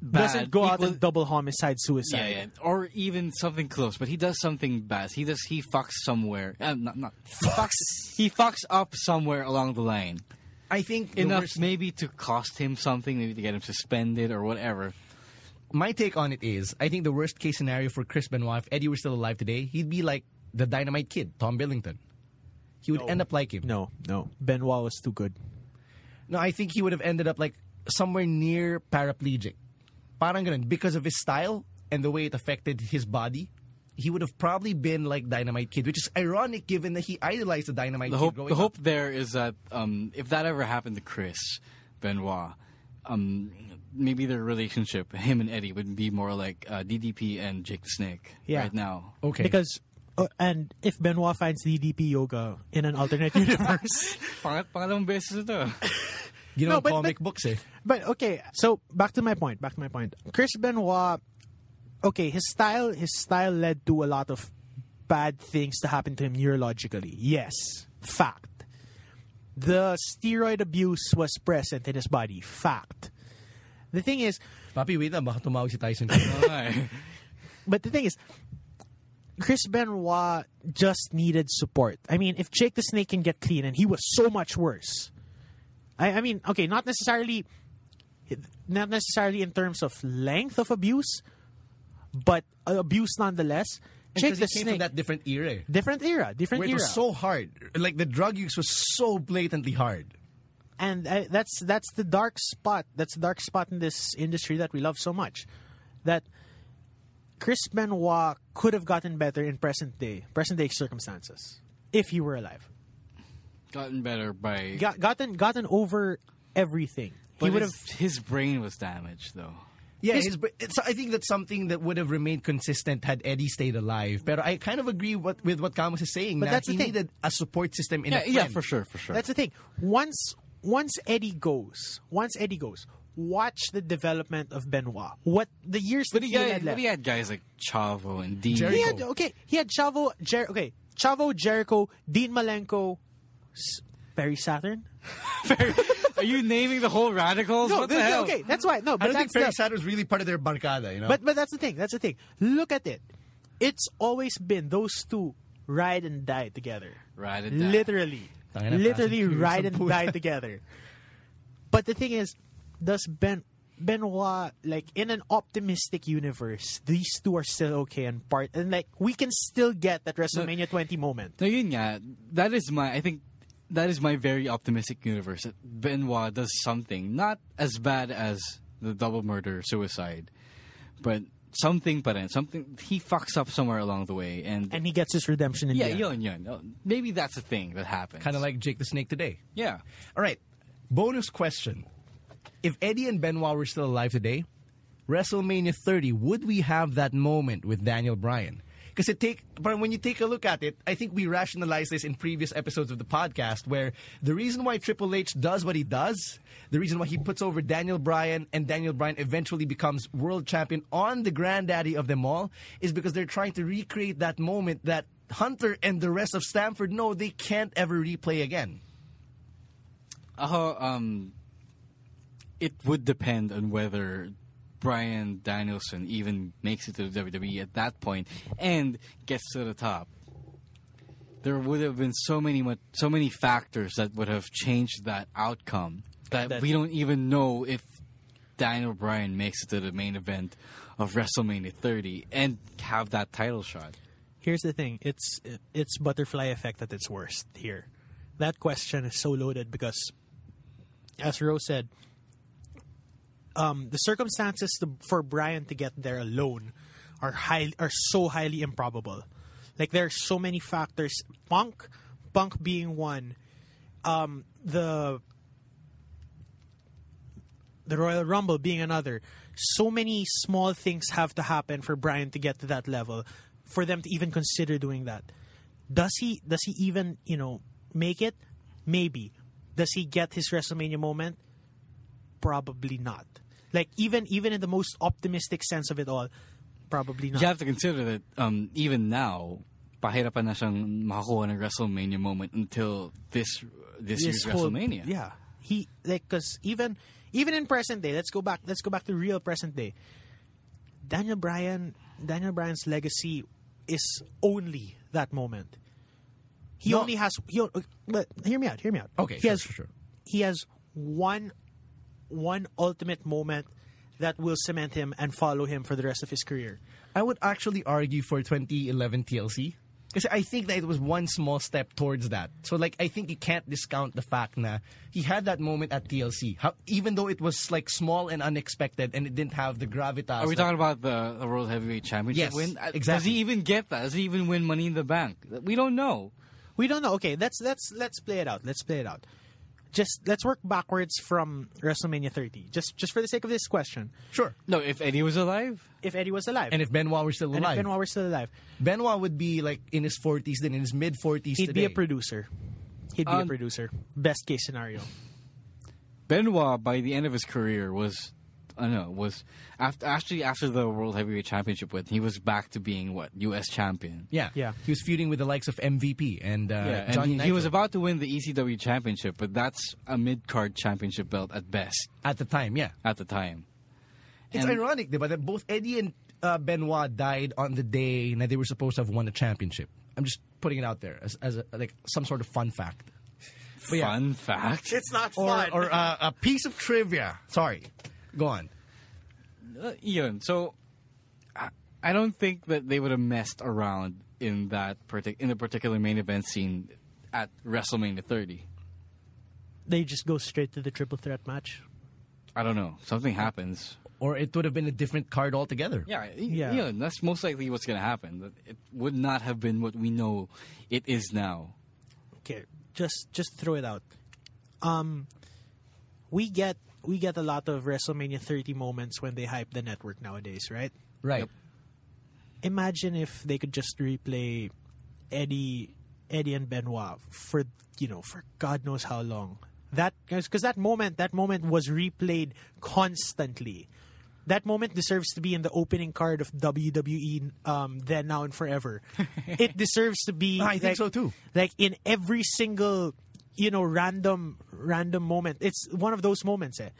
Speaker 2: bad.
Speaker 3: Doesn't go out
Speaker 2: equal-
Speaker 3: and double homicide
Speaker 2: yeah,
Speaker 3: suicide.
Speaker 2: yeah, or even something close. But he does something bad. He does. He fucks somewhere. Um, not not he fucks. He fucks up somewhere along the line.
Speaker 1: I think the
Speaker 2: Enough,
Speaker 1: worst-
Speaker 2: maybe to cost him something, maybe to get him suspended or whatever.
Speaker 1: my take on it is I think the worst case scenario for Chris Benoit, if Eddie were still alive today, he'd be like the dynamite kid, Tom Billington. He would end up like him.
Speaker 3: No, no. Benoit was too good.
Speaker 1: No, I think he would have ended up like somewhere near paraplegic. Parang ganun, because of his style and the way it affected his body, he would have probably been like Dynamite Kid, which is ironic given that he idolized the Dynamite
Speaker 2: The
Speaker 1: Kid
Speaker 2: hope,
Speaker 1: growing
Speaker 2: the
Speaker 1: up.
Speaker 2: hope there is that um, if that ever happened to Chris Benoit, um, maybe their relationship, him and Eddie, would be more like uh, DDP and Jake the Snake
Speaker 3: Yeah.
Speaker 2: right now.
Speaker 1: Okay.
Speaker 3: Because uh, and if Benoit finds DDP yoga in an alternate universe,
Speaker 2: Pangat, pangalawang beses ito.
Speaker 1: you know,
Speaker 3: No,
Speaker 1: in
Speaker 3: but-
Speaker 1: comic
Speaker 3: but-
Speaker 1: books eh.
Speaker 3: But okay, so back to my point. Back to my point. Chris Benoit. Okay, his style his style led to a lot of bad things to happen to him neurologically. Yes, fact. The steroid abuse was present in his body. Fact. The thing is,
Speaker 1: Papi, wait lang, baka tumawag si Tyson.
Speaker 2: Alright.
Speaker 3: but the thing is, Chris Benoit just needed support. I mean, if Jake the Snake can get clean, and he was so much worse. I, I mean, okay, not necessarily, not necessarily in terms of length of abuse, but uh, abuse nonetheless. Jake
Speaker 1: Because
Speaker 3: the
Speaker 1: he came from
Speaker 3: Snake,
Speaker 1: that different era. eh,
Speaker 3: different era, different
Speaker 1: Where it
Speaker 3: era,
Speaker 1: was so hard. Like the drug use was so blatantly hard.
Speaker 3: and uh, that's that's the dark spot. That's the dark spot in this industry that we love so much. That Chris Benoit could have gotten better in present day present day circumstances if he were alive.
Speaker 2: gotten better by.
Speaker 3: Got, gotten gotten over everything.
Speaker 2: but
Speaker 3: he would have.
Speaker 2: his, his brain was damaged though.
Speaker 1: Yeah, his, br- it's, I think that's something that would have remained consistent had Eddie stayed alive. But I kind of agree what, with what Camus is saying.
Speaker 3: But
Speaker 1: that
Speaker 3: that's the
Speaker 1: he
Speaker 3: thing.
Speaker 1: needed a support system in a
Speaker 2: Yeah, yeah,
Speaker 1: friend.
Speaker 2: for sure, for sure.
Speaker 3: That's the thing. Once once Eddie goes, once Eddie goes, watch the development of Benoit. What the years
Speaker 2: but
Speaker 3: that
Speaker 2: he,
Speaker 3: he,
Speaker 2: had,
Speaker 3: had
Speaker 2: but
Speaker 3: left.
Speaker 2: he had guys like Chavo and Dean.
Speaker 3: He had- okay. He had Chavo, Jer- okay, Chavo, Jericho, Dean Malenko, S- Perry Saturn.
Speaker 2: Are you naming the whole radicals? what the
Speaker 3: this-
Speaker 2: hell?
Speaker 3: okay, that's why. No,
Speaker 1: I
Speaker 3: but
Speaker 1: don't
Speaker 3: that's
Speaker 1: think Perry
Speaker 3: the-
Speaker 1: Saturn was really part of their barcada, you know?
Speaker 3: But but that's the thing. That's the thing. Look at it. It's always been those two ride and die together.
Speaker 2: Ride and die.
Speaker 3: Literally.
Speaker 1: Tangina,
Speaker 3: Literally
Speaker 1: prostitute,
Speaker 3: ride
Speaker 1: some
Speaker 3: and
Speaker 1: puta.
Speaker 3: die together. But the thing is, does Ben Benoit like in an optimistic universe, these two are still okay and part and like we can still get that WrestleMania twenty moment.
Speaker 2: No, yun nga. That is my. I think that is my very optimistic universe. that Benoit does something not as bad as the double murder suicide, but something. But something he fucks up somewhere along the way, and,
Speaker 3: And he gets his redemption in
Speaker 2: yeah,
Speaker 3: the end.
Speaker 2: yun yun. Oh, Maybe that's a thing that happens.
Speaker 1: kind of like Jake the Snake today.
Speaker 2: yeah.
Speaker 1: All right. Bonus question. If Eddie and Benoit were still alive today, WrestleMania 30, would we have that moment with Daniel Bryan? Because it take, but when you take a look at it, I think we rationalized this in previous episodes of the podcast, where the reason why Triple H does what he does, the reason why he puts over Daniel Bryan and Daniel Bryan eventually becomes world champion on the granddaddy of them all, is because they're trying to recreate that moment that Hunter and the rest of Stamford know they can't ever replay again.
Speaker 2: Ako, um, it would depend on whether Brian Danielson even makes it to the WWE at that point and gets to the top. There would have been so many mu- so many factors that would have changed that outcome that,
Speaker 3: That-
Speaker 2: we don't even know if Daniel Bryan makes it to the main event of WrestleMania 30 and have that title shot.
Speaker 3: here's the thing it's it's butterfly effect at its worst here that question is so loaded because as rose said um, the circumstances to, for brian to get there alone are high are so highly improbable like there are so many factors punk punk being one um, the the Royal Rumble being another. So many small things have to happen for Brian to get to that level, for them to even consider doing that. Does he? Does he even you know make it? Maybe. Does he get his WrestleMania moment? Probably not. Like even even in the most optimistic sense of it all, probably not.
Speaker 2: You have to consider that um, even now, pahirapan na siyang makakuha ng WrestleMania moment until this this, year's
Speaker 3: whole-
Speaker 2: WrestleMania.
Speaker 3: Yeah, he like because even even in present day, let's go back. Let's go back to real present day. Daniel Bryan, Daniel Bryan's legacy is only that moment. He
Speaker 1: No.
Speaker 3: only has he. o- But hear me out. Hear me out.
Speaker 1: Okay,
Speaker 3: he
Speaker 1: sure,
Speaker 3: has
Speaker 1: sure, sure.
Speaker 3: he has one one ultimate moment that will cement him and follow him for the rest of his career.
Speaker 1: I would actually argue for 2011 TLC. Because I think that it was one small step towards that. So, like, I think you can't discount the fact that he had that moment at TLC, how, even though it was, like, small and unexpected and it didn't have the gravitas.
Speaker 2: Are we
Speaker 1: that-
Speaker 2: talking about the, the World Heavyweight Championship
Speaker 1: Yes,
Speaker 2: win? Uh, Does
Speaker 1: exactly.
Speaker 2: he even get that? Does he even win Money in the Bank? We don't know.
Speaker 3: We don't know. Okay, let's let's let's play it out. Let's play it out. Just let's work backwards from WrestleMania 30. Just just for the sake of this question,
Speaker 1: Sure.
Speaker 2: No, if Eddie was alive,
Speaker 3: if Eddie was alive
Speaker 1: And if Benoit were still
Speaker 3: and
Speaker 1: alive,
Speaker 3: if Benoit were still alive,
Speaker 1: Benoit would be, like, in his 40s, then in his mid 40s
Speaker 3: he'd
Speaker 1: today.
Speaker 3: be a producer. He'd be
Speaker 2: Um,
Speaker 3: a producer. Best case scenario.
Speaker 2: Benoit by the end of his career was, I know, was after actually after the World Heavyweight Championship win, he was back to being what U.S. champion.
Speaker 1: yeah.
Speaker 3: Yeah.
Speaker 1: He was feuding with the likes of MVP and, uh,
Speaker 2: Yeah, and
Speaker 1: Johnny
Speaker 2: he, he was
Speaker 1: Nitro
Speaker 2: about to win the ECW championship, but that's a mid-card championship belt at best
Speaker 1: at the time, yeah.
Speaker 2: at the time.
Speaker 1: It's
Speaker 2: And-
Speaker 1: ironic, diba, that both Eddie and uh, Benoit died on the day that they were supposed to have won a championship. I'm just putting it out there as, as a, like some sort of fun fact. But yeah.
Speaker 2: Fun fact.
Speaker 3: not
Speaker 1: Or, or uh, a piece of trivia. Sorry. Go on.
Speaker 2: Uh, yun. So, I, I don't think that they would have messed around in that partic- in the particular main event scene at WrestleMania 30.
Speaker 3: they just go straight to the triple threat match.
Speaker 2: I don't know. Something happens.
Speaker 1: Or it would have been a different card altogether.
Speaker 2: Yeah, yeah.
Speaker 3: Yeah.
Speaker 2: Yun, that's most likely what's going to happen. That It would not have been what we know it is now.
Speaker 3: Okay, just just throw it out. Um, we get we get a lot of WrestleMania 30 moments when they hype the network nowadays, right?
Speaker 1: Right.
Speaker 3: Imagine if they could just replay Eddie Eddie and Benoit for you know for God knows how long. That because that moment that moment was replayed constantly. That moment deserves to be in the opening card of WWE um, then now and forever. it deserves to be.
Speaker 1: Ah, I think
Speaker 3: like-
Speaker 1: so too.
Speaker 3: like in every single you know random random moment it's one of those moments eh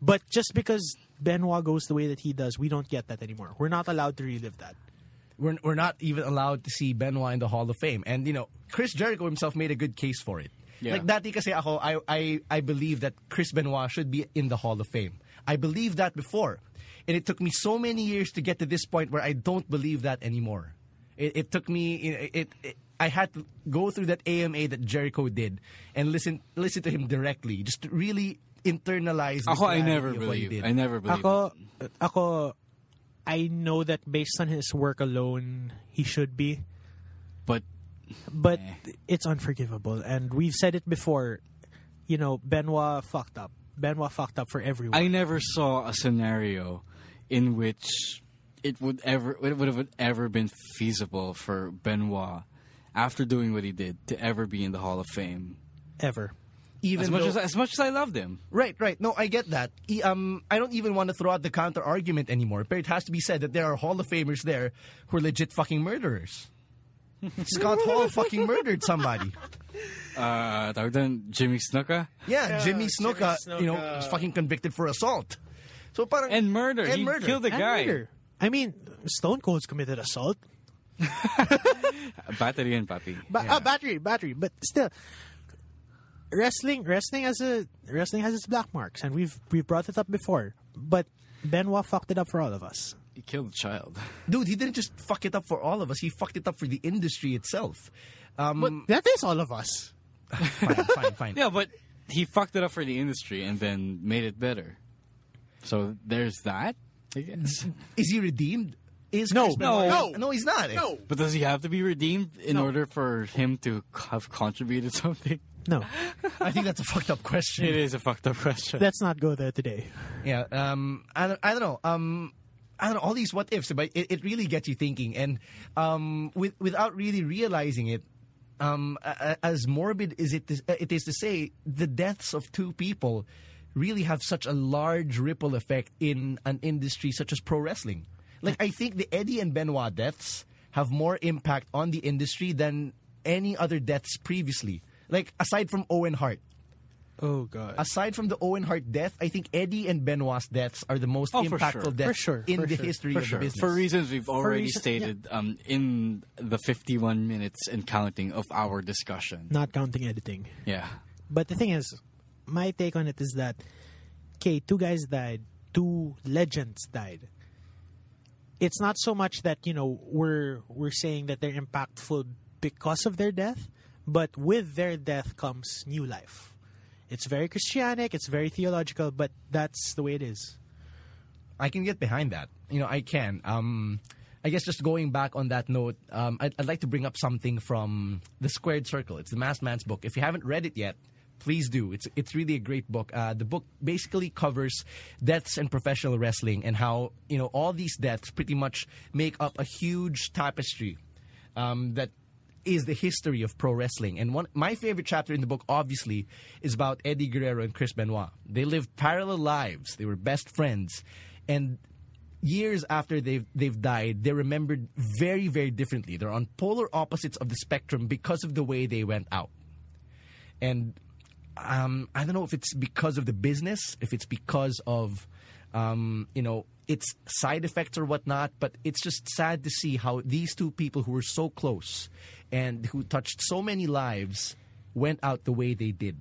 Speaker 3: but just because benoit goes the way that he does we don't get that anymore we're not allowed to relive that
Speaker 1: We're, we're not even allowed to see Benoit in the Hall of Fame. And, you know, Chris Jericho himself made a good case for it.
Speaker 2: Yeah.
Speaker 1: Like, dati kasi ako, I, I, I believe that Chris Benoit should be in the Hall of Fame. I believed that before. And it took me so many years to get to this point where I don't believe that anymore. It, it took me, it, it, it, I had to go through that AMA that Jericho did and listen, listen to him directly. Just to really internalize the
Speaker 2: Ako, I
Speaker 1: gravity
Speaker 2: never
Speaker 1: of what he
Speaker 2: believe.
Speaker 1: did.
Speaker 2: I never believe.
Speaker 3: ako ako i know that based on his work alone he should be
Speaker 2: But
Speaker 3: but
Speaker 2: Eh.
Speaker 3: it's unforgivable and we've said it before you know benoit fucked up benoit fucked up for everyone
Speaker 2: I never saw a scenario in which it would ever it would have ever been feasible for Benoit after doing what he did to ever be in the Hall of Fame.
Speaker 3: ever
Speaker 1: Even
Speaker 2: As much
Speaker 1: though-
Speaker 2: as as much as I loved him.
Speaker 1: Right, right. No, I get that. E- um, I don't even want to throw out the counter argument anymore, but it has to be said that there are Hall of Famers there who are legit fucking murderers. Scott Hall fucking murdered somebody.
Speaker 2: Uh, tawag doon, Jimmy Snuka
Speaker 1: Yeah, Jimmy Snuka,
Speaker 3: Snuka.
Speaker 1: you know, was fucking convicted for assault. So parang
Speaker 2: and murder.
Speaker 1: And
Speaker 2: he
Speaker 1: murder.
Speaker 2: killed a
Speaker 3: And
Speaker 2: guy.
Speaker 3: murder. i mean stone cold's committed assault
Speaker 2: Battery and papi.
Speaker 3: Ba- ah, battery, battery. But still, wrestling, wrestling has a wrestling has its black marks, and we've we've brought it up before. But Benoit fucked it up for all of us.
Speaker 2: He killed a child.
Speaker 1: dude, he didn't just fuck it up for all of us. He fucked it up for the industry itself.
Speaker 2: Mm.
Speaker 1: Um,
Speaker 3: That is all of us.
Speaker 1: fine, fine, fine.
Speaker 2: Yeah, but he fucked it up for the industry and then made it better. So there's that, I guess.
Speaker 1: Is he redeemed? Is
Speaker 3: No.
Speaker 1: Chris Benoit-
Speaker 2: No.
Speaker 1: no, he's not.
Speaker 5: No.
Speaker 2: But does he have to be redeemed in order for him to have contributed something?
Speaker 3: No,
Speaker 1: I think that's a fucked up question.
Speaker 2: It is a fucked up question.
Speaker 3: let's not go there today.
Speaker 1: Yeah. Um. I don't, I don't know. Um. I don't know all these what ifs, but it, it really gets you thinking, and um, with, without really realizing it, um, a, a- as morbid as it is, it is to say, the deaths of two people really have such a large ripple effect in an industry such as pro wrestling. Like I think the Eddie and Benoit deaths have more impact on the industry than any other deaths previously. Like aside from Owen Hart,
Speaker 3: Oh God.
Speaker 1: aside from the Owen Hart death, I think Eddie and Benoit's deaths are the most
Speaker 2: Oh, for
Speaker 1: impactful
Speaker 2: sure.
Speaker 1: deaths
Speaker 3: For sure,
Speaker 1: in
Speaker 3: for
Speaker 1: the
Speaker 3: sure,
Speaker 1: history
Speaker 3: for
Speaker 1: of
Speaker 3: sure.
Speaker 1: the business.
Speaker 2: for reasons we've already
Speaker 3: reason-
Speaker 2: stated um, in the 51 minutes and counting of our discussion.
Speaker 3: not counting editing.
Speaker 2: Yeah.
Speaker 3: But the thing is, my take on it is that okay, two guys died, two legends died. It's not so much that you know we're we're saying that they're impactful because of their death, but with their death comes new life. It's very Christianic, it's very theological, but that's the way it is.
Speaker 1: I can get behind that. You know, I can. Um, I guess just going back on that note, um, I'd, I'd like to bring up something from The Squared Circle. It's the Masked Man's book. If you haven't read it yet, please do. It's it's really a great book. Uh, the book basically covers deaths in professional wrestling and how you know all these deaths pretty much make up a huge tapestry um, that is the history of pro wrestling. And one my favorite chapter in the book, obviously, is about Eddie Guerrero and Chris Benoit. They lived parallel lives. They were best friends, and years after they've they've died, they're remembered very very differently. They're on polar opposites of the spectrum because of the way they went out. And um, I don't know if it's because of the business, if it's because of um, you know its side effects or whatnot, but it's just sad to see how these two people who were so close and who touched so many lives went out the way they did,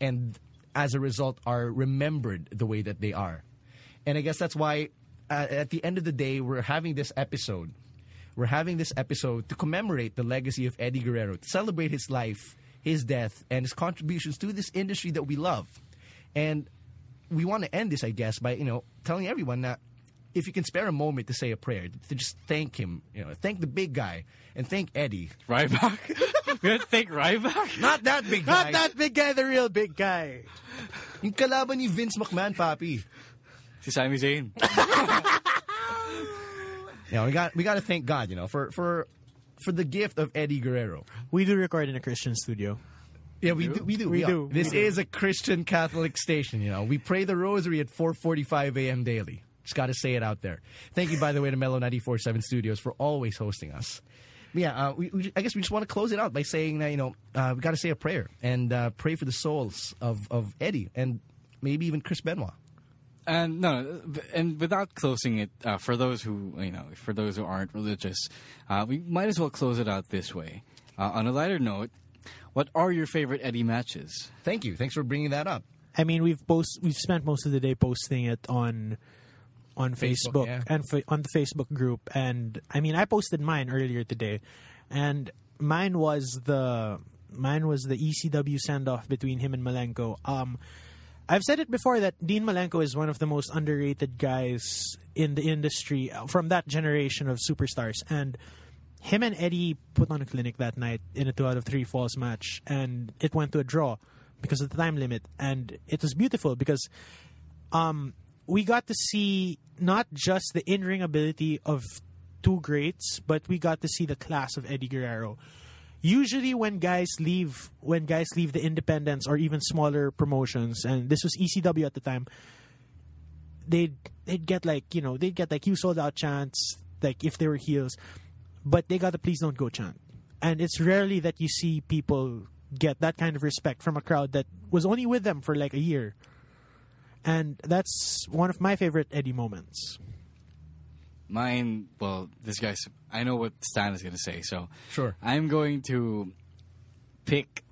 Speaker 1: and as a result are remembered the way that they are. And I guess that's why uh, at the end of the day we're having this episode. We're having this episode to commemorate the legacy of Eddie Guerrero, to celebrate his life, his death, and his contributions to this industry that we love. And we want to end this, I guess, by you know telling everyone that if you can spare a moment to say a prayer, to just thank him, you know, thank the big guy and thank Eddie.
Speaker 2: Ryback? we have to thank Ryback?
Speaker 1: Not that big guy.
Speaker 3: Not that big guy, the real big guy.
Speaker 1: Yung kalaban ni Vince McMahon, papi.
Speaker 2: si Sami Zayn.
Speaker 1: You know, we got we got to thank God, you know, for for for the gift of Eddie Guerrero.
Speaker 3: We do record in a Christian studio.
Speaker 1: Yeah, we do. We do.
Speaker 3: We
Speaker 1: are.
Speaker 3: do.
Speaker 1: This
Speaker 3: We do.
Speaker 1: is a Christian Catholic station. You know, we pray the Rosary at 4:45 a.m. daily. Just got to say it out there. Thank you, by the way, to Mellow 94.7 Studios for always hosting us. But yeah, uh, we, we, I guess we just want to close it out by saying that you know uh, we got to say a prayer and uh, pray for the souls of of Eddie and maybe even Chris Benoit.
Speaker 2: And no, and without closing it, uh, for those who you know, for those who aren't religious, uh, we might as well close it out this way. Uh, on a lighter note, what are your favorite Eddie matches?
Speaker 1: Thank you. Thanks for bringing that up.
Speaker 3: I mean, we've post we've spent most of the day posting it on on
Speaker 1: Facebook,
Speaker 3: Facebook,
Speaker 1: yeah.
Speaker 3: and fa- on the Facebook group. And I mean, I posted mine earlier today, and mine was the mine was the E ECW send off between him and Malenko. Um, I've said it before that Dean Malenko is one of the most underrated guys in the industry uh, from that generation of superstars, and him and Eddie put on a clinic that night in a two out of three falls match, and it went to a draw because of the time limit, and it was beautiful because we got to see not just the in ring ability of two greats, but we got to see the class of Eddie Guerrero. Usually, when guys leave, when guys leave the independents or even smaller promotions, and this was ECW at the time, they'd they'd get like you know they'd get like you sold out chants like if they were heels, but they got the please don't go chant, and it's rarely that you see people get that kind of respect from a crowd that was only with them for like a year and that's one of my favorite Eddie moments.
Speaker 2: Mine, well, this guy's. I know what Stan is going to say, so
Speaker 1: Sure.
Speaker 2: I'm going to pick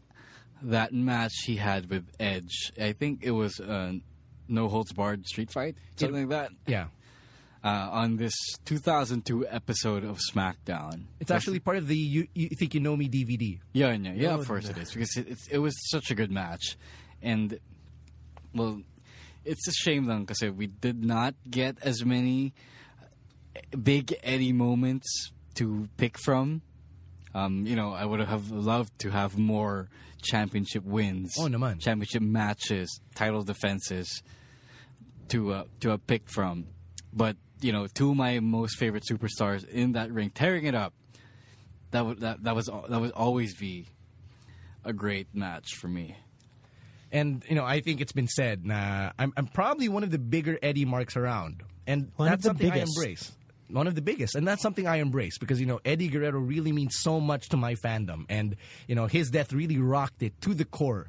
Speaker 2: that match he had with Edge. I think it was a no holds barred street fight, something like that,
Speaker 1: Yeah,
Speaker 2: uh, on this 2002 episode of SmackDown.
Speaker 1: it's actually part of the you, you think you know me DVD.
Speaker 2: Yeah, yeah, yeah. Of course it is because it, it, it was such a good match, and well, it's a shame then because we did not get as many eh, big Eddie moments to pick from. Um, you know, I would have loved to have more championship wins,
Speaker 1: Oh, naman.
Speaker 2: championship matches, title defenses to uh, to have picked from. But you know, two of my most favorite superstars in that ring tearing it up that would that, that was al- that would always be a great match for me.
Speaker 1: And you know, I think it's been said. Nah, I'm, I'm probably one of the bigger Eddie marks around, and
Speaker 3: One of
Speaker 1: that's
Speaker 3: the
Speaker 1: something
Speaker 3: biggest.
Speaker 1: I embrace. One of the biggest, and that's something I embrace because you know Eddie Guerrero really means so much to my fandom, and you know his death really rocked it to the core.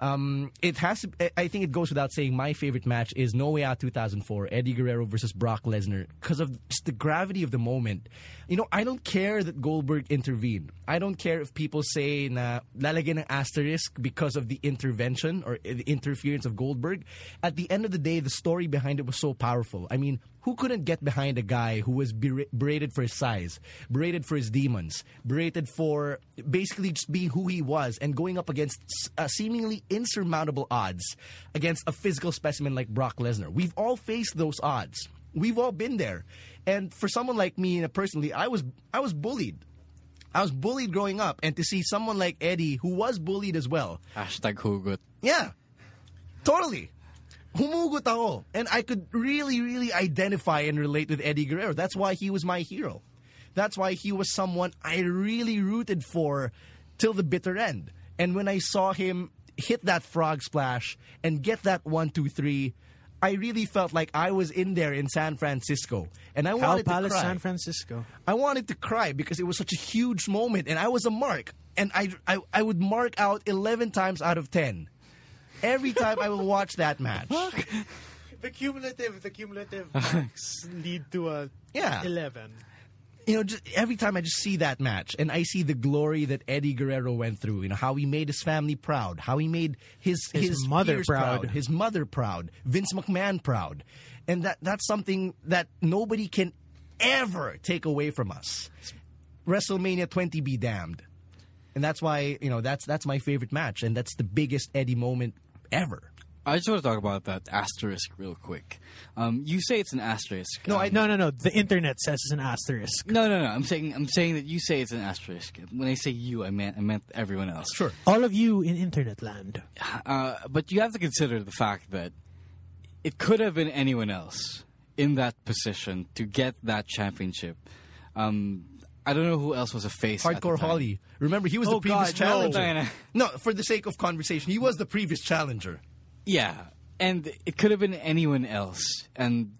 Speaker 1: Um, it has. To, I- I think it goes without saying. My favorite match is No Way Out 2004, Eddie Guerrero versus Brock Lesnar, because of just the gravity of the moment. You know, I don't care that Goldberg intervened. I don't care if people say na lalagyan ng asterisk because of the intervention or eh, the interference of Goldberg. At the end of the day, the story behind it was so powerful. I mean, who couldn't get behind a guy who was bera- berated for his size, berated for his demons, berated for basically just being who he was and going up against s- uh, seemingly insurmountable odds against a physical specimen like Brock Lesnar? We've all faced those odds. We've all been there. And for someone like me uh, personally, I was I was bullied. I was bullied growing up, and to see someone like Eddie, who was bullied as well,
Speaker 2: Hashtag hugot.
Speaker 1: yeah. Totally. Humugot ako. And I could really, really identify and relate with Eddie Guerrero. That's why he was my hero. That's why he was someone I really rooted for till the bitter end. And when I saw him hit that frog splash and get that one, two, three, I really felt like I was in there in San Francisco. And I
Speaker 3: Cal
Speaker 1: wanted
Speaker 3: Palace,
Speaker 1: to cry.
Speaker 3: San Francisco.
Speaker 1: I wanted to cry because it was such a huge moment, and I was a mark, and I I, I would mark out eleven times out of ten. Every time I will watch that match,
Speaker 3: The cumulative, the cumulative lead to a
Speaker 1: Yeah.
Speaker 3: eleven.
Speaker 1: you know, just, every time I just see that match and I see the glory that Eddie Guerrero went through, you know, how he made his family proud, how he made his his,
Speaker 3: His mother
Speaker 1: peers
Speaker 3: proud.
Speaker 1: his mother proud, Vince McMahon proud, and that that's something that nobody can ever take away from us. WrestleMania 20 be damned. And that's why, you know, that's that's my favorite match and that's the biggest Eddie moment ever.
Speaker 2: I just want to talk about that asterisk real quick. Um, you say it's an asterisk. um,
Speaker 3: No, I, no, no, no. The internet says it's an asterisk.
Speaker 2: No, no, no. I'm saying I'm saying that you say it's an asterisk. When I say you, I meant I meant everyone else. Sure.
Speaker 3: All of you in internet land.
Speaker 2: Uh, but you have to consider the fact that it could have been anyone else in that position to get that championship. Um, I don't know who else was a face. at the
Speaker 1: Hardcore
Speaker 2: time.
Speaker 1: Holly. Remember, he was
Speaker 3: Oh,
Speaker 1: the previous
Speaker 3: God, no.
Speaker 1: challenger.
Speaker 2: Diana.
Speaker 1: No. for the sake of conversation, he was the previous challenger.
Speaker 2: Yeah, and it could have been anyone else. And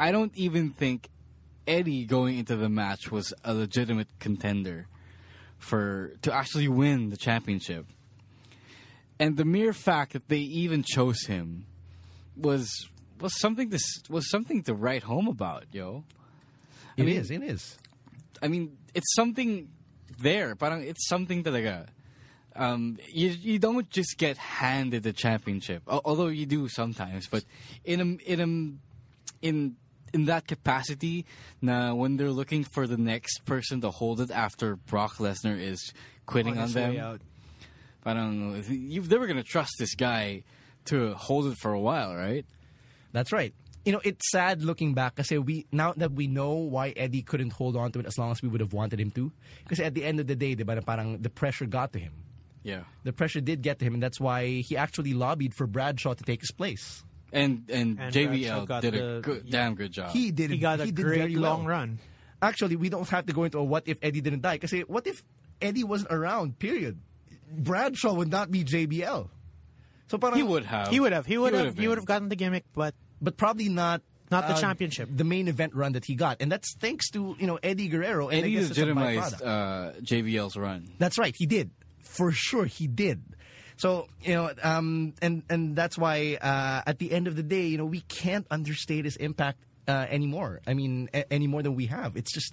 Speaker 2: I don't even think Eddie going into the match was a legitimate contender for to actually win the championship. And the mere fact that they even chose him was was something to s- was something to write home about, yo.
Speaker 1: It is.
Speaker 2: mean-
Speaker 1: it is.
Speaker 2: I mean, it's something there, but it's something talaga. Um, you you don't just get handed the championship, al- although you do sometimes. But in a, in a, in in that capacity, na when they're looking for the next person to hold it after Brock Lesnar is quitting on,
Speaker 3: his
Speaker 2: them,
Speaker 3: way out.
Speaker 2: parang you they were gonna trust this guy to hold it for a while, right?
Speaker 1: That's right. You know, it's sad looking back because we now that we know why Eddie couldn't hold on to it as long as we would have wanted him to. Because at the end of the day, diba, na parang the pressure got to him.
Speaker 2: Yeah.
Speaker 1: The pressure did get to him, and that's why he actually lobbied for Bradshaw to take his place.
Speaker 2: And and,
Speaker 3: And Bradshaw
Speaker 2: JBL
Speaker 3: got
Speaker 2: did
Speaker 3: the-
Speaker 2: a good, damn good job.
Speaker 1: He did.
Speaker 3: He got a
Speaker 1: did
Speaker 3: great
Speaker 1: very well.
Speaker 3: long run.
Speaker 1: Actually, we don't have to go into a what if Eddie didn't die. Because what if Eddie wasn't around? Period. Bradshaw would not be JBL. So parang,
Speaker 2: Um, He would have.
Speaker 3: He would have. He would have. He
Speaker 2: been.
Speaker 3: would have gotten the gimmick, but
Speaker 1: but probably not uh,
Speaker 3: Not the championship.
Speaker 1: the main event run that he got, and that's thanks to you know Eddie Guerrero. And I
Speaker 2: Eddie
Speaker 1: guess it's a
Speaker 2: legitimized
Speaker 1: byproduct.
Speaker 2: uh, JBL's run.
Speaker 1: That's right, he did. For sure, he did. So you know, um, and and that's why uh, at the end of the day, you know, we can't understate his impact uh, anymore. I mean, a- any more than we have. It's just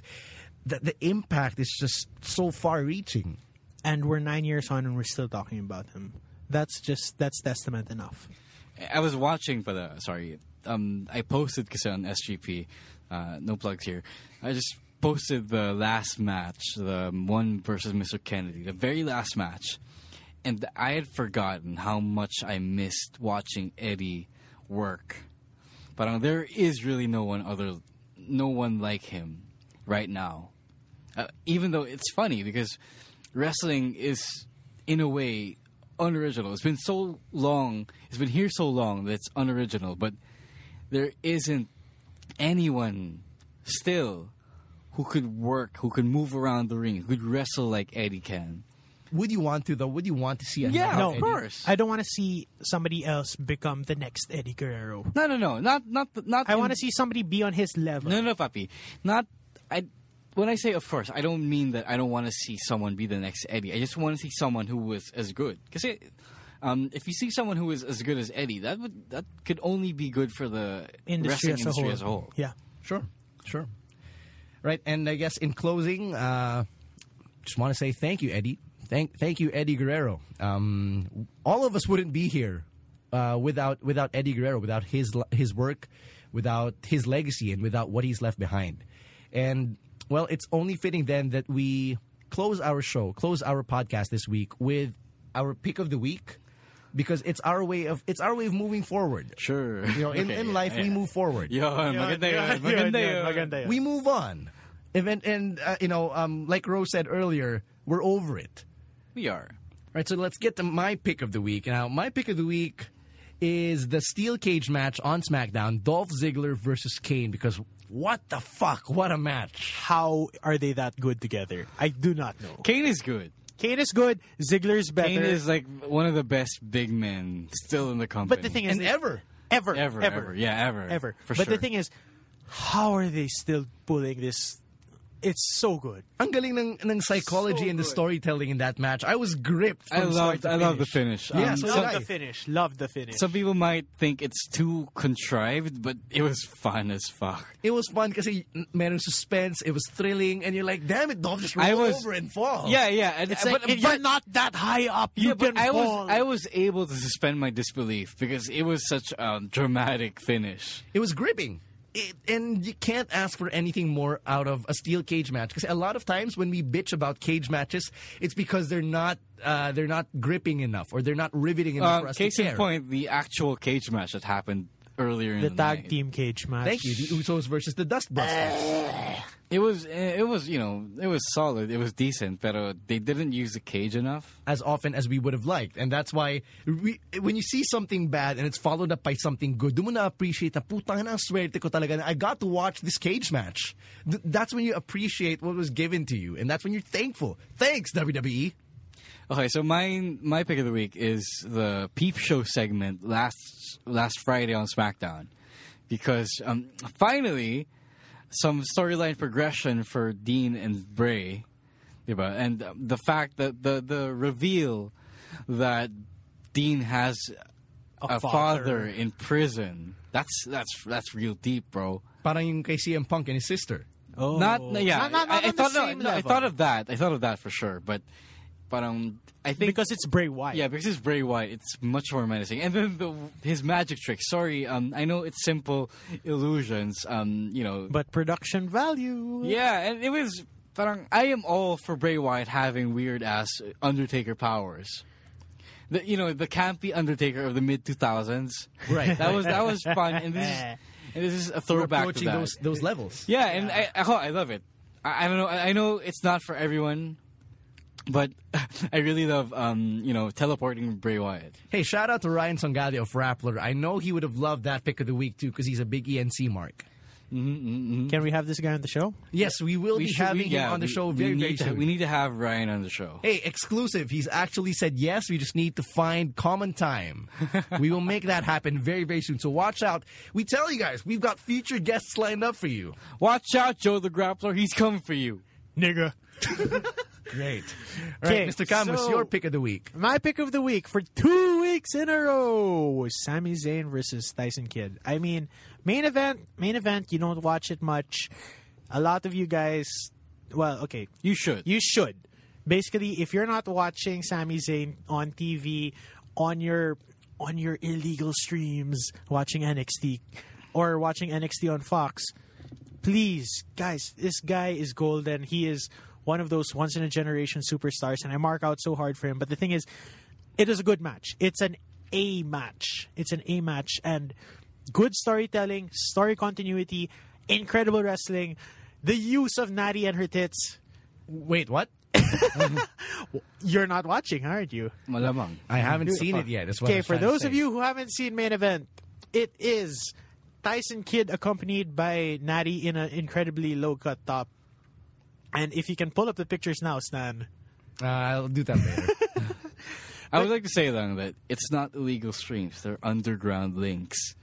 Speaker 1: the the impact is just so far-reaching.
Speaker 3: and we're nine years on and we're still talking about him. That's just that's testament enough.
Speaker 2: I was watching for the sorry. Um, I posted kasi on SGP. Uh, no plugs here. I just posted the last match, the one versus Mr. Kennedy, the very last match, and I had forgotten how much I missed watching Eddie work. But um, there is really no one other, no one like him right now. Uh, even though it's funny because wrestling is in a way unoriginal. It's been so long, it's been here so long that it's unoriginal, but there isn't anyone still who could work, who could move around the ring, who could wrestle like Eddie can.
Speaker 1: Would you want to though? Would you want to see? another
Speaker 2: Yeah,
Speaker 3: No,
Speaker 2: of course.
Speaker 3: I don't want to see somebody else become the next Eddie Guerrero.
Speaker 2: no, no, no, not not not.
Speaker 3: I
Speaker 2: in-
Speaker 3: want to see somebody be on his level.
Speaker 2: No, no, papi. Not I. When I say of course, I don't mean that I don't want to see someone be the next Eddie. I just want to see someone who was as good. Because um, if you see someone who is as good as Eddie, that would that could only be good for the wrestling
Speaker 3: Industry, as,
Speaker 2: industry
Speaker 3: a whole.
Speaker 2: as a whole.
Speaker 3: Yeah.
Speaker 1: Sure, sure. Right, and I guess in closing, uh, just want to say thank you, Eddie. Thank, thank you, Eddie Guerrero. Um, all of us wouldn't be here uh, without without Eddie Guerrero, without his l- his work, without his legacy, and without what he's left behind. And well, it's only fitting then that we close our show, close our podcast this week with our pick of the week, because it's our way of it's our way of moving forward.
Speaker 2: Sure.
Speaker 1: You know, in,
Speaker 2: Okay,
Speaker 1: in life we
Speaker 2: yeah.
Speaker 1: move forward.
Speaker 2: Yun, maganda yun, maganda yun.
Speaker 1: We move on. And, then- and uh, you know, um, like Rose said earlier, we're over it.
Speaker 2: We are.
Speaker 1: Right, so let's get to my pick of the week. Now, my pick of the week is the steel cage match on SmackDown, Dolph Ziggler versus Kane, because what the fuck? What a match.
Speaker 3: How are they that good together? I do not know.
Speaker 2: Kane is good.
Speaker 3: Kane is good. Ziggler's better.
Speaker 2: Kane is like one of the best big men still in the company.
Speaker 3: but the thing is,
Speaker 1: And
Speaker 3: they-
Speaker 1: ever.
Speaker 3: ever,
Speaker 2: ever, ever, yeah, ever,
Speaker 3: ever.
Speaker 2: for
Speaker 3: but
Speaker 2: sure.
Speaker 3: the thing is, how are they still pulling this? It's so good.
Speaker 1: Ang galing ng, ng psychology
Speaker 3: So
Speaker 1: and the
Speaker 3: good.
Speaker 1: storytelling in that match. I was gripped
Speaker 2: I
Speaker 1: from start
Speaker 2: loved,
Speaker 1: to
Speaker 2: I love the
Speaker 1: finish.
Speaker 2: finish.
Speaker 1: Yeah,
Speaker 2: Um,
Speaker 1: so
Speaker 2: some-
Speaker 1: did
Speaker 3: Love the
Speaker 1: I.
Speaker 3: finish. Love the finish.
Speaker 2: Some people might think it's too contrived, but it was fun as fuck.
Speaker 1: It was fun kasi merong suspense, it was thrilling, and you're like, damn it, Dolph just rolled
Speaker 2: I was-
Speaker 1: over and falls.
Speaker 2: Yeah, yeah. And,
Speaker 3: Oh. It's
Speaker 2: but,
Speaker 3: like, if
Speaker 2: but-
Speaker 3: you're not that high up, you
Speaker 2: yeah, but
Speaker 3: can
Speaker 2: I
Speaker 3: fall.
Speaker 2: was I was able to suspend my disbelief because it was such a dramatic finish.
Speaker 1: It was gripping. it, and you can't ask for anything more out of a steel cage match because a lot of times when we bitch about cage matches, it's because they're not uh, they're not gripping enough or they're not riveting enough
Speaker 2: Um,
Speaker 1: for us
Speaker 2: case
Speaker 1: to care.
Speaker 2: in point, the actual cage match that happened earlier in
Speaker 3: The
Speaker 2: the,
Speaker 3: tag
Speaker 2: night.
Speaker 3: team cage match.
Speaker 1: Thank you, the Usos versus the Dustbusters.
Speaker 2: It was it was you know it was solid. It was decent, but uh, they didn't use the cage enough.
Speaker 1: as often as we would have liked. And that's why we, when you see something bad and it's followed up by something good, doon mo na appreciate na putang na swerte ko talaga na I got to watch this cage match. Th- that's when you appreciate what was given to you. And that's when you're thankful. Thanks, E. WWE.
Speaker 2: Okay, so my my pick of the week is the peep show segment last last Friday on SmackDown, because um, finally some storyline progression for Dean and Bray, diba? and um, the fact that the the reveal that Dean has a, father. in prison. That's that's that's real deep, bro.
Speaker 1: Parang yung kay CM Punk and his sister.
Speaker 3: Oh.
Speaker 2: Not yeah.
Speaker 3: Not- not- not
Speaker 2: I, I
Speaker 3: on the
Speaker 2: thought no,
Speaker 3: same
Speaker 2: no, I
Speaker 3: level.
Speaker 2: thought of that. I thought of that for sure, but but um I think
Speaker 3: because it's Bray Wyatt.
Speaker 2: yeah, because it's Bray White, it's much more menacing. And then the, his magic trick. Sorry, um, I know it's simple illusions. Um, you know,
Speaker 3: but production value.
Speaker 2: yeah, and it was. Parang, I am all for Bray Wyatt having weird ass Undertaker powers. The, you know, the campy Undertaker of the mid two thousands.
Speaker 1: Right.
Speaker 2: That was that was fun, and this is, and this is a throwback to
Speaker 1: approaching
Speaker 2: that.
Speaker 1: those those levels.
Speaker 2: Yeah, and I, I, I love it. I, I don't know. I, I know it's not for everyone, but I really love um, you know teleporting Bray Wyatt.
Speaker 1: Hey, shout out to Ryan Sangalio of Rappler. I know he would have loved that pick of the week too because he's a big ENC mark.
Speaker 3: Can we have this guy on the show?
Speaker 1: Yes, we will be
Speaker 2: should-
Speaker 1: having him
Speaker 2: yeah,
Speaker 1: on the
Speaker 2: we-
Speaker 1: show
Speaker 2: we
Speaker 1: very, very
Speaker 2: need to-
Speaker 1: soon.
Speaker 2: we need to have Ryan on the show.
Speaker 1: Hey, exclusive. He's actually said yes. We just need to find common time. we will make that happen very, very soon. So watch out. We tell you guys, we've got future guests lined up for you.
Speaker 2: Watch out, Joe the Grappler. He's coming for you.
Speaker 3: Nigga.
Speaker 1: Great. All right,
Speaker 3: Okay,
Speaker 1: Mr. Camus,
Speaker 3: so-
Speaker 1: your pick of the week.
Speaker 3: My pick of the week for two weeks in a row was Sami Zayn versus Tyson Kidd. I mean, main event, main event, you don't watch it much. A lot of you guys, well, okay,
Speaker 2: You should.
Speaker 3: you should. Basically, if you're not watching Sami Zayn on TV, on your on your illegal streams, watching NXT or watching NXT on Fox, please, guys, this guy is golden. He is one of those once in a generation superstars, and I mark out so hard for him. But the thing is, it is a good match. It's an A match. It's an A match, and good storytelling, story continuity, incredible wrestling, the use of Natty and her tits.
Speaker 1: Wait, what?
Speaker 3: You're not watching, aren't you?
Speaker 2: Malamang.
Speaker 1: I haven't seen it yet. That's what I
Speaker 3: uh, Okay,
Speaker 1: was
Speaker 3: for
Speaker 1: trying to
Speaker 3: those
Speaker 1: say.
Speaker 3: of you who haven't seen main event, it is Tyson Kidd accompanied by Natty in an incredibly low cut top. And if you can pull up the pictures now, Stan.
Speaker 1: Uh, I'll do that later.
Speaker 2: I would like to say, though, that it's not illegal streams. They're underground links.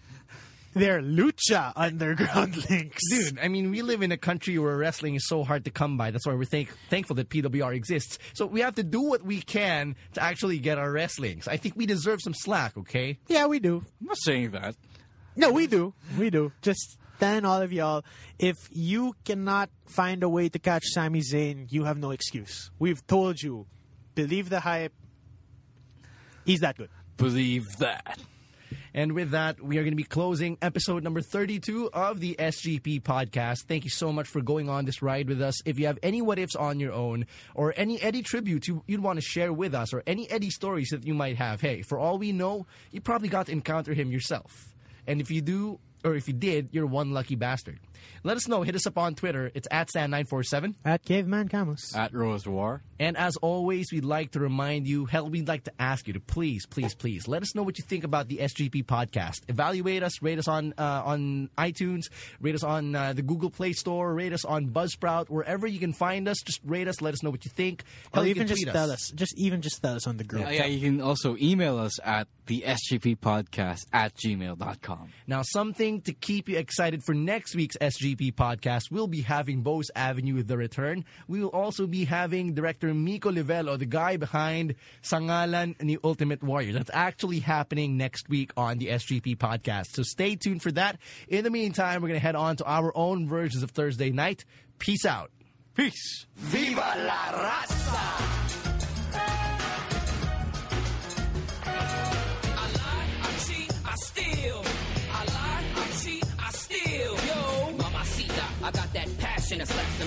Speaker 3: They're lucha underground links.
Speaker 1: Dude, I mean, we live in a country where wrestling is so hard to come by. That's why we're thank- thankful that PWR exists. So we have to do what we can to actually get our wrestling. So I think we deserve some slack, okay?
Speaker 3: Yeah, we do.
Speaker 2: I'm not saying that.
Speaker 3: No, we do. We do. Just then, all of y'all, if you cannot find a way to catch Sami Zayn, you have no excuse. We've told you. Believe the hype. He's that good.
Speaker 2: Believe that.
Speaker 1: And with that, we are going to be closing episode number 32 of the SGP podcast. Thank you so much for going on this ride with us. If you have any what ifs on your own or any Eddie tributes you, you'd want to share with us or any Eddie stories that you might have, hey, for all we know, you probably got to encounter him yourself. And if you do, or if you did, you're one lucky bastard. Let us know. Hit us up on Twitter. It's at Stan947.
Speaker 3: At Caveman Camus.
Speaker 2: At Rose War.
Speaker 1: And as always, we'd like to remind you, hell, we'd like to ask you to please, please, please let us know what you think about the SGP podcast. Evaluate us, rate us on uh, on iTunes, rate us on uh, the Google Play Store, rate us on Buzzsprout, wherever you can find us. Just rate us, let us know what you think. Hell,
Speaker 3: Or
Speaker 1: you
Speaker 3: even
Speaker 1: can
Speaker 3: just
Speaker 1: tweet
Speaker 3: tell us. Just even just tell us on the group.
Speaker 2: Oh, Yeah, you can also email us at the SGP podcast at gmail.com.
Speaker 1: Now, something to keep you excited for next week's SGP podcast, we'll be having Bose Avenue The Return. We will also be having director Miko Livello, the guy behind Sangalan ni Ultimate Warrior. That's actually happening next week on the SGP podcast. So stay tuned for that. In the meantime, we're going to head on to our own versions of Thursday night. Peace out.
Speaker 2: Peace.
Speaker 6: I lie, I cheat, I steal. I lie, I cheat, I steal. Yo. that slaps the